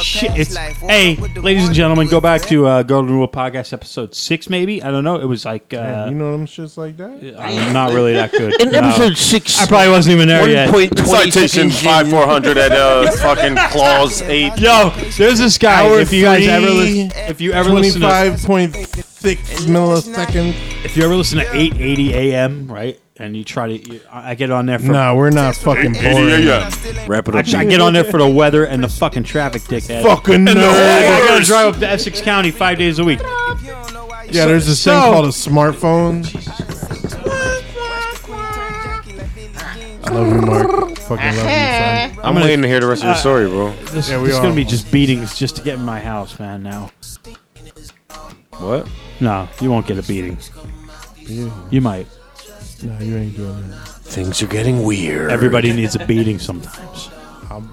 S1: Shit, it's hey, ladies and gentlemen, go back to uh, Golden Rule Podcast episode six, maybe. I don't know. It was like
S3: Man,
S1: uh,
S3: you know them shits like that?
S1: I'm not really that good.
S3: In
S1: No.
S3: episode six-
S1: I probably wasn't even there yet.
S3: 1.20
S6: Citation five four hundred at <laughs> uh, fucking clause eight.
S1: Yo, there's this guy.
S6: Hour
S1: if you guys
S6: three,
S1: ever listen, if you ever listen to,
S3: Five point six millisecond.
S1: if you ever listen to 8:80 a.m. right, and you try to, you, I I get on there for.
S3: Nah, we're not fucking boring.
S2: Wrap it up.
S1: Actually, <laughs> I get on there for the weather and the fucking traffic, dickhead.
S3: Fucking
S1: And the- I gotta
S3: nerds.
S1: drive up to Essex County five days a week.
S3: Yeah, there's this thing
S1: So-
S3: called a smartphone.
S2: Ah.
S3: I love you, Mark.
S1: <laughs>
S3: Fucking love you, son.
S6: I'm waiting to hear the rest of your story, bro.
S1: This,
S3: Yeah, we
S1: this is
S3: are.
S1: gonna be just beatings just to get in my house, man. Now,
S6: What?
S1: no, you won't get a beating. You might.
S3: No, you ain't doing that.
S6: Things are getting weird.
S1: Everybody needs a beating sometimes.
S3: I'm,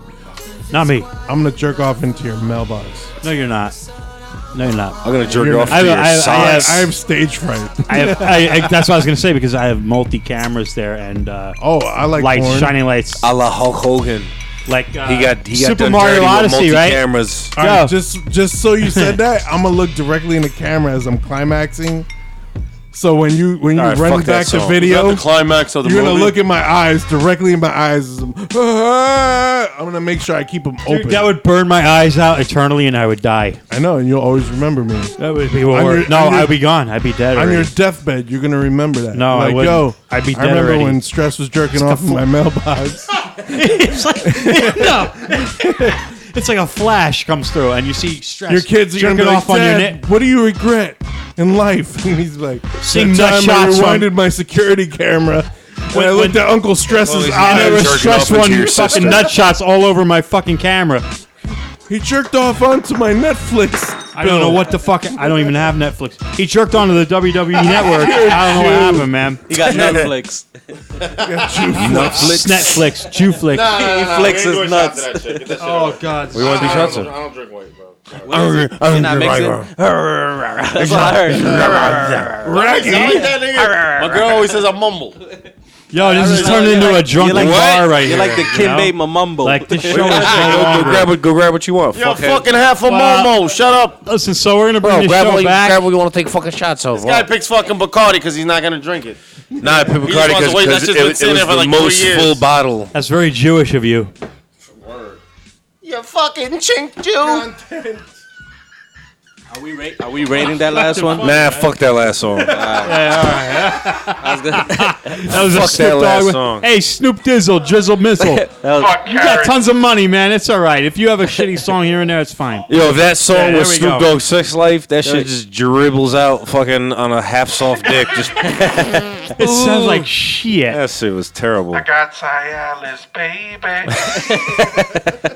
S1: Not me.
S3: I'm gonna jerk off into your mailbox.
S1: No, you're not. No, you're not.
S6: I'm gonna jerk
S3: You're
S6: off
S1: not-
S6: to your
S1: I- I- I-
S6: socks.
S3: I have stage fright.
S1: <laughs> I have. I, I, that's what I was gonna say because I have multi cameras there and uh,
S3: oh, I like
S1: lights,
S3: porn.
S1: shining lights,
S6: a la Hulk Hogan.
S1: like uh,
S6: He got he got
S1: Super
S6: done
S1: Mario
S6: dirty with
S1: Odyssey, right?
S6: multi-cameras.
S3: All right,
S1: Yo.
S3: just just so you
S1: <laughs>
S3: said that, I'm gonna look directly in the camera as I'm climaxing. So when you when you
S6: All right,
S3: run
S6: fuck that
S3: back to
S6: song.
S3: video,
S6: Is that the climax of the
S3: you're gonna
S6: movie?
S3: look in my eyes directly in my eyes. <laughs> as I'm, I'm gonna make sure I keep them
S1: Dude,
S3: open.
S1: that would burn my eyes out eternally, and I would die.
S3: I know, and you'll always remember me.
S1: That would be what.
S3: On
S1: wor-
S3: your-
S1: no,
S3: on your-
S1: I'd be gone. I'd be dead.
S3: On
S1: already.
S3: your deathbed, you're gonna remember that.
S1: No, I
S3: like
S1: wouldn't.
S3: yo,
S1: I'd be
S3: I
S1: dead
S3: remember
S1: already.
S3: when stress was jerking off in my
S1: <laughs>
S3: mailbox.
S1: it's like <laughs> no. <laughs> It's like a flash comes through, and you see stress.
S3: Your kids are gonna be
S1: jerking
S3: like,
S1: off on your
S3: Dad,
S1: neck.
S3: what do you regret in life? <laughs> And he's like,
S1: Seeing
S3: that
S1: nut
S3: time I
S1: shots
S3: rewinded my security camera. When I looked
S1: when-
S3: at Uncle Stress's
S1: And there
S3: eyes,
S1: was stress one fucking nut shots all over my fucking camera.
S3: he jerked off onto my Netflix.
S1: I don't know what the fuck. I don't even have Netflix. He jerked onto the WWE <laughs> network. I don't know what happened, man.
S13: He <laughs> got Netflix.
S1: Netflix, Netflix, Jewflix.
S13: he flexes nuts.
S6: <laughs>
S1: Oh God!
S6: We want to do shots of.
S2: don't drink white, bro.
S13: You're not mixing. <laughs> That's what I <laughs> heard.
S2: My girl always says I mumble.
S1: Yo, this is turning into a drunken
S13: You're like-
S1: bar right
S13: You're
S1: here.
S13: like the
S1: you know?
S13: Kinbei Mamumbo.
S1: Like
S13: <laughs>
S1: this show is so
S6: Go, go
S1: long.
S6: grab it. Go grab what you want.
S5: Yo,
S6: Fuck it.
S5: fucking half a
S1: Wow.
S5: Momo. Shut up.
S1: Listen, so we're gonna bring
S4: Bro,
S1: this
S4: grab
S1: show
S4: what, you,
S1: back.
S4: grab what you want to take fucking shots of.
S6: This guy picks fucking Bacardi because he's not gonna drink it. Nah, I picked
S2: just
S6: Bacardi
S2: wants to
S6: because
S2: wait, that's
S6: it,
S2: just
S6: it
S2: been
S6: was
S2: sitting there for
S6: the
S2: like
S6: most
S2: three years.
S6: full bottle.
S1: That's very Jewish of you.
S4: You fucking chink Jew.
S13: Are we rate? Are we rating that last one?
S6: Nah, fuck that last song.
S13: I was gonna- <laughs>
S1: That was a
S6: Fuck
S1: Snoop
S6: that last
S1: Dogg.
S6: song.
S1: Hey, Snoop Dizzle, Drizzle Missile.
S13: <laughs>
S18: Fuck
S1: You got
S18: Karen.
S1: tons of money, man. It's all right. If you have a shitty song here and there, it's fine.
S6: Yo, if that song
S1: Yeah, there
S6: was
S1: we
S6: Snoop
S1: go.
S6: Dogg's Sex Life, that shit just dribbles out fucking on a half soft dick. Just
S1: It sounds like shit.
S6: that shit was terrible.
S18: I got Cialis, baby.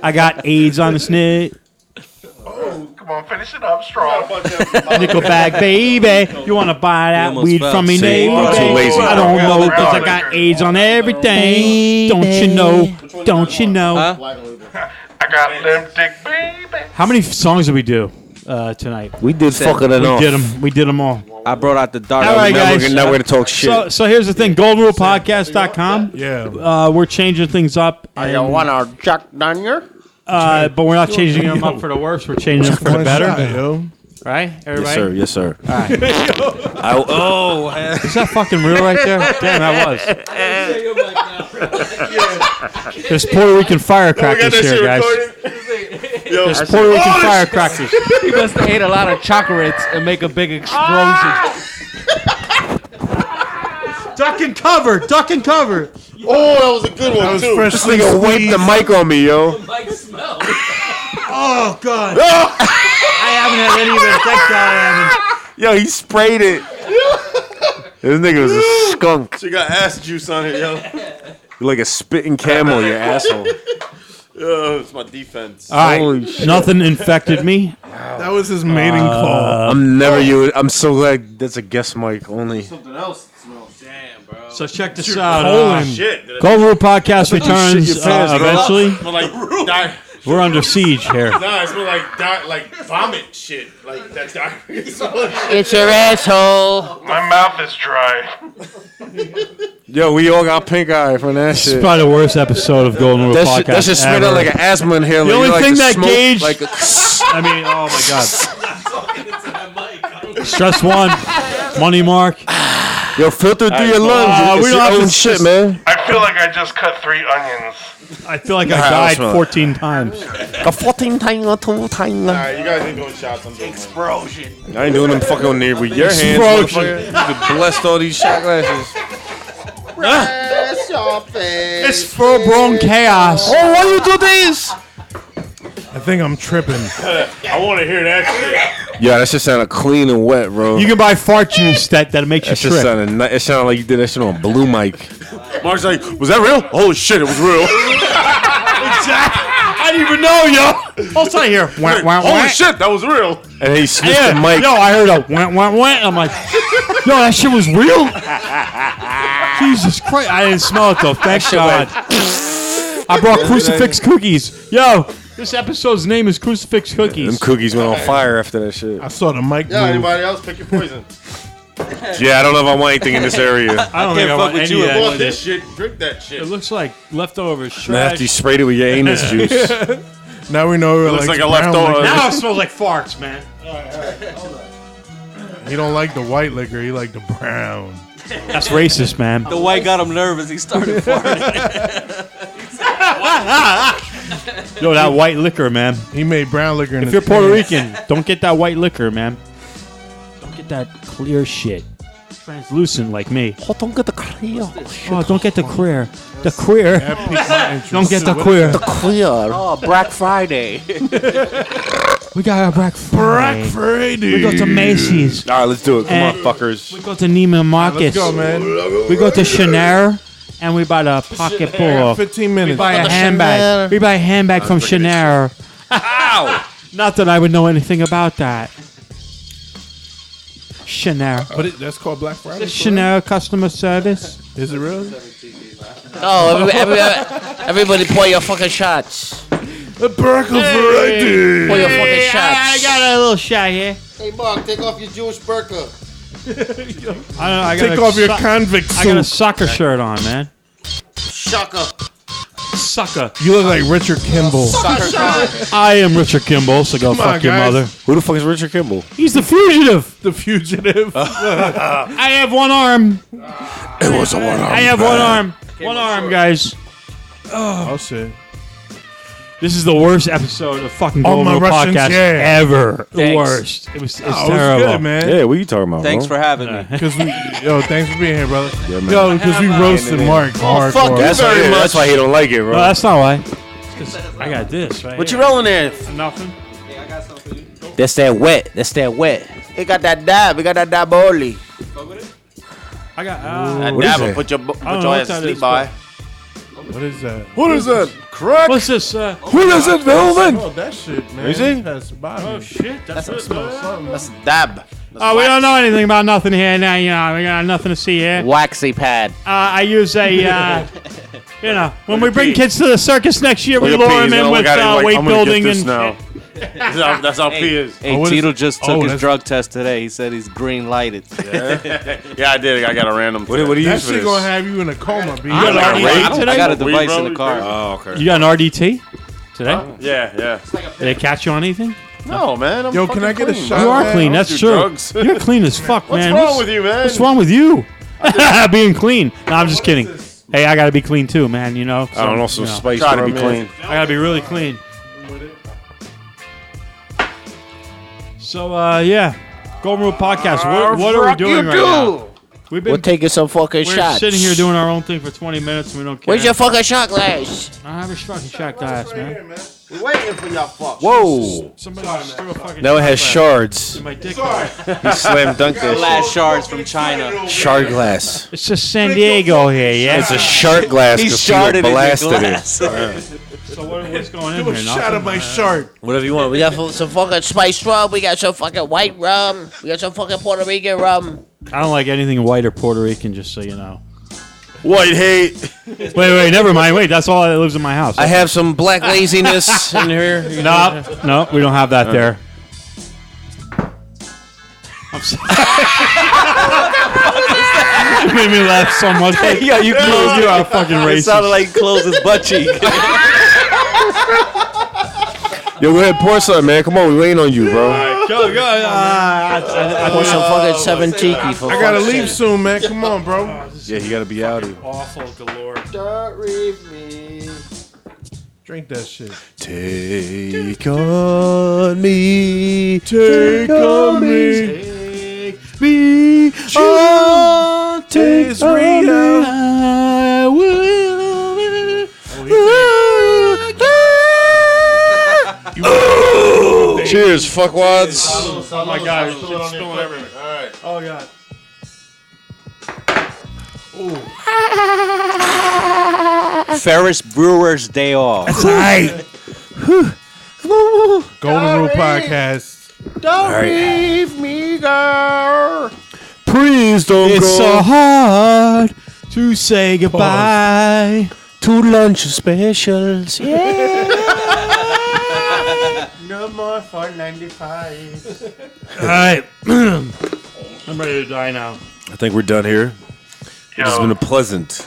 S1: I got AIDS on the snit.
S18: Come on, finish it up strong.
S1: Nickel bag, baby. You want to buy that
S13: almost
S1: weed
S13: fell.
S1: from me,
S6: See,
S1: baby?
S6: you're too lazy.
S1: I don't know because I got AIDS on everything. Don't you know? Don't you know?
S18: I got limp dick, baby.
S1: How many songs did we do uh, tonight?
S6: We did fucking
S1: We
S6: enough.
S1: did them. We did them all.
S13: I brought out the dark.
S1: All right,
S6: Now we're,
S1: guys.
S6: gonna, now we're gonna talk shit.
S1: So, so here's the thing. GoldRulePodcast.com. <laughs>
S3: Yeah,
S1: Uh, we're changing things up. and,
S4: You want our Jack Daniel?
S1: uh, but we're not changing them up for the worse. We're changing them for the
S3: One
S1: better.
S3: shot, yo.
S1: Right? Everybody?
S6: yes, sir. Yes, sir. <laughs> I, oh,
S1: Is that fucking real right <laughs> there? Damn, that was. There's Puerto Rican firecrackers here, guys. There's Puerto Rican firecrackers.
S5: He must have ate a lot of chocolates and make a big explosion.
S1: Ah! Duck and cover. Duck and cover.
S2: Oh, that was a good one, too.
S6: this nigga wiped the mic on me, yo.
S1: Oh <laughs> God. I haven't had any of it. Thank God I haven't.
S6: Yo, he sprayed it. this nigga was a skunk.
S2: She got ass juice on it, yo.
S6: You're like a spitting camel, you asshole.
S2: Yo, it's my defense.
S1: All right.
S6: Holy shit.
S1: Nothing infected me.
S3: That was his mating call.
S6: I'm never you. I'm so glad that's a guest mic only.
S9: Something else smells. Damn, bro.
S1: So check this out.
S3: Colon.
S1: Uh, Gold Rule Podcast returns uh,
S6: pants, bro.
S1: eventually.
S9: Smell like di-
S1: We're under siege here.
S3: Nah, it's more like di- like vomit shit. Like that's <laughs> diarrhea.
S4: It's your asshole.
S18: My mouth is dry.
S6: Yo, we all got pink eye from that
S1: This
S6: shit.
S1: is probably the worst episode of Golden Rule
S6: That
S1: Podcast.
S6: shit- that shit smelled
S1: ever.
S6: like an asthma inhaler.
S1: The
S6: You
S1: only
S6: like
S1: thing
S6: the
S1: that
S6: smoke,
S1: gauged.
S6: like a-
S1: I mean, oh my god.
S6: <laughs>
S1: Stress one, money mark.
S6: Yo, filter through your lungs.
S1: uh,
S6: it's your own shit, man.
S18: I feel like I just cut three onions.
S1: I feel like
S6: Nah,
S1: I
S6: I
S1: died
S6: don't smell
S1: 14
S6: it.
S1: times.
S6: A 14 time or 2 time.
S3: Alright, you guys ain't doing shots. I'm doing explosion.
S2: I ain't doing them fucking on there with your hands.
S6: Explosion.
S2: motherfucker. You just blessed all these shot glasses.
S1: It's full blown chaos.
S6: Oh, why you do this?
S3: I think I'm tripping. I want to hear that shit.
S6: Yeah, that shit sounded clean and wet, bro.
S1: You can buy fart juice that, that makes you
S6: that shit
S1: trip.
S6: sounded nice. It sounded like you did that shit on Blue Mike. Mark's like, was that real? Oh shit, it was <laughs> real.
S1: exactly. I didn't even know, yo. All of a sudden I hear, wah, wah, wah.
S2: Holy shit, that was real.
S6: And he switched
S1: Yeah,
S6: the mic.
S1: Yo, I heard a wah, wah, wah. I'm like, yo, that shit was real? Jesus Christ. I didn't smell it, though. Thank God. I brought crucifix cookies. Yo, this episode's name is Crucifix
S6: Them
S1: Cookies.
S6: cookies went on fire after that shit.
S3: I saw the mic.
S9: Yeah,
S3: move.
S9: anybody else? Pick your poison.
S6: Yeah, I don't know if I want anything in this <laughs> area.
S1: I don't think I want any of that
S9: Bought
S1: shit.
S9: this shit. Drink that shit.
S1: It looks like leftover trash.
S6: After you sprayed it with your anus juice.
S3: Now we know. It
S2: looks like a leftover.
S1: Now it smells like farts, man.
S3: He don't like the white liquor. He like the brown.
S1: That's racist, man.
S13: The white got him nervous. He started
S1: Yo, that white liquor, man.
S3: He made brown liquor. In
S1: If
S3: his
S1: you're Puerto
S3: pants.
S1: Rican, don't get that white liquor, man. Don't get that clear shit. Translucent like me.
S5: Oh, don't get the clear.
S1: Oh, don't get the queer. The queer.
S3: That piqued my interest.
S1: Don't get the queer.
S5: Clear.
S13: Oh, Black Friday.
S1: We got our Black Friday. We go to Macy's.
S2: All right, let's do it. Come
S1: And-
S2: on, fuckers.
S1: We go to Neiman Marcus.
S3: Let's go, man.
S1: We go to Chanel and we buy the pocketbook.
S3: Fifteen
S1: We
S3: minutes.
S1: buy a handbag. We buy a handbag from Chanel. <laughs>
S2: Ow!
S1: Not that I would know anything about that. Chanel.
S3: But it, that's called Black Friday. for
S1: Chanel customer service.
S3: real? Is it real?
S4: Oh, every, every, everybody pour your fucking shots.
S3: A Black Friday.
S4: Pour your fucking shots.
S1: got a little shot here.
S9: Hey, Mark, take off your Jewish burqa.
S1: <laughs> I, don't know, I got
S3: Take
S1: a
S3: off your
S1: sock-
S3: convict
S1: I got a
S3: suit.
S1: soccer shirt on, man.
S9: Shaka.
S1: Sucker.
S3: You look like Richard Kimball.
S1: I am Richard Kimball, so go
S3: Come on,
S1: fuck your
S3: guys.
S1: mother.
S6: Who the fuck is Richard Kimball?
S1: He's the fugitive.
S3: The fugitive.
S1: <laughs> I have one arm.
S6: It was a one arm.
S1: I have one arm. One arm, guys.
S3: oh shit.
S1: This is the worst episode of fucking
S3: All
S1: Golden
S3: my
S1: Rule
S3: Russians,
S1: podcast
S3: yeah.
S1: ever. The
S13: Thanks.
S1: worst. It was, it's
S3: Oh,
S1: terrible.
S3: it was good, man.
S6: Yeah, what you talking about?
S13: Thanks
S6: bro?
S13: for having me.
S3: Cause we, yo, thanks for being here, brother.
S6: Yeah, man.
S3: yo, because we roasted Mark hardcore.
S6: Fuck that's, why, yeah, that's why he don't like it, bro.
S1: No, that's not why. It's 'cause I got this right.
S4: What you
S1: here.
S4: rolling there?
S1: Nothing.
S4: That's that wet. That's that wet. It got that dab. It got that dab only.
S1: I got. Uh,
S5: That
S6: What is
S5: dabble.
S6: that?
S5: Put your, bu- put
S1: don't know
S5: your
S1: what
S5: ass
S1: that
S5: to
S1: is,
S5: sleep, boy.
S3: What is that?
S6: What is that? Crack?
S1: what's this? Uh,
S6: What is that, Velvet?
S3: Oh, that shit, man.
S6: You see?
S3: That's by
S1: oh
S3: me.
S1: shit! That's,
S3: That
S1: what it
S3: smells
S1: smells.
S3: something.
S5: That's dab.
S1: Oh, we don't know anything about nothing here now. You know, we got nothing to see here. Uh,
S5: Waxy pad.
S1: I use a, uh, you know, when we bring kids to the circus next year, we
S6: Look at
S1: lure
S6: P's,
S1: them
S6: I
S1: in
S6: look
S1: with
S6: at it
S1: uh,
S6: like,
S1: weight
S6: I'm gonna get
S1: building
S6: this
S1: and
S6: now. That's how, that's how P is.
S13: Hey,
S3: what is-
S13: Tito just
S3: oh,
S13: took his
S3: that's-
S13: drug test today. He said he's green lighted.
S6: Yeah, I did. I got a random.
S2: What, what do you
S3: That
S2: use for
S3: shit
S2: this?
S3: gonna have you in a coma, b.
S1: I
S6: like a
S1: RDT
S6: rape?
S13: I got a
S1: today.
S13: device in the
S6: Uh,
S13: car.
S2: Oh, okay.
S1: You got an RDT today?
S6: Yeah, yeah.
S1: Did it catch you on anything?
S6: No, man. I'm
S3: Yo, can I
S6: fucking
S3: get a
S6: clean,
S3: shot?
S6: bro.
S1: You are
S3: man,
S1: clean.
S6: I don't
S1: That's
S6: do
S1: true.
S6: drugs.
S1: You're clean as fuck,
S6: What's
S1: man.
S6: wrong
S1: What's-
S6: with you, man?
S1: What's wrong with you? <laughs> Being clean. No, I'm just kidding. Hey, I gotta be clean too, man. You know.
S2: I don't know, some
S1: so you know,
S2: spice.
S6: Try to
S2: rum
S6: be
S2: in.
S6: clean.
S1: I gotta be really clean. So uh, yeah, Golden Rule Podcast. What, what are we doing right now? We've been
S4: We're taking some fucking
S1: we're
S4: shots.
S1: sitting here doing our own thing for 20 minutes. and We don't care.
S4: Where's your fucking shot glass?
S1: I have a fucking shot glass, man.
S9: We're waiting for y'all fuck.
S6: Whoa.
S1: Somebody just threw a fucking
S6: Now it
S1: shot
S6: has
S1: glass
S6: shards.
S1: in my dick.
S6: He slam dunked that
S13: Glass shards from China.
S6: shit. Shard glass.
S1: It's just San Diego here, yeah.
S6: It's a shard glass. 'cause he
S13: sharded in your
S6: blasted it.
S13: glass.
S1: so what, what's going in
S3: Do a
S1: here?
S3: shot of my shark.
S6: Whatever you want.
S4: We got fu- some fucking spice rum. We got some fucking white rum. We got some fucking Puerto Rican rum.
S1: I don't like anything white or Puerto Rican, just so you know. White hate. Wait, wait, never mind. Wait, that's all that lives in my house.
S4: I have some black
S6: <laughs>
S4: laziness in here.
S1: <laughs> No, no, we don't have that there. <laughs> I'm sorry. you made me laugh so much.
S13: <laughs> Yeah, you closed-
S1: You are fucking
S13: It
S1: racist.
S13: sounded like he closed his butt cheek. <laughs>
S2: Yo, go ahead, pour some, man. Come on, we waiting on you, bro.
S1: Go, go. Ah, I, I, I,
S4: Pour some fucking seven tiki for
S3: I gotta
S4: fuck's
S3: leave
S4: sake.
S3: soon, man. Come on, bro.
S2: Yeah, you gotta be out here.
S1: Awful galore.
S9: Don't leave me.
S3: Drink that shit.
S2: Take on me. Take on me.
S1: Take me on this Reno. I will.
S2: <laughs>
S6: Cheers, fuckwads.
S3: Oh my god, it's spilling everywhere. All right. Oh god.
S13: Ferris Brewer's Day Off. That's
S3: right. Golden Rule Podcast.
S13: All right.
S3: leave me, girl.
S1: Please don't
S3: It's
S1: it's
S3: so
S1: so hard to say goodbye to lunch specials.
S3: No more for 95.
S1: All right. I'm ready to die now.
S2: I think we're done here.
S18: Yo.
S2: It's been a pleasant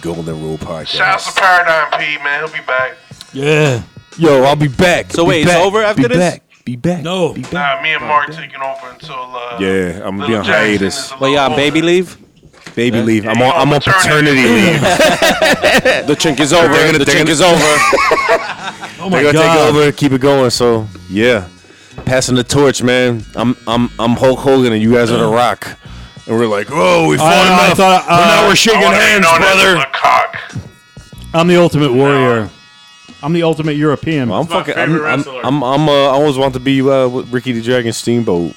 S2: Golden Rule podcast.
S18: Shout out to Paradigm P, man. He'll be back.
S1: Yeah.
S2: Yo, I'll be back.
S18: So
S2: Be
S18: wait, it's
S2: back.
S18: over
S2: Be
S18: after this?
S2: Back. Be back.
S1: No.
S2: Be back.
S18: Nah, me and Mark taking over until uh,
S2: Yeah, I'm gonna be on
S18: Jackson
S2: hiatus.
S18: is a Well, y'all little baby older.
S2: leave? Baby leave. I'm on. I'm on paternity leave.
S1: <laughs>
S2: the chink is
S6: over.
S2: They're gonna,
S6: The
S2: they're
S6: chink
S2: gonna-
S6: is over.
S1: Oh
S2: they're gonna take over. Keep it going. So yeah, passing the torch, man. I'm I'm I'm Hulk Hogan, and you guys are
S1: <gasps>
S2: the Rock. And we're like, oh, we fought
S1: I- I
S2: enough.
S1: thought,
S2: Well, now
S1: uh,
S2: we're shaking
S1: I wanna be
S2: hands,
S1: known as
S2: brother.
S1: I'm the ultimate warrior. I'm the ultimate European.
S2: I'm fucking. I'm, I'm, I'm, I'm, uh, I always want to be uh, with Ricky the Dragon Steamboat.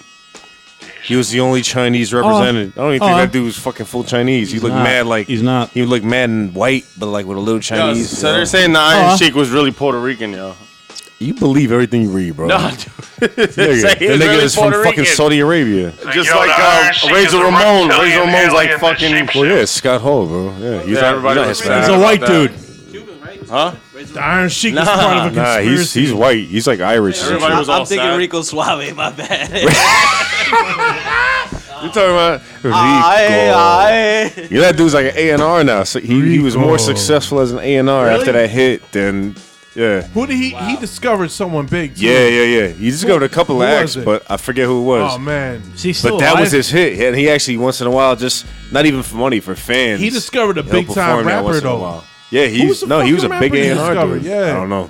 S2: He was the only Chinese represented. I don't even think
S1: Oh.
S2: that dude was fucking full Chinese. He
S1: He's
S2: looked
S1: not.
S2: mad like
S1: he's not.
S2: He looked mad and white, but like with a little Chinese. you
S6: so
S2: know?
S6: they're saying the Iron
S2: Uh-huh.
S6: Sheik was really Puerto Rican, yo.
S2: You believe everything you read, bro. <laughs>
S6: No,
S2: That
S6: dude. They're <laughs>
S2: nigga,
S6: saying
S2: that
S6: he was
S2: nigga
S6: really
S2: is from
S6: Puerto
S2: fucking
S6: Rican.
S2: Saudi Arabia.
S6: Just like uh, Razor Ramon. Razor Ramon's like fucking.
S2: Well, yeah, Scott Hall, bro. Yeah, he's
S6: Yeah,
S2: not,
S6: everybody
S2: he's not
S6: was
S2: Hispanic.
S6: mad He's a white about that.
S13: Huh?
S3: The Iron Sheik
S13: Nah.
S3: is part of a
S2: Nah,
S3: conspiracy.
S2: he's he's white. He's like Irish. or
S13: Everybody
S2: something.
S13: was all I'm thinking Rico Suave. My
S2: <laughs>
S13: bad.
S2: You talking about Rico?
S13: Aye,
S2: Yeah, that dude's like an A and R now. So he, he was more
S3: Rico.
S2: successful as an A and R after that hit than yeah.
S3: Who did he? He discovered someone big. Too.
S2: Yeah, yeah, yeah. He discovered a couple
S3: Who
S2: of
S3: was
S2: acts,
S3: it?
S2: but I forget who it was.
S3: Oh man,
S2: but that was his hit, and he actually once in a while just not even for money for fans.
S3: He discovered a
S2: he'll
S3: big time
S2: perform that
S3: rapper
S2: once in a
S3: though.
S2: while. Yeah,
S3: Who
S2: he's
S3: was the
S2: no, he was a
S3: fucking
S2: big
S3: rapper he
S2: A and R
S3: discovered?
S2: dude.
S3: Yeah.
S2: I don't know.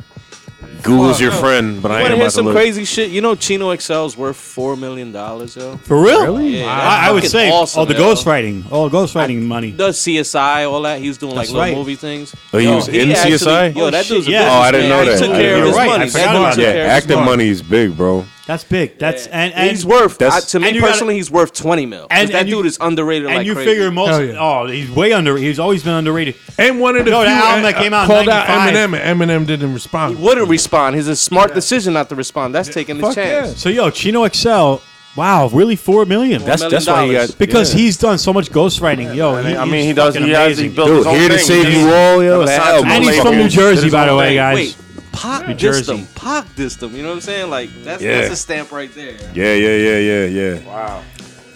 S2: Google's your friend, but I ain't
S13: want
S2: about
S13: to hear
S2: to
S13: some
S2: look.
S13: crazy shit? You know, Chino XL's worth four million dollars, yo.
S1: For real?
S13: Yeah,
S1: I, I would
S13: fucking
S1: say
S13: awesome,
S1: all the
S13: yo.
S1: ghost fighting, all ghost fighting money.
S13: Does CSI all that? He was doing like
S1: That's
S13: little
S1: right.
S13: movie things.
S2: Oh, he
S13: Yo,
S2: was in
S13: actually-
S2: CSI.
S13: Yo, that dude's a
S1: yeah.
S2: Oh, I didn't know
S13: businessman.
S2: that.
S13: He took care of
S2: You're
S13: his
S2: right.
S13: money.
S2: I
S13: That
S2: forgot
S13: dude
S2: about
S13: took
S2: that.
S13: care of his
S2: Acting
S13: money.
S2: money is big, bro.
S1: That's big. That's and, and
S13: he's worth. I,
S2: That's-
S13: to me
S1: and you gotta-
S13: personally, he's worth twenty mil. 'Cause
S1: and-
S13: that
S1: and you-
S13: dude is underrated.
S1: and
S13: like
S1: you
S13: crazy.
S1: figure most.
S13: Hell yeah.
S1: Oh, he's way under. He's always been underrated.
S3: And one of the
S1: no,
S3: few
S1: that album that
S3: uh,
S1: came out in
S3: called out
S1: '95.
S3: Eminem, and Eminem didn't respond.
S13: wouldn't respond. His a smart decision not to respond. That's taking the
S3: Fuck
S13: chance.
S1: So yo, Chino Excel. Wow, really four million.
S13: That's- million that's why he dollars. got-
S1: because
S13: yeah.
S1: he's done so much ghostwriting. Yo, he,
S6: I mean,
S1: he's
S6: he does-
S1: fucking
S6: he has- he
S1: amazing.
S6: built Dude, his own Here to thing. Save You All, yo, that album
S1: and he's
S6: was
S1: from New
S6: fucking-
S1: Jersey,
S6: Did
S1: by
S6: his
S1: the
S6: own
S1: way,
S6: thing.
S1: guys.
S13: Wait, Pac
S1: New
S13: dissed
S1: Jersey.
S13: him. Pac dissed him. You know what I'm saying? Like that's
S2: Yeah.
S13: that's a stamp right there.
S2: Yeah, yeah, yeah, yeah, yeah.
S13: Wow.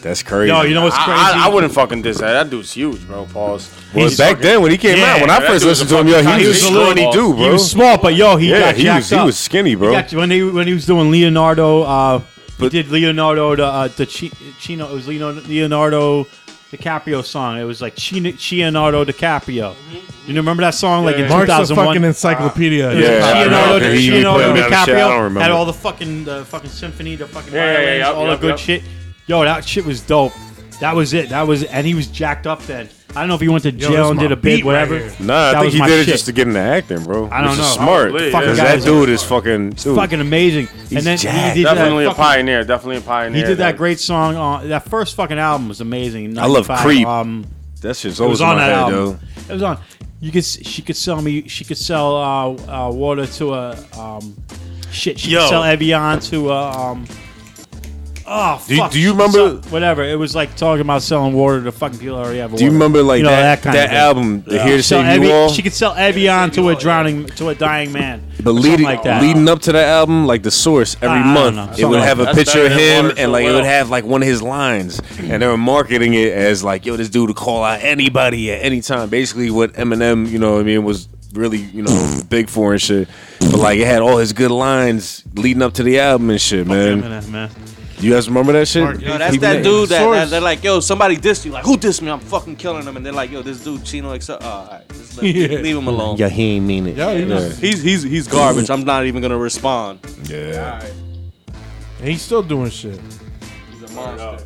S2: That's crazy.
S1: Yo, you know what's
S6: I-
S1: crazy?
S6: I, I wouldn't fucking diss that. That dude's huge, bro. Pause.
S2: Well,
S6: He's
S2: back
S6: fucking-
S2: then when he came out, when I
S6: that
S2: first
S6: dude was
S2: listened
S6: a
S2: to him, yo,
S6: fucking
S2: he was
S6: tiny
S2: skinny
S6: little-
S2: dude, bro.
S1: He was small, but yo, he
S2: Yeah,
S1: got
S2: he
S1: jacked
S2: was- he
S1: up.
S2: was skinny, bro.
S1: He got- when they when he was doing Leonardo, uh, he did Leonardo the uh, the Chi- Chino. It was Leonardo, Leonardo DiCaprio song. It was like Chino, Leonardo DiCaprio. You remember that song? like in
S3: Mark's a
S1: 2001.
S3: fucking
S2: Ah.
S3: encyclopedia.
S1: It was Leonardo,
S2: remember. He-
S1: Leonardo
S2: he put out a shit, I don't
S1: DiCaprio
S2: remember.
S1: had all the fucking the fucking symphony, the fucking
S2: Yeah, yeah,
S1: violins,
S2: yeah, yup,
S1: all
S2: yup,
S1: the good
S2: yup.
S1: shit. Yo, that shit was dope. That was it. That was, and he was jacked up then. I don't know if he went to
S2: Yo,
S1: jail
S2: that's
S1: and did
S2: my
S1: a bid,
S2: beat right
S1: whatever.
S2: here. Nah, I
S1: That
S2: think
S1: was
S2: he
S1: my
S2: did it
S1: shit.
S2: just to get into acting, bro.
S1: I don't
S2: which
S1: know.
S2: Is smart.
S1: Probably,
S2: Because
S1: yeah.
S2: that dude is fucking. Dude.
S1: fucking amazing.
S2: He's
S1: and then
S2: jacked.
S1: he did
S6: Definitely
S1: that
S6: a
S1: fucking-
S6: pioneer. Definitely a pioneer.
S1: He did that great song on that first fucking album was amazing.
S2: I love
S1: 95,
S2: Creep.
S1: Um,
S2: That shit's
S1: it
S2: always
S1: was
S2: in
S1: on
S2: my
S1: that
S2: head,
S1: album. It was on. You could s- she could sell me she could sell uh, uh, water to a um, shit she
S2: Yo.
S1: could sell Evian to a um, Oh,
S2: Do you-
S1: fuck.
S2: do you remember-
S1: So- whatever. It was like talking about selling water to fucking people that already have water.
S2: Do you remember, like,
S1: you know,
S2: that-
S1: that, kind
S2: that
S1: of thing.
S2: album, The Here to
S1: Sell
S2: Save You
S1: Evi-
S2: All?
S1: She could sell Evian to a drowning, to a dying man.
S2: But
S1: or
S2: leading
S1: something like that.
S2: leading up to that album, like the source every
S1: I don't know.
S2: month, it
S1: Something
S2: would
S1: like
S2: have a
S1: that.
S2: picture of
S1: That's better than
S2: him,
S1: Water
S2: and
S1: for
S2: like it
S1: Will.
S2: would have like one of his lines, and they were marketing it as like, yo, this dude would call out anybody at any time. Basically, what Eminem, you know, what I mean, was really you
S1: <laughs>
S2: know big for and shit. But like, it had all his good lines leading up to the album and shit, man.
S1: Eminem, man.
S2: You guys remember that shit?
S13: Yo, that's
S2: He-
S13: that dude that, that they're
S2: Source.
S13: like, yo, somebody dissed you. Like, who dissed me? I'm fucking killing him. And they're like, yo, this dude Chino, except, oh, all right, just let, leave him alone.
S5: Yeah, he ain't mean it.
S13: Yeah, he
S5: yeah.
S13: was- he's he's he's garbage. I'm not even gonna respond.
S2: Yeah.
S3: And he's still doing shit.
S13: He's a monster.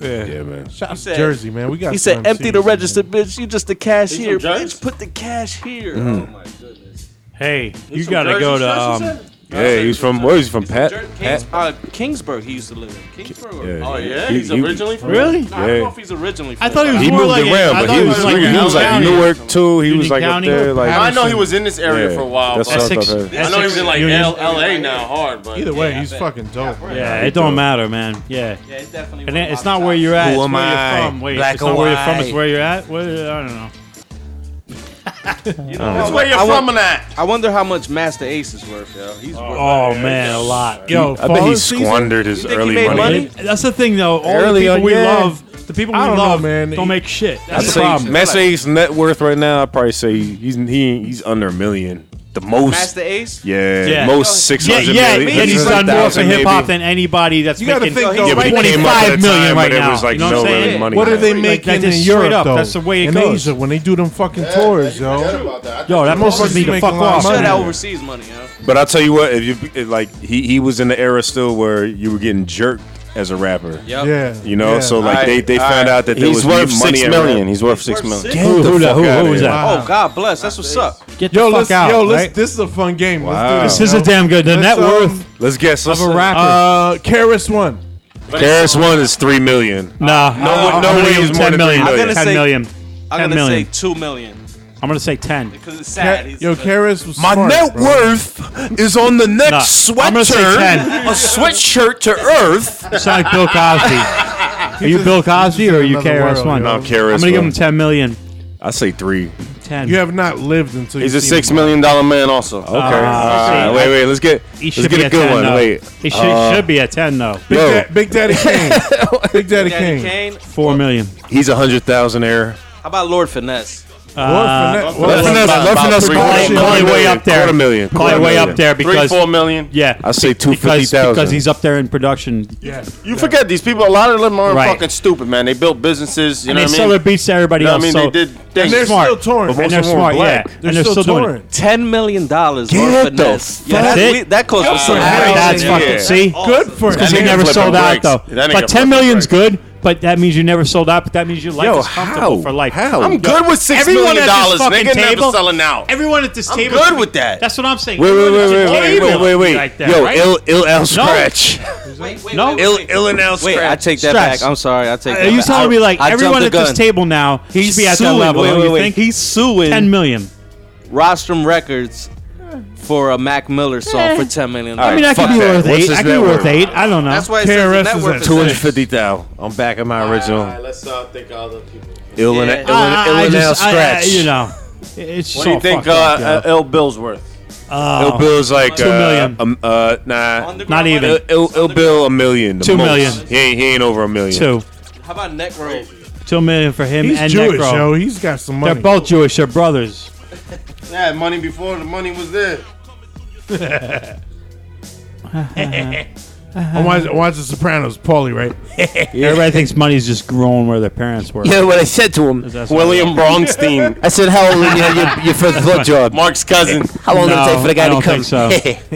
S3: Yeah,
S2: man.
S3: Shout out
S13: He
S3: to
S13: said-
S3: Jersey, man. We got.
S13: He said,
S3: some
S13: empty the
S3: seniors.
S13: register, bitch. You just the cashier,
S3: from Jersey?
S13: bitch. Put the cash here.
S2: Mhm.
S13: Oh my goodness.
S1: Hey,
S13: He's
S1: you
S13: from
S1: gotta
S13: Jersey,
S1: go to.
S13: that's what
S1: Um,
S13: you
S2: Yeah, he's from where? He's from Pat.
S13: Jer- Kings,
S2: Pat?
S13: uh, Kingsburg, he used to live in. Kingsburg. or-
S2: Yeah.
S13: Oh yeah,
S2: He-
S13: he's
S2: he-
S13: originally from.
S2: Really?
S13: Nah, I don't
S2: Yeah.
S13: know if he's originally. From
S1: I thought he was
S2: He
S1: more
S2: moved
S1: like
S2: around,
S1: I
S2: but
S1: thought
S2: he was, he was, like
S1: County.
S2: Newark too. He was
S1: Union
S2: like up
S1: County?
S2: there, like
S9: I know he was in this area
S2: Yeah,
S9: for a while.
S2: that's
S9: but
S2: what I Essex- thought,
S9: I know he was in like
S1: Essex-
S9: L- LA now, hard. But
S3: Either way,
S9: Yeah, I
S3: he's
S9: bet.
S3: fucking dope.
S1: Yeah, it don't matter, man. Yeah.
S13: Yeah, it's definitely
S1: And
S13: one
S1: it-
S13: of
S1: it's
S13: my
S1: not
S13: top
S1: where you're at.
S13: Who
S1: it's
S13: am
S1: where
S13: I?
S1: You're from. Wait,
S13: Black
S1: it's
S13: or
S1: not where you're from. It's
S13: white?
S1: where you're at. What, I don't know.
S13: That's
S9: where you're from
S13: or not. I wonder how much Master Ace is worth, yo. He's worth
S1: Oh man, a lot.
S3: Yo,
S2: I bet he squandered his
S13: think he
S2: early
S13: made
S2: money.
S13: money?
S1: That's the thing, though. All
S2: Early
S1: the people
S2: on,
S1: we
S2: yeah.
S1: love, the people we
S3: I don't know,
S1: love,
S3: man.
S1: don't make shit.
S2: I'd
S1: That's the
S2: say
S1: problem.
S2: Messi's net worth right now. I'd probably say he's he, he's under a million. The most.
S13: Master Ace?
S2: Yeah,
S1: Yeah.
S2: most six
S1: Yeah,
S2: hundred
S1: yeah,
S2: million.
S1: and he's done more for
S2: 600,000
S1: hip
S2: maybe.
S1: hop than anybody that's
S3: You gotta
S1: making
S3: think, though,
S2: Yeah, but it came up at a
S1: twenty-five million
S2: time,
S1: right
S2: but it
S1: now.
S2: was like
S1: you know
S2: no
S1: what I'm
S2: really
S1: saying?
S2: money.
S3: What are they
S1: Like,
S3: making
S1: that's
S3: in
S1: straight
S3: Europe
S1: up.
S3: though?
S1: That's the way it
S3: in
S1: goes.
S3: Asia when they do them fucking tours, yo.
S1: Yo, that
S3: Most
S1: motherfucker
S3: of
S1: need to
S3: these
S1: fuck
S3: make a lot of
S1: off.
S3: money.
S13: Should have overseas money, yo.
S2: But I'll tell you what, if you if, like, he he was in the era still where you were getting jerked as a rapper.
S13: Yep.
S3: Yeah,
S2: You know,
S3: yeah.
S2: so like
S13: Alright,
S2: they, they found
S13: alright.
S2: out that there
S5: He's
S2: was
S5: worth
S2: money
S5: six
S2: in
S5: million.
S2: rap.
S5: He's worth six million.
S2: Get the fuck outta here.
S1: Uh-huh.
S13: Oh, God bless. That's what's up.
S1: Get
S3: Yo,
S1: the
S3: let's,
S1: fuck out.
S3: yo, let's,
S1: right?
S3: this is a fun game. Let's
S2: Wow.
S3: do
S1: This is a damn good. The
S3: Oh, Let's,
S1: net
S3: um,
S1: worth
S2: Let's guess. Let's
S1: of a rapper.
S3: Uh, Karis one.
S2: Karis one is three million.
S1: nah,
S2: no way- no way he's more than
S1: ten million.
S2: three million.
S13: I'm gonna
S1: Ten
S13: say-
S1: million.
S13: I'm
S1: Ten
S13: gonna
S1: million.
S13: say two million
S1: I'm gonna say ten.
S13: because it's sad. He's
S3: Yo, Karis was
S2: My
S3: smart,
S2: net
S3: bro.
S2: worth is on the next
S1: Nah, I'm gonna say
S2: sweatshirt,
S1: 10.
S2: a sweatshirt to Earth.
S1: You sound like Bill Cosby. Are you Bill Cosby or are you
S3: another
S1: KRS
S3: world, yo.
S1: One?
S3: No,
S2: I'm KRS-One.
S1: I'm gonna give him ten million.
S2: I say three.
S1: Ten.
S3: You have not lived until
S5: He's
S3: you've
S5: a
S3: seen
S5: six
S3: him.
S5: million dollar man, also.
S2: Okay. All right. Wait, wait. Let's get
S1: Ah, He
S2: let's
S1: should
S2: get
S1: be
S2: a
S1: a
S2: good
S1: 10,
S2: one.
S1: though.
S2: Wait.
S1: He should, should be a ten though.
S3: Big,
S2: Yo.
S3: Da- Big
S5: <laughs>
S3: Daddy Kane. Big Daddy,
S13: Daddy
S3: Kane.
S13: Kane.
S1: Four million.
S2: He's a hundred thousand air.
S13: How about Lord Finesse?
S1: Uh,
S3: Finesse- Lord
S1: well,
S3: Finesse-
S1: about-
S3: Lord Finesse
S1: probably-
S3: call it-
S1: probably way up there.
S2: Quarter million.
S1: Probably way up there
S5: Three,
S1: because
S5: four million.
S1: yeah,
S2: I say
S1: be- because-
S2: 250,000.
S1: because he's up there in production.
S3: Yeah.
S5: You forget these people. A lot of them are
S1: Right.
S5: fucking stupid, man. They built businesses. You
S1: and they
S5: know what I mean?
S1: sell their beats to everybody
S5: You know
S1: else.
S5: what I mean?
S1: so
S5: They did things.
S3: And they're
S1: Smart.
S3: still touring.
S1: and they're
S2: of them are
S1: smart,
S2: black.
S1: yeah.
S3: They're
S1: and they're
S3: still
S1: still doing
S3: touring.
S1: it.
S13: Ten million dollars.
S2: Get
S13: Lord
S2: the
S13: Finesse. Yeah,
S1: fuck
S13: that's,
S1: it.
S13: we, that costs us some
S3: Yeah.
S13: money.
S1: That's
S2: Yeah.
S1: fucking see,
S13: Oh,
S3: Good for him.
S1: because he
S2: nigga
S1: never
S2: flipping
S1: sold out
S2: bricks.
S1: though.
S5: That nigga
S1: But ten
S5: flipping
S1: million's good, but that means you never sold out. But that means your life
S2: Yo,
S1: is comfortable
S2: how?
S1: for life.
S2: How? I'm
S1: Yo,
S5: good with six
S1: everyone
S5: million
S1: at this
S5: dollars,
S1: fucking
S5: nigga. Never
S1: Table,
S5: selling out.
S1: Everyone at this table.
S5: good with that.
S1: That's what I'm saying.
S2: Wait, wait,
S1: Everyone
S2: wait,
S1: at
S2: wait,
S1: this
S2: wait,
S1: table
S2: wait, wait, wait.
S1: right there,
S2: Yo,
S1: right?
S2: ill, ill, L scratch.
S13: Wait, wait,
S1: No.
S13: wait,
S2: Ill,
S13: wait.
S2: ill, and L
S13: Wait, I
S2: scratch.
S13: take that
S1: Stress.
S13: back. I'm sorry. I take.
S1: Are
S13: that
S1: you
S13: back.
S1: telling
S13: I-
S1: me like
S13: I jumped
S1: everyone
S13: the
S1: at
S13: gun.
S1: this table now should be at
S13: suing.
S1: that level?
S13: Wait,
S1: don't
S13: wait,
S1: you
S13: wait.
S1: think?
S13: He's suing
S1: ten million.
S13: Rostrum Records for a Mac Miller song for ten million.
S1: I mean, I could
S2: fuck
S1: be
S2: that.
S1: worth
S2: What's
S1: eight.
S2: his
S1: I could
S2: net
S1: be worth
S2: worth?
S1: eight. I don't know.
S13: that's why it says
S3: KRS
S13: the
S3: is
S13: net
S3: at
S13: worth is
S2: Two hundred
S13: six.
S2: fifty thousand. I'm back at my
S9: All
S2: original.
S9: right, let's uh, think of other people.
S2: Ill and
S13: Yeah.
S2: ill
S1: I- Ah, I- I
S2: and L
S1: just- I- I-
S2: scratch.
S1: You know, it's
S5: What do you think uh, uh, L Bill's worth?
S2: Ill Bill's like
S1: Oh. Two
S2: uh,
S1: million.
S2: Um, uh, nah.
S1: Not even.
S2: Ill, Ill, Ill Bill a million. the
S1: Two
S2: most.
S1: million.
S2: He ain't, he ain't over a million.
S1: two,
S13: How about Necro?
S1: two million for him and
S3: He's Jewish,
S1: Necro.
S3: yo. He's got some money.
S1: They're both Jewish. They're brothers.
S9: Yeah, money before the money was
S5: <laughs>
S9: there.
S3: I watch, I watch The Sopranos. Paulie, right?
S1: Everybody thinks money's just growing where their parents were.
S5: what I said to him,
S1: That's
S5: William
S1: <laughs>
S5: Bronstein. I said, "How old you your, your first blood job?" Mark's cousin. How long
S1: No,
S5: did it take for the guy
S1: I don't
S5: to come?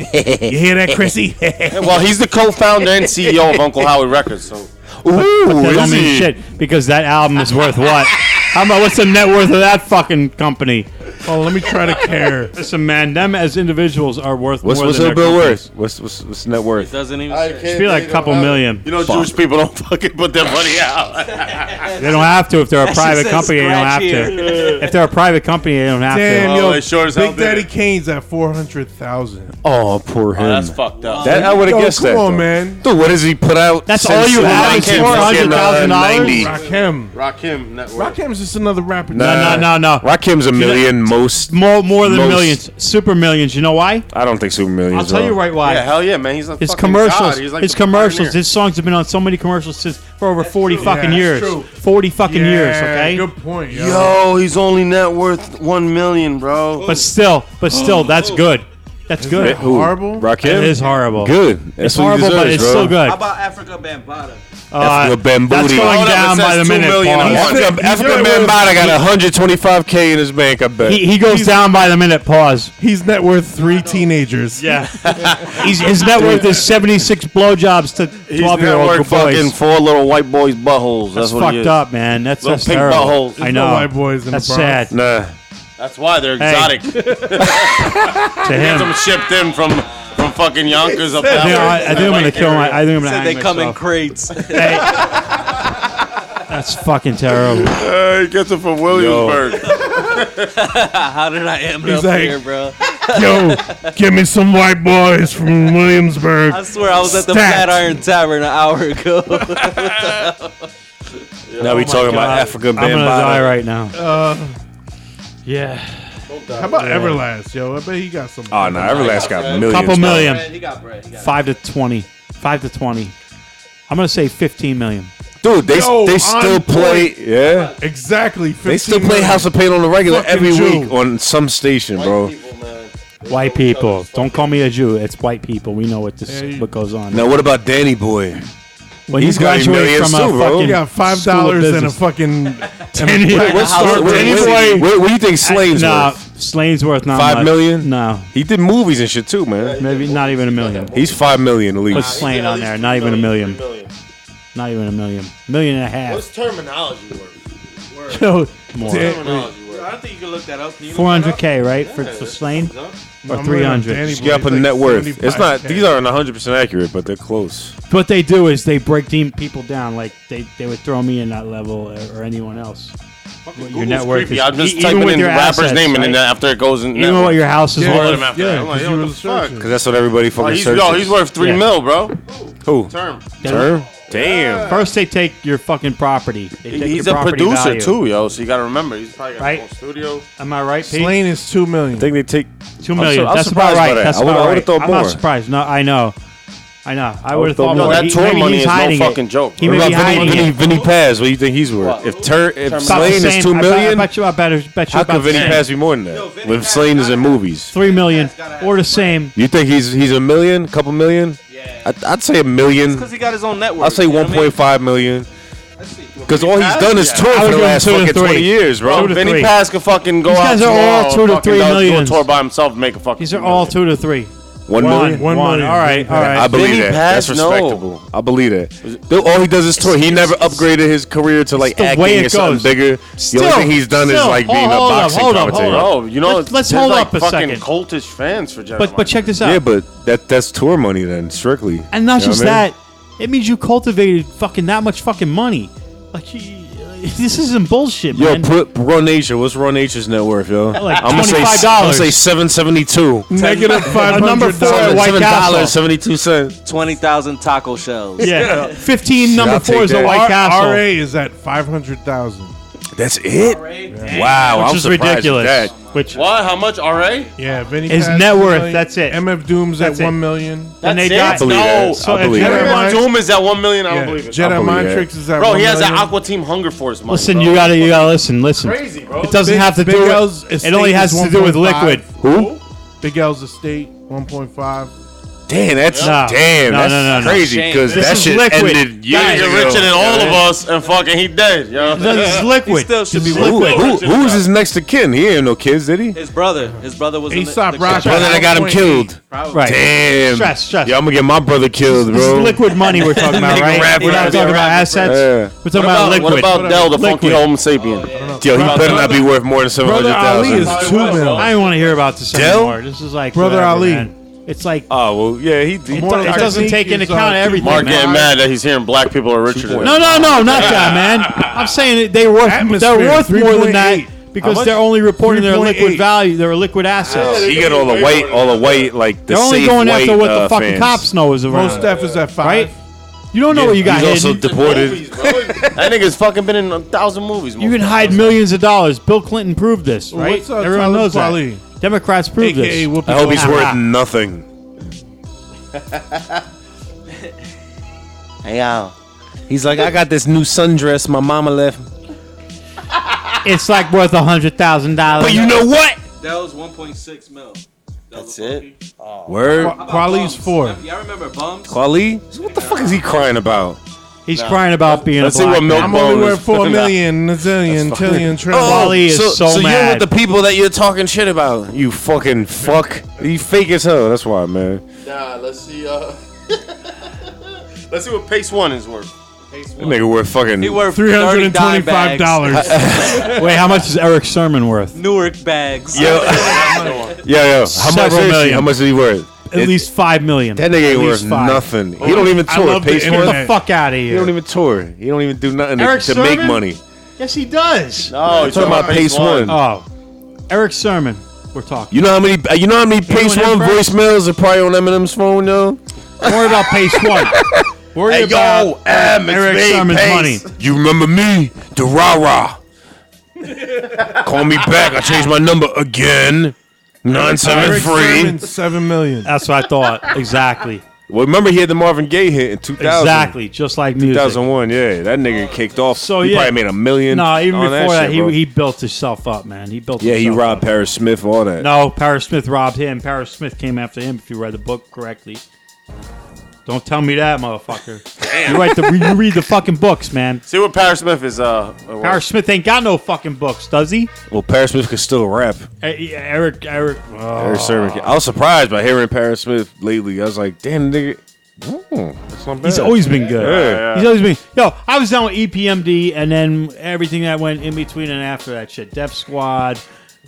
S5: <laughs>
S1: think
S3: You hear that,
S1: <laughs>
S3: Chrissy?
S5: well, he's the co-founder and
S2: E
S5: CEO of Uncle Howard Records. So, ooh,
S1: That don't
S5: is
S1: mean
S5: he?
S1: shit because that album is worth what? How about what's the net worth of that fucking company?
S3: Oh, let me try to care.
S1: <laughs> Listen, man, them as individuals are worth
S2: What's
S1: more
S2: what's
S1: than
S2: her
S1: their
S2: bill
S1: companies.
S2: worth? What's what's what's net worth?
S13: doesn't even.
S1: It should be like a couple million.
S2: You know, Jewish people don't <laughs> fucking put their money out.
S1: They don't have to if they're a
S2: That shit
S1: private
S2: says
S1: company. They don't have
S2: scratch
S1: to. <laughs>
S2: here.
S1: if they're a private company, they don't have
S3: Damn,
S1: to.
S3: yo, Big Daddy Kane's at four hundred thousand.
S2: Oh, poor him.
S3: that's
S13: fucked up.
S2: That I would have
S3: Yo,
S2: guessed
S3: come
S2: that.
S3: on,
S2: though.
S3: man.
S2: Dude, what does he put out?
S3: That's
S2: since
S3: all you have is
S2: Rakim fucking, uh,
S3: $400,000?
S2: 90?
S3: Rakim.
S9: Rakim net worth.
S3: Rakim's just another rapper.
S1: No, no, no, no.
S2: Rakim's a
S1: You know-
S2: million, most.
S1: More, more than
S2: most-
S1: millions, super millions. You know why?
S2: I don't think super millions.
S1: I'll tell
S2: though.
S1: you right why.
S2: Yeah, hell yeah, man. He's a
S1: his
S2: fucking
S1: commercials.
S2: god. He's like
S1: his
S2: the
S1: commercials.
S2: pioneer.
S1: His songs have been on so many commercials since for over forty fucking
S3: Yeah,
S1: years.
S3: that's true.
S1: Forty fucking
S3: Yeah,
S1: years. Okay.
S3: Good point. Yo.
S6: Yo, he's only net worth one million, bro.
S1: But still, but still, that's good. That's
S6: Isn't
S1: good.
S6: that Who? horrible? Rakim?
S1: It is horrible.
S2: Good. That's
S1: it's
S2: what he
S1: horrible, but
S2: deserves,
S1: it's
S2: bro.
S1: still good.
S2: How
S13: about Africa Bambata?
S1: Uh,
S2: Africa Bambooty.
S1: that's going
S2: Hold up, it
S1: down by
S2: says
S1: the
S2: two
S1: minute,
S2: million
S1: Paul.
S2: on
S1: He's-
S2: Africa,
S1: he's
S2: Africa
S1: really-
S2: Bambaataa got
S1: he-
S2: 125k in his bank. I bet.
S1: He, he goes down by the
S2: <laughs>
S1: minute. Pause.
S3: He's net worth three teenagers.
S1: Yeah. He's, his net worth is seventy six blowjobs to twelve year old boys.
S6: fucking four little white boys' buttholes. That's,
S1: that's
S6: what he
S1: fucked
S6: is.
S1: up, man. That's
S6: Little
S1: that's
S6: pink
S1: terrible.
S6: buttholes.
S1: I
S6: There's
S1: know.
S6: no white boys in the
S1: that's sad.
S6: Bronx.
S1: Nah.
S2: That's why they're
S1: Hey. exotic. <laughs>
S2: to
S1: him.
S2: shipped in from from fucking Yonkers up
S1: I think, I, I think I'm gonna kill my. I think I'm gonna
S2: Said
S1: hang
S2: they come in
S1: myself. <laughs>
S13: crates.
S1: That's fucking terrible.
S2: Uh, he gets it from Williamsburg.
S13: How did I end
S3: He's
S13: up
S3: like,
S13: here, bro?
S3: Yo, give me some white boys from Williamsburg.
S13: I swear I was at the
S3: Stacked.
S13: Flatiron Tavern an hour
S1: <laughs>
S13: ago.
S3: Oh
S2: Now we talking about Africa.
S1: I'm gonna
S2: Bambaataa.
S1: die right now.
S3: Uh,
S1: yeah.
S3: How about
S1: Yeah.
S3: Everlast, yo? I bet he got some.
S2: Oh no, Everlast got millions.
S1: Couple
S2: bro.
S1: million. Five to twenty. Five to twenty. I'm gonna say fifteen million.
S2: Dude, they
S3: Yo,
S2: they
S3: on
S2: still play.
S3: point.
S2: Yeah.
S3: Exactly.
S2: They still
S3: 15
S2: play
S3: million.
S2: House of Pain on the regular
S3: Fucking
S2: every
S3: Jew.
S2: week on some station, bro.
S1: White people. Don't call me a Jew. It's white people. We know what this what goes on.
S2: Now what about Danny Boy?
S1: Well, he
S2: got
S1: graduated
S2: millions
S1: from a
S2: too, bro.
S1: fucking
S3: He got five dollars and a fucking
S1: <laughs> Ten years.
S2: What's the- what- what- what- what do you think Slane's
S1: nah,
S2: worth?
S1: Slane's worth not
S2: Five
S1: much.
S2: million?
S1: No,
S2: he did movies and shit too, man.
S1: Maybe not even a million.
S2: He's five million at
S1: Put
S2: least.
S1: Slane on there. Not even a million. Not even a million. Million and a half.
S9: What's terminology worth? Word.
S1: Yo, <laughs> more.
S9: Terminology worth. I don't think you can look that up. Can you look
S1: Four
S9: that
S1: hundred
S9: up?
S1: k, right, for,
S9: Yeah,
S1: for
S9: that
S1: Slane,
S9: comes up.
S1: or
S9: I'm
S1: three
S2: Just
S1: hundred.
S2: get up in net worth. It's not. These aren't 100 percent accurate, but they're close.
S1: What they do is they break team people down. Like they, they would throw me in that level or, or anyone else. What your net worth
S2: creepy.
S1: is.
S2: I'm just
S1: e- even
S2: typing
S1: with
S2: in
S1: your
S2: rapper's
S1: assets,
S2: name and then
S1: right?
S2: after it goes in
S1: Even
S2: net
S1: what
S2: worth.
S1: your house is
S2: Yeah,
S1: worth.
S2: yeah, yeah, I'm like, yo, what the fuck?
S1: searching.
S2: Because that's what everybody fucking
S1: Oh, he's-
S2: searches.
S1: yo, he's worth three Yeah. mil,
S2: bro. Who?
S9: Term.
S1: Term?
S2: Damn.
S1: First they take your fucking property. They take
S6: He's
S1: your
S6: a
S1: property
S6: producer
S1: value.
S6: too, yo. So you got to remember, he's probably got
S1: Right?
S9: Studio.
S1: Am I right, Pete?
S3: Slane is two million. I
S2: think they take
S1: Two million. That's about right. That's about right. I'm not surprised. No, I know. I know. I would have thought more.
S2: That
S1: He-
S2: tour
S1: maybe
S2: money
S1: he's
S2: is no
S1: hiding it.
S2: fucking joke.
S1: He
S2: What
S1: may be
S2: about
S1: hiding
S2: Vinny, Vinny,
S1: it.
S2: Vinny Paz, what do you think he's worth? If Tur, if
S1: About the
S2: Slane is
S1: same.
S2: two
S1: I bet-
S2: million,
S1: I bet you I bet, I bet you
S2: how
S1: about
S2: could
S1: the
S2: Vinny
S1: same.
S2: Paz be more than that? If Slane is in movies,
S1: Three million or the same.
S2: you think he's he's a million, couple million? Yeah, I'd, I'd say a million.
S13: Because he got his own network.
S2: I'd say
S13: you know
S2: one
S13: what I mean?
S2: point five million. Because all he's done is
S13: Yeah.
S2: tour
S13: I
S2: for
S13: would
S2: the
S13: give him
S2: last
S13: two to
S2: fucking
S13: three.
S2: twenty years,
S1: Two
S2: bro.
S1: to
S2: Vinny
S1: three.
S2: Paz could fucking go
S1: These
S2: out
S1: guys are all
S2: tomorrow,
S1: two to
S2: fucking
S1: three
S2: do a
S1: millions.
S2: tour by himself, and make a fucking.
S1: These are all two to three.
S2: One million?
S1: One, one million. All right. All right.
S2: I believe
S1: Vinny
S2: that.
S1: Paz,
S2: That's
S1: no.
S2: respectable. I believe that. Dude, all he does is tour. He never upgraded his career to like
S1: the way
S2: acting
S1: it
S2: or something
S1: goes.
S2: bigger. the only thing he's done is
S1: still,
S2: like
S1: hold-
S2: being
S1: hold
S2: a
S1: up,
S2: boxing
S1: hold up, hold
S2: commentator.
S1: up.
S6: Oh, you know,
S1: Let's- let's
S6: there's
S1: hold
S6: like
S1: up a
S6: fucking
S1: second.
S6: Cultish fans for Jeff.
S1: But but check this out.
S2: Yeah, but that that's tour money then strictly.
S1: And not
S2: You know
S1: just
S2: what I mean?
S1: that, it means you cultivated fucking that much fucking money. Like, you- <laughs> this isn't bullshit,
S2: Yo,
S1: man.
S2: put Raw Nature. What's Raw Nature's net worth, yo?
S1: Like
S2: I'm gonna say
S1: $25.
S2: I'm gonna say seven seventy two.
S3: Negative
S1: <laughs> A
S3: five
S1: number
S3: hundred
S1: four at
S3: dollars.
S1: White Castle.
S2: seventy two cents.
S13: Twenty thousand taco
S2: <laughs>
S13: shells.
S1: Yeah, fifteen
S3: Shit,
S1: number
S3: I'll
S1: four
S3: take
S1: is the
S3: that.
S1: White
S3: R-
S1: Castle.
S3: RA is at five hundred thousand.
S2: That's it.
S1: Wow, Which I'm is surprised at ridiculous. that.
S2: Which
S9: what? How much? All right.
S3: Yeah, Vinny.
S1: His
S3: Paz,
S1: net
S3: two
S1: worth,
S3: million.
S1: that's it.
S3: MF Doom's
S1: That's
S3: at
S1: it.
S3: one million.
S1: And they
S9: That's
S1: got
S9: it? No.
S2: that.
S1: So
S2: I
S1: if
S2: believe
S1: you
S2: that.
S1: ever
S9: Everybody's
S1: want-
S9: Doom is at one million. I don't
S3: Yeah,
S9: believe it.
S3: Jedi Mind Tricks is at
S9: Bro,
S3: one
S9: Oh, he has that
S3: million.
S9: Aqua Team Hunger Force money.
S1: Listen,
S9: bro.
S1: you gotta, you gotta listen, listen.
S9: Crazy, bro.
S1: It doesn't
S3: Big-
S1: have to
S3: Big
S1: do
S3: L's
S1: with. It
S3: estate
S1: only
S3: is
S1: has to do with
S3: 1.5.
S1: liquid.
S2: Who?
S3: Big L's estate, one point five.
S2: Damn, that's
S1: No.
S2: damn,
S1: No,
S2: that's
S1: no, no, no.
S2: crazy because
S1: This
S2: that
S1: is
S2: shit
S1: liquid.
S2: ended years
S1: Guys,
S2: ago.
S1: you're richer than
S9: all of
S2: us, and fucking he dead. Yo.
S1: This is liquid.
S2: Who, who, who was his next to kin? He ain't no kids, did he?
S13: His brother. His brother was. in the-
S3: Aesop
S13: the-
S3: Rocky.
S2: Brother that got him killed.
S1: Right.
S2: Damn.
S1: Stress, stress.
S2: Yo, I'm gonna get my brother killed,
S1: This
S2: bro.
S1: is liquid money
S2: <laughs>
S1: we're talking about,
S2: Nigga
S1: right?
S2: rapper,
S1: We're not
S2: rapper,
S1: talking about
S2: rapper.
S1: assets.
S2: Yeah.
S1: We're talking about, liquid.
S6: What about Del, the funky
S1: Liquid.
S6: Homo sapien?
S3: up.
S2: Yo, he better not be worth more than seven
S3: Brother
S2: hundred
S3: Ali
S2: thousand.
S3: is two mil.
S1: I don't want to hear about this
S2: Dell?
S1: anymore. This is like
S3: Brother
S1: whatever,
S3: Ali.
S1: man. It's like
S2: oh well, yeah, he. he
S1: it, do- it doesn't take into account everything.
S6: Mark getting
S1: man.
S6: mad that he's hearing black people are richer than
S1: No, no, no,
S2: <laughs>
S1: not that, man. I'm saying that they were
S3: Atmosphere,
S1: they're worth more than that
S3: 3.8.
S1: because
S3: How
S1: they're only reporting their liquid
S3: 3.8.
S1: value, their liquid assets.
S2: he got all the white, all the white, like the
S1: they're only
S2: safe
S1: going
S2: white,
S1: after what the
S2: uh,
S1: fucking
S2: fans.
S1: cops know is around.
S3: Most F is at five.
S1: Right? You don't know what you got
S2: He's also
S1: hidden.
S2: deported.
S6: that nigga's fucking been in a thousand movies.
S1: you can hide millions of dollars. Bill Clinton proved this,
S3: Well,
S1: right?
S3: what's, uh,
S1: Everyone
S3: Talib
S1: knows
S3: Kweli?
S1: that. Democrats proved
S3: AKA
S1: this.
S3: Whoopi
S2: I hope he's
S1: Ah,
S2: worth
S1: ah. <laughs>
S2: nothing.
S13: Hey, y'all. He's like, I got this new sundress my mama left.
S1: It's like worth a hundred thousand dollars.
S2: But you know what?
S9: That was 1.6 mil. That's it.
S2: Word.
S3: Quali's four.
S9: Y'all remember bums?
S2: Quali? What the fuck is he crying about?
S1: He's crying about being
S2: Let's
S1: a
S2: see
S1: black
S2: what
S1: man.
S2: milk
S3: I'm only
S2: bonus.
S3: worth four million, a zillion,
S2: That's fine.
S3: trillion, trillion.
S2: Oh,
S1: Wally is
S6: so,
S1: so,
S6: so you're
S1: mad.
S6: with the people that you're talking shit about.
S2: You fucking fuck. You fake as hell. That's why, man.
S9: Nah, let's see. Uh,
S13: <laughs> Let's see what Pace One is worth.
S9: Pace
S2: That
S9: one.
S2: nigga worth fucking.
S13: He worth
S3: Three hundred and twenty-five
S2: <laughs>
S3: dollars.
S1: Wait, how much is Eric Sermon worth?
S13: Newark bags.
S2: Yo, <laughs> yo, yo. How much
S1: Several
S2: is he?
S1: million.
S2: How much is he worth?
S1: At
S2: It-
S1: least five million.
S2: That nigga
S1: At
S2: ain't
S1: least
S2: worth
S1: five.
S2: nothing. He don't even
S3: I
S2: tour.
S3: love the
S2: Pace
S1: Get
S2: one.
S3: internet.
S1: Oh, the fuck out of
S2: He don't
S1: here.
S2: even tour. He don't even do nothing to,
S1: Eric
S2: to make
S1: Sermon?
S2: money.
S1: Yes, he does.
S6: No,
S2: I'm talking about Pace one.
S1: Oh, Eric Sermon. We're talking.
S2: You know how many? uh, You know how many Pace
S1: doing
S2: one
S1: that first?
S2: voicemails are probably on Eminem's phone though?
S1: Don't worry about Pace
S2: <laughs>
S1: One. Worry about
S2: Em,
S1: Eric Sermon's money.
S2: You remember me, the rah
S1: <laughs>
S2: rah. Call me back. I changed my number again. Nine seven
S3: Eric Sermon,
S2: three.
S3: seven million.
S1: That's what I thought. Exactly.
S2: Well, remember he had the Marvin Gaye hit in two thousand.
S1: Exactly. Just like music.
S2: 2001, yeah, that nigga kicked off.
S1: So,
S2: he
S1: yeah.
S2: probably made a million.
S1: No, even
S2: on
S1: before that,
S2: shit, bro.
S1: he, he built himself up, man. He built.
S2: yeah, he
S1: himself
S2: robbed
S1: up.
S2: Paris Smith, all that.
S1: No, Paris Smith robbed him. Paris Smith came after him. If you read the book correctly. Don't tell me that, motherfucker. You, write the, you read the fucking books, man.
S6: See what Paris Smith is. Uh, uh,
S1: Paris Smith ain't got no fucking books, does he?
S2: Well, Paris Smith could still rap.
S1: E- Eric, Eric.
S2: Eric
S1: Oh.
S2: Sermon. could- I was surprised by hearing Paris Smith lately. I was like, damn, nigga, mm, that's not bad.
S1: He's always been good.
S2: Yeah.
S1: He's always been. Yo, I was down with E EPMD and then everything that went in between and after that shit. Def Squad.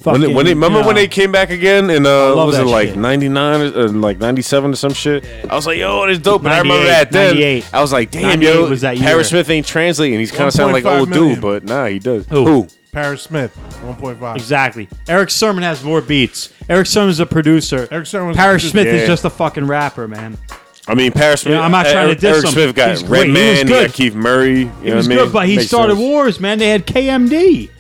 S2: When
S1: Fucking,
S2: they, when they remember
S1: you
S2: when
S1: know.
S2: they came back again in uh
S1: love
S2: what was
S1: that
S2: it like
S1: shit.
S2: 99 or uh, like 97 or some shit I was like yo it's dope and I remember
S1: 98,
S2: that then
S1: 98.
S2: I was like damn
S1: 98
S2: yo
S1: was that year.
S2: Harris Smith ain't translating he's kind of sounding like
S3: 1.5
S2: old
S3: million.
S2: dude but nah he does
S1: Who?
S3: Paris Smith, one point five.
S1: Exactly. Eric Sermon has more beats. Eric Sermon's a producer.
S3: Eric Sermon's a
S1: Paris
S3: producer.
S1: Smith
S2: Yeah.
S1: is just a fucking rapper, man.
S2: I mean Paris Smith
S1: Yeah, I'm not trying to
S2: Eric,
S1: diss
S2: Eric
S1: him.
S2: Smith got
S1: He's great. He was
S2: Redman he
S1: good.
S2: got Keith Murray you
S1: He
S2: know what
S1: was
S2: I mean
S1: good, but he
S2: Makes
S1: started
S2: sense.
S1: wars, man. They had KMD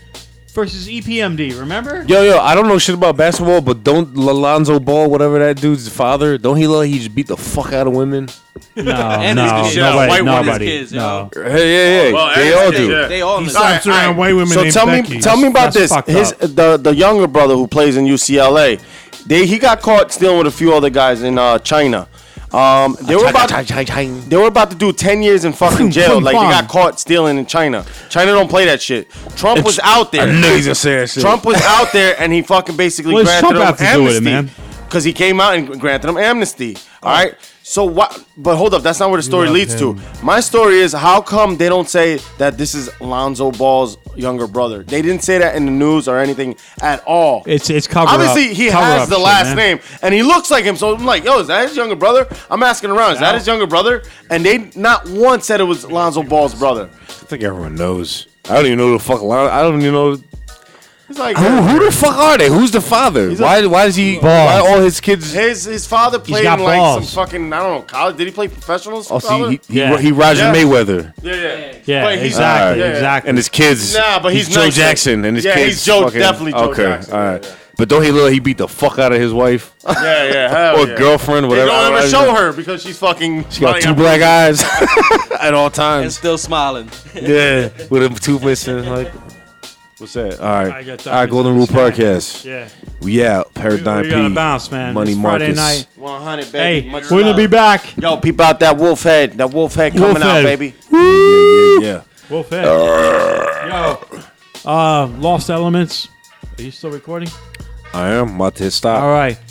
S1: versus E EPMD. Remember?
S2: Yo, yo, I don't know shit about basketball, but don't Alonzo Ball, whatever that dude's father, don't he look like he just beat the fuck out of women?
S1: No,
S13: And
S1: no,
S13: he's the shit out of
S1: nobody,
S13: white women's
S1: nobody.
S13: kids, yo.
S1: no.
S2: Hey, yeah, yeah, they all do.
S13: They all in the
S3: Slaps around white women
S6: so
S3: named
S6: tell
S3: Becky.
S6: me, tell me about
S1: That's
S6: this.
S1: fucked
S6: His
S1: up.
S6: the the younger brother who plays in UCLA, they he got caught stealing with a few other guys in uh, China. Um, they were about they were about to do ten years in fucking jail.
S1: Ping
S6: Like they
S1: pong.
S6: got caught stealing in China. China don't play that shit. Trump was out there.
S2: I knew he was gonna say that shit.
S6: Trump was out there, and he fucking basically
S1: What does
S6: granted
S1: Trump have
S6: him
S1: to do with it,
S6: amnesty
S1: man?
S6: because he came out and granted him amnesty. All right. So what? But hold up, that's not where the story
S3: love
S6: leads
S3: him.
S6: to. My story is how come they don't say that this is Lonzo Ball's younger brother? They didn't say that in the news or anything at all.
S1: It's it's cover
S6: Obviously,
S1: up.
S6: he
S1: cover
S6: has
S1: up
S6: the
S1: shit,
S6: last
S1: man.
S6: name and he looks like him. So I'm like, yo, is that his younger brother? I'm asking around, is that his younger brother? And they not once said it was Lonzo Ball's brother.
S2: I think everyone knows. I don't even know who the fuck Alon. I don't even know
S6: He's like,
S2: who, who the fuck are they. Who's the father? Why? Why does he? Why all his kids?
S6: his his father played
S1: got
S6: in like
S1: balls.
S6: some fucking I don't know college. Did he play professional?
S2: Oh, see, he, he,
S1: Yeah.
S2: he Roger
S6: Yeah.
S2: Mayweather,
S6: yeah, yeah.
S1: Yeah,
S6: But he's-
S1: exactly,
S6: Yeah, yeah.
S1: exactly.
S2: and his kids.
S6: Nah, but he's
S2: Joe
S6: nicer.
S2: Jackson, and his
S6: Yeah,
S2: kids.
S6: he's Joe-
S2: fucking-
S6: definitely Joe
S2: okay,
S6: Jackson,
S2: all
S6: yeah,
S2: right. But don't he look like he beat the fuck out of his wife
S6: Yeah, yeah,
S2: <laughs>
S6: hell
S2: or
S6: yeah.
S2: girlfriend,
S6: They
S2: whatever.
S6: don't
S2: I
S6: ever
S2: even
S6: show
S2: know.
S6: her because she's fucking.
S2: She got two black eyes <laughs> at all
S6: <laughs>
S13: And
S2: times.
S13: still smiling.
S2: yeah, with a two missing. Like, what's that? All
S1: I
S2: right,
S1: got
S2: all right.
S1: doctors
S2: Golden
S1: in
S2: Rule
S1: this guy.
S2: Podcast.
S1: Yeah,
S2: We out. Paradigm
S1: we gotta
S2: P.
S1: bounce, man.
S2: Money
S1: it's Friday
S2: Marcus.
S1: night.
S9: 100,
S1: Hey,
S9: baby. Much
S1: we're gonna
S9: love.
S1: be back.
S6: Yo, peep out that wolf head. That wolf head
S1: Wolf
S6: coming out,
S1: head.
S6: baby.
S2: Yeah, yeah, yeah.
S1: Wolf Head. Yo, uh, Lost uh, Elements. Are you still recording?
S2: I am about to hit stop.
S1: All right.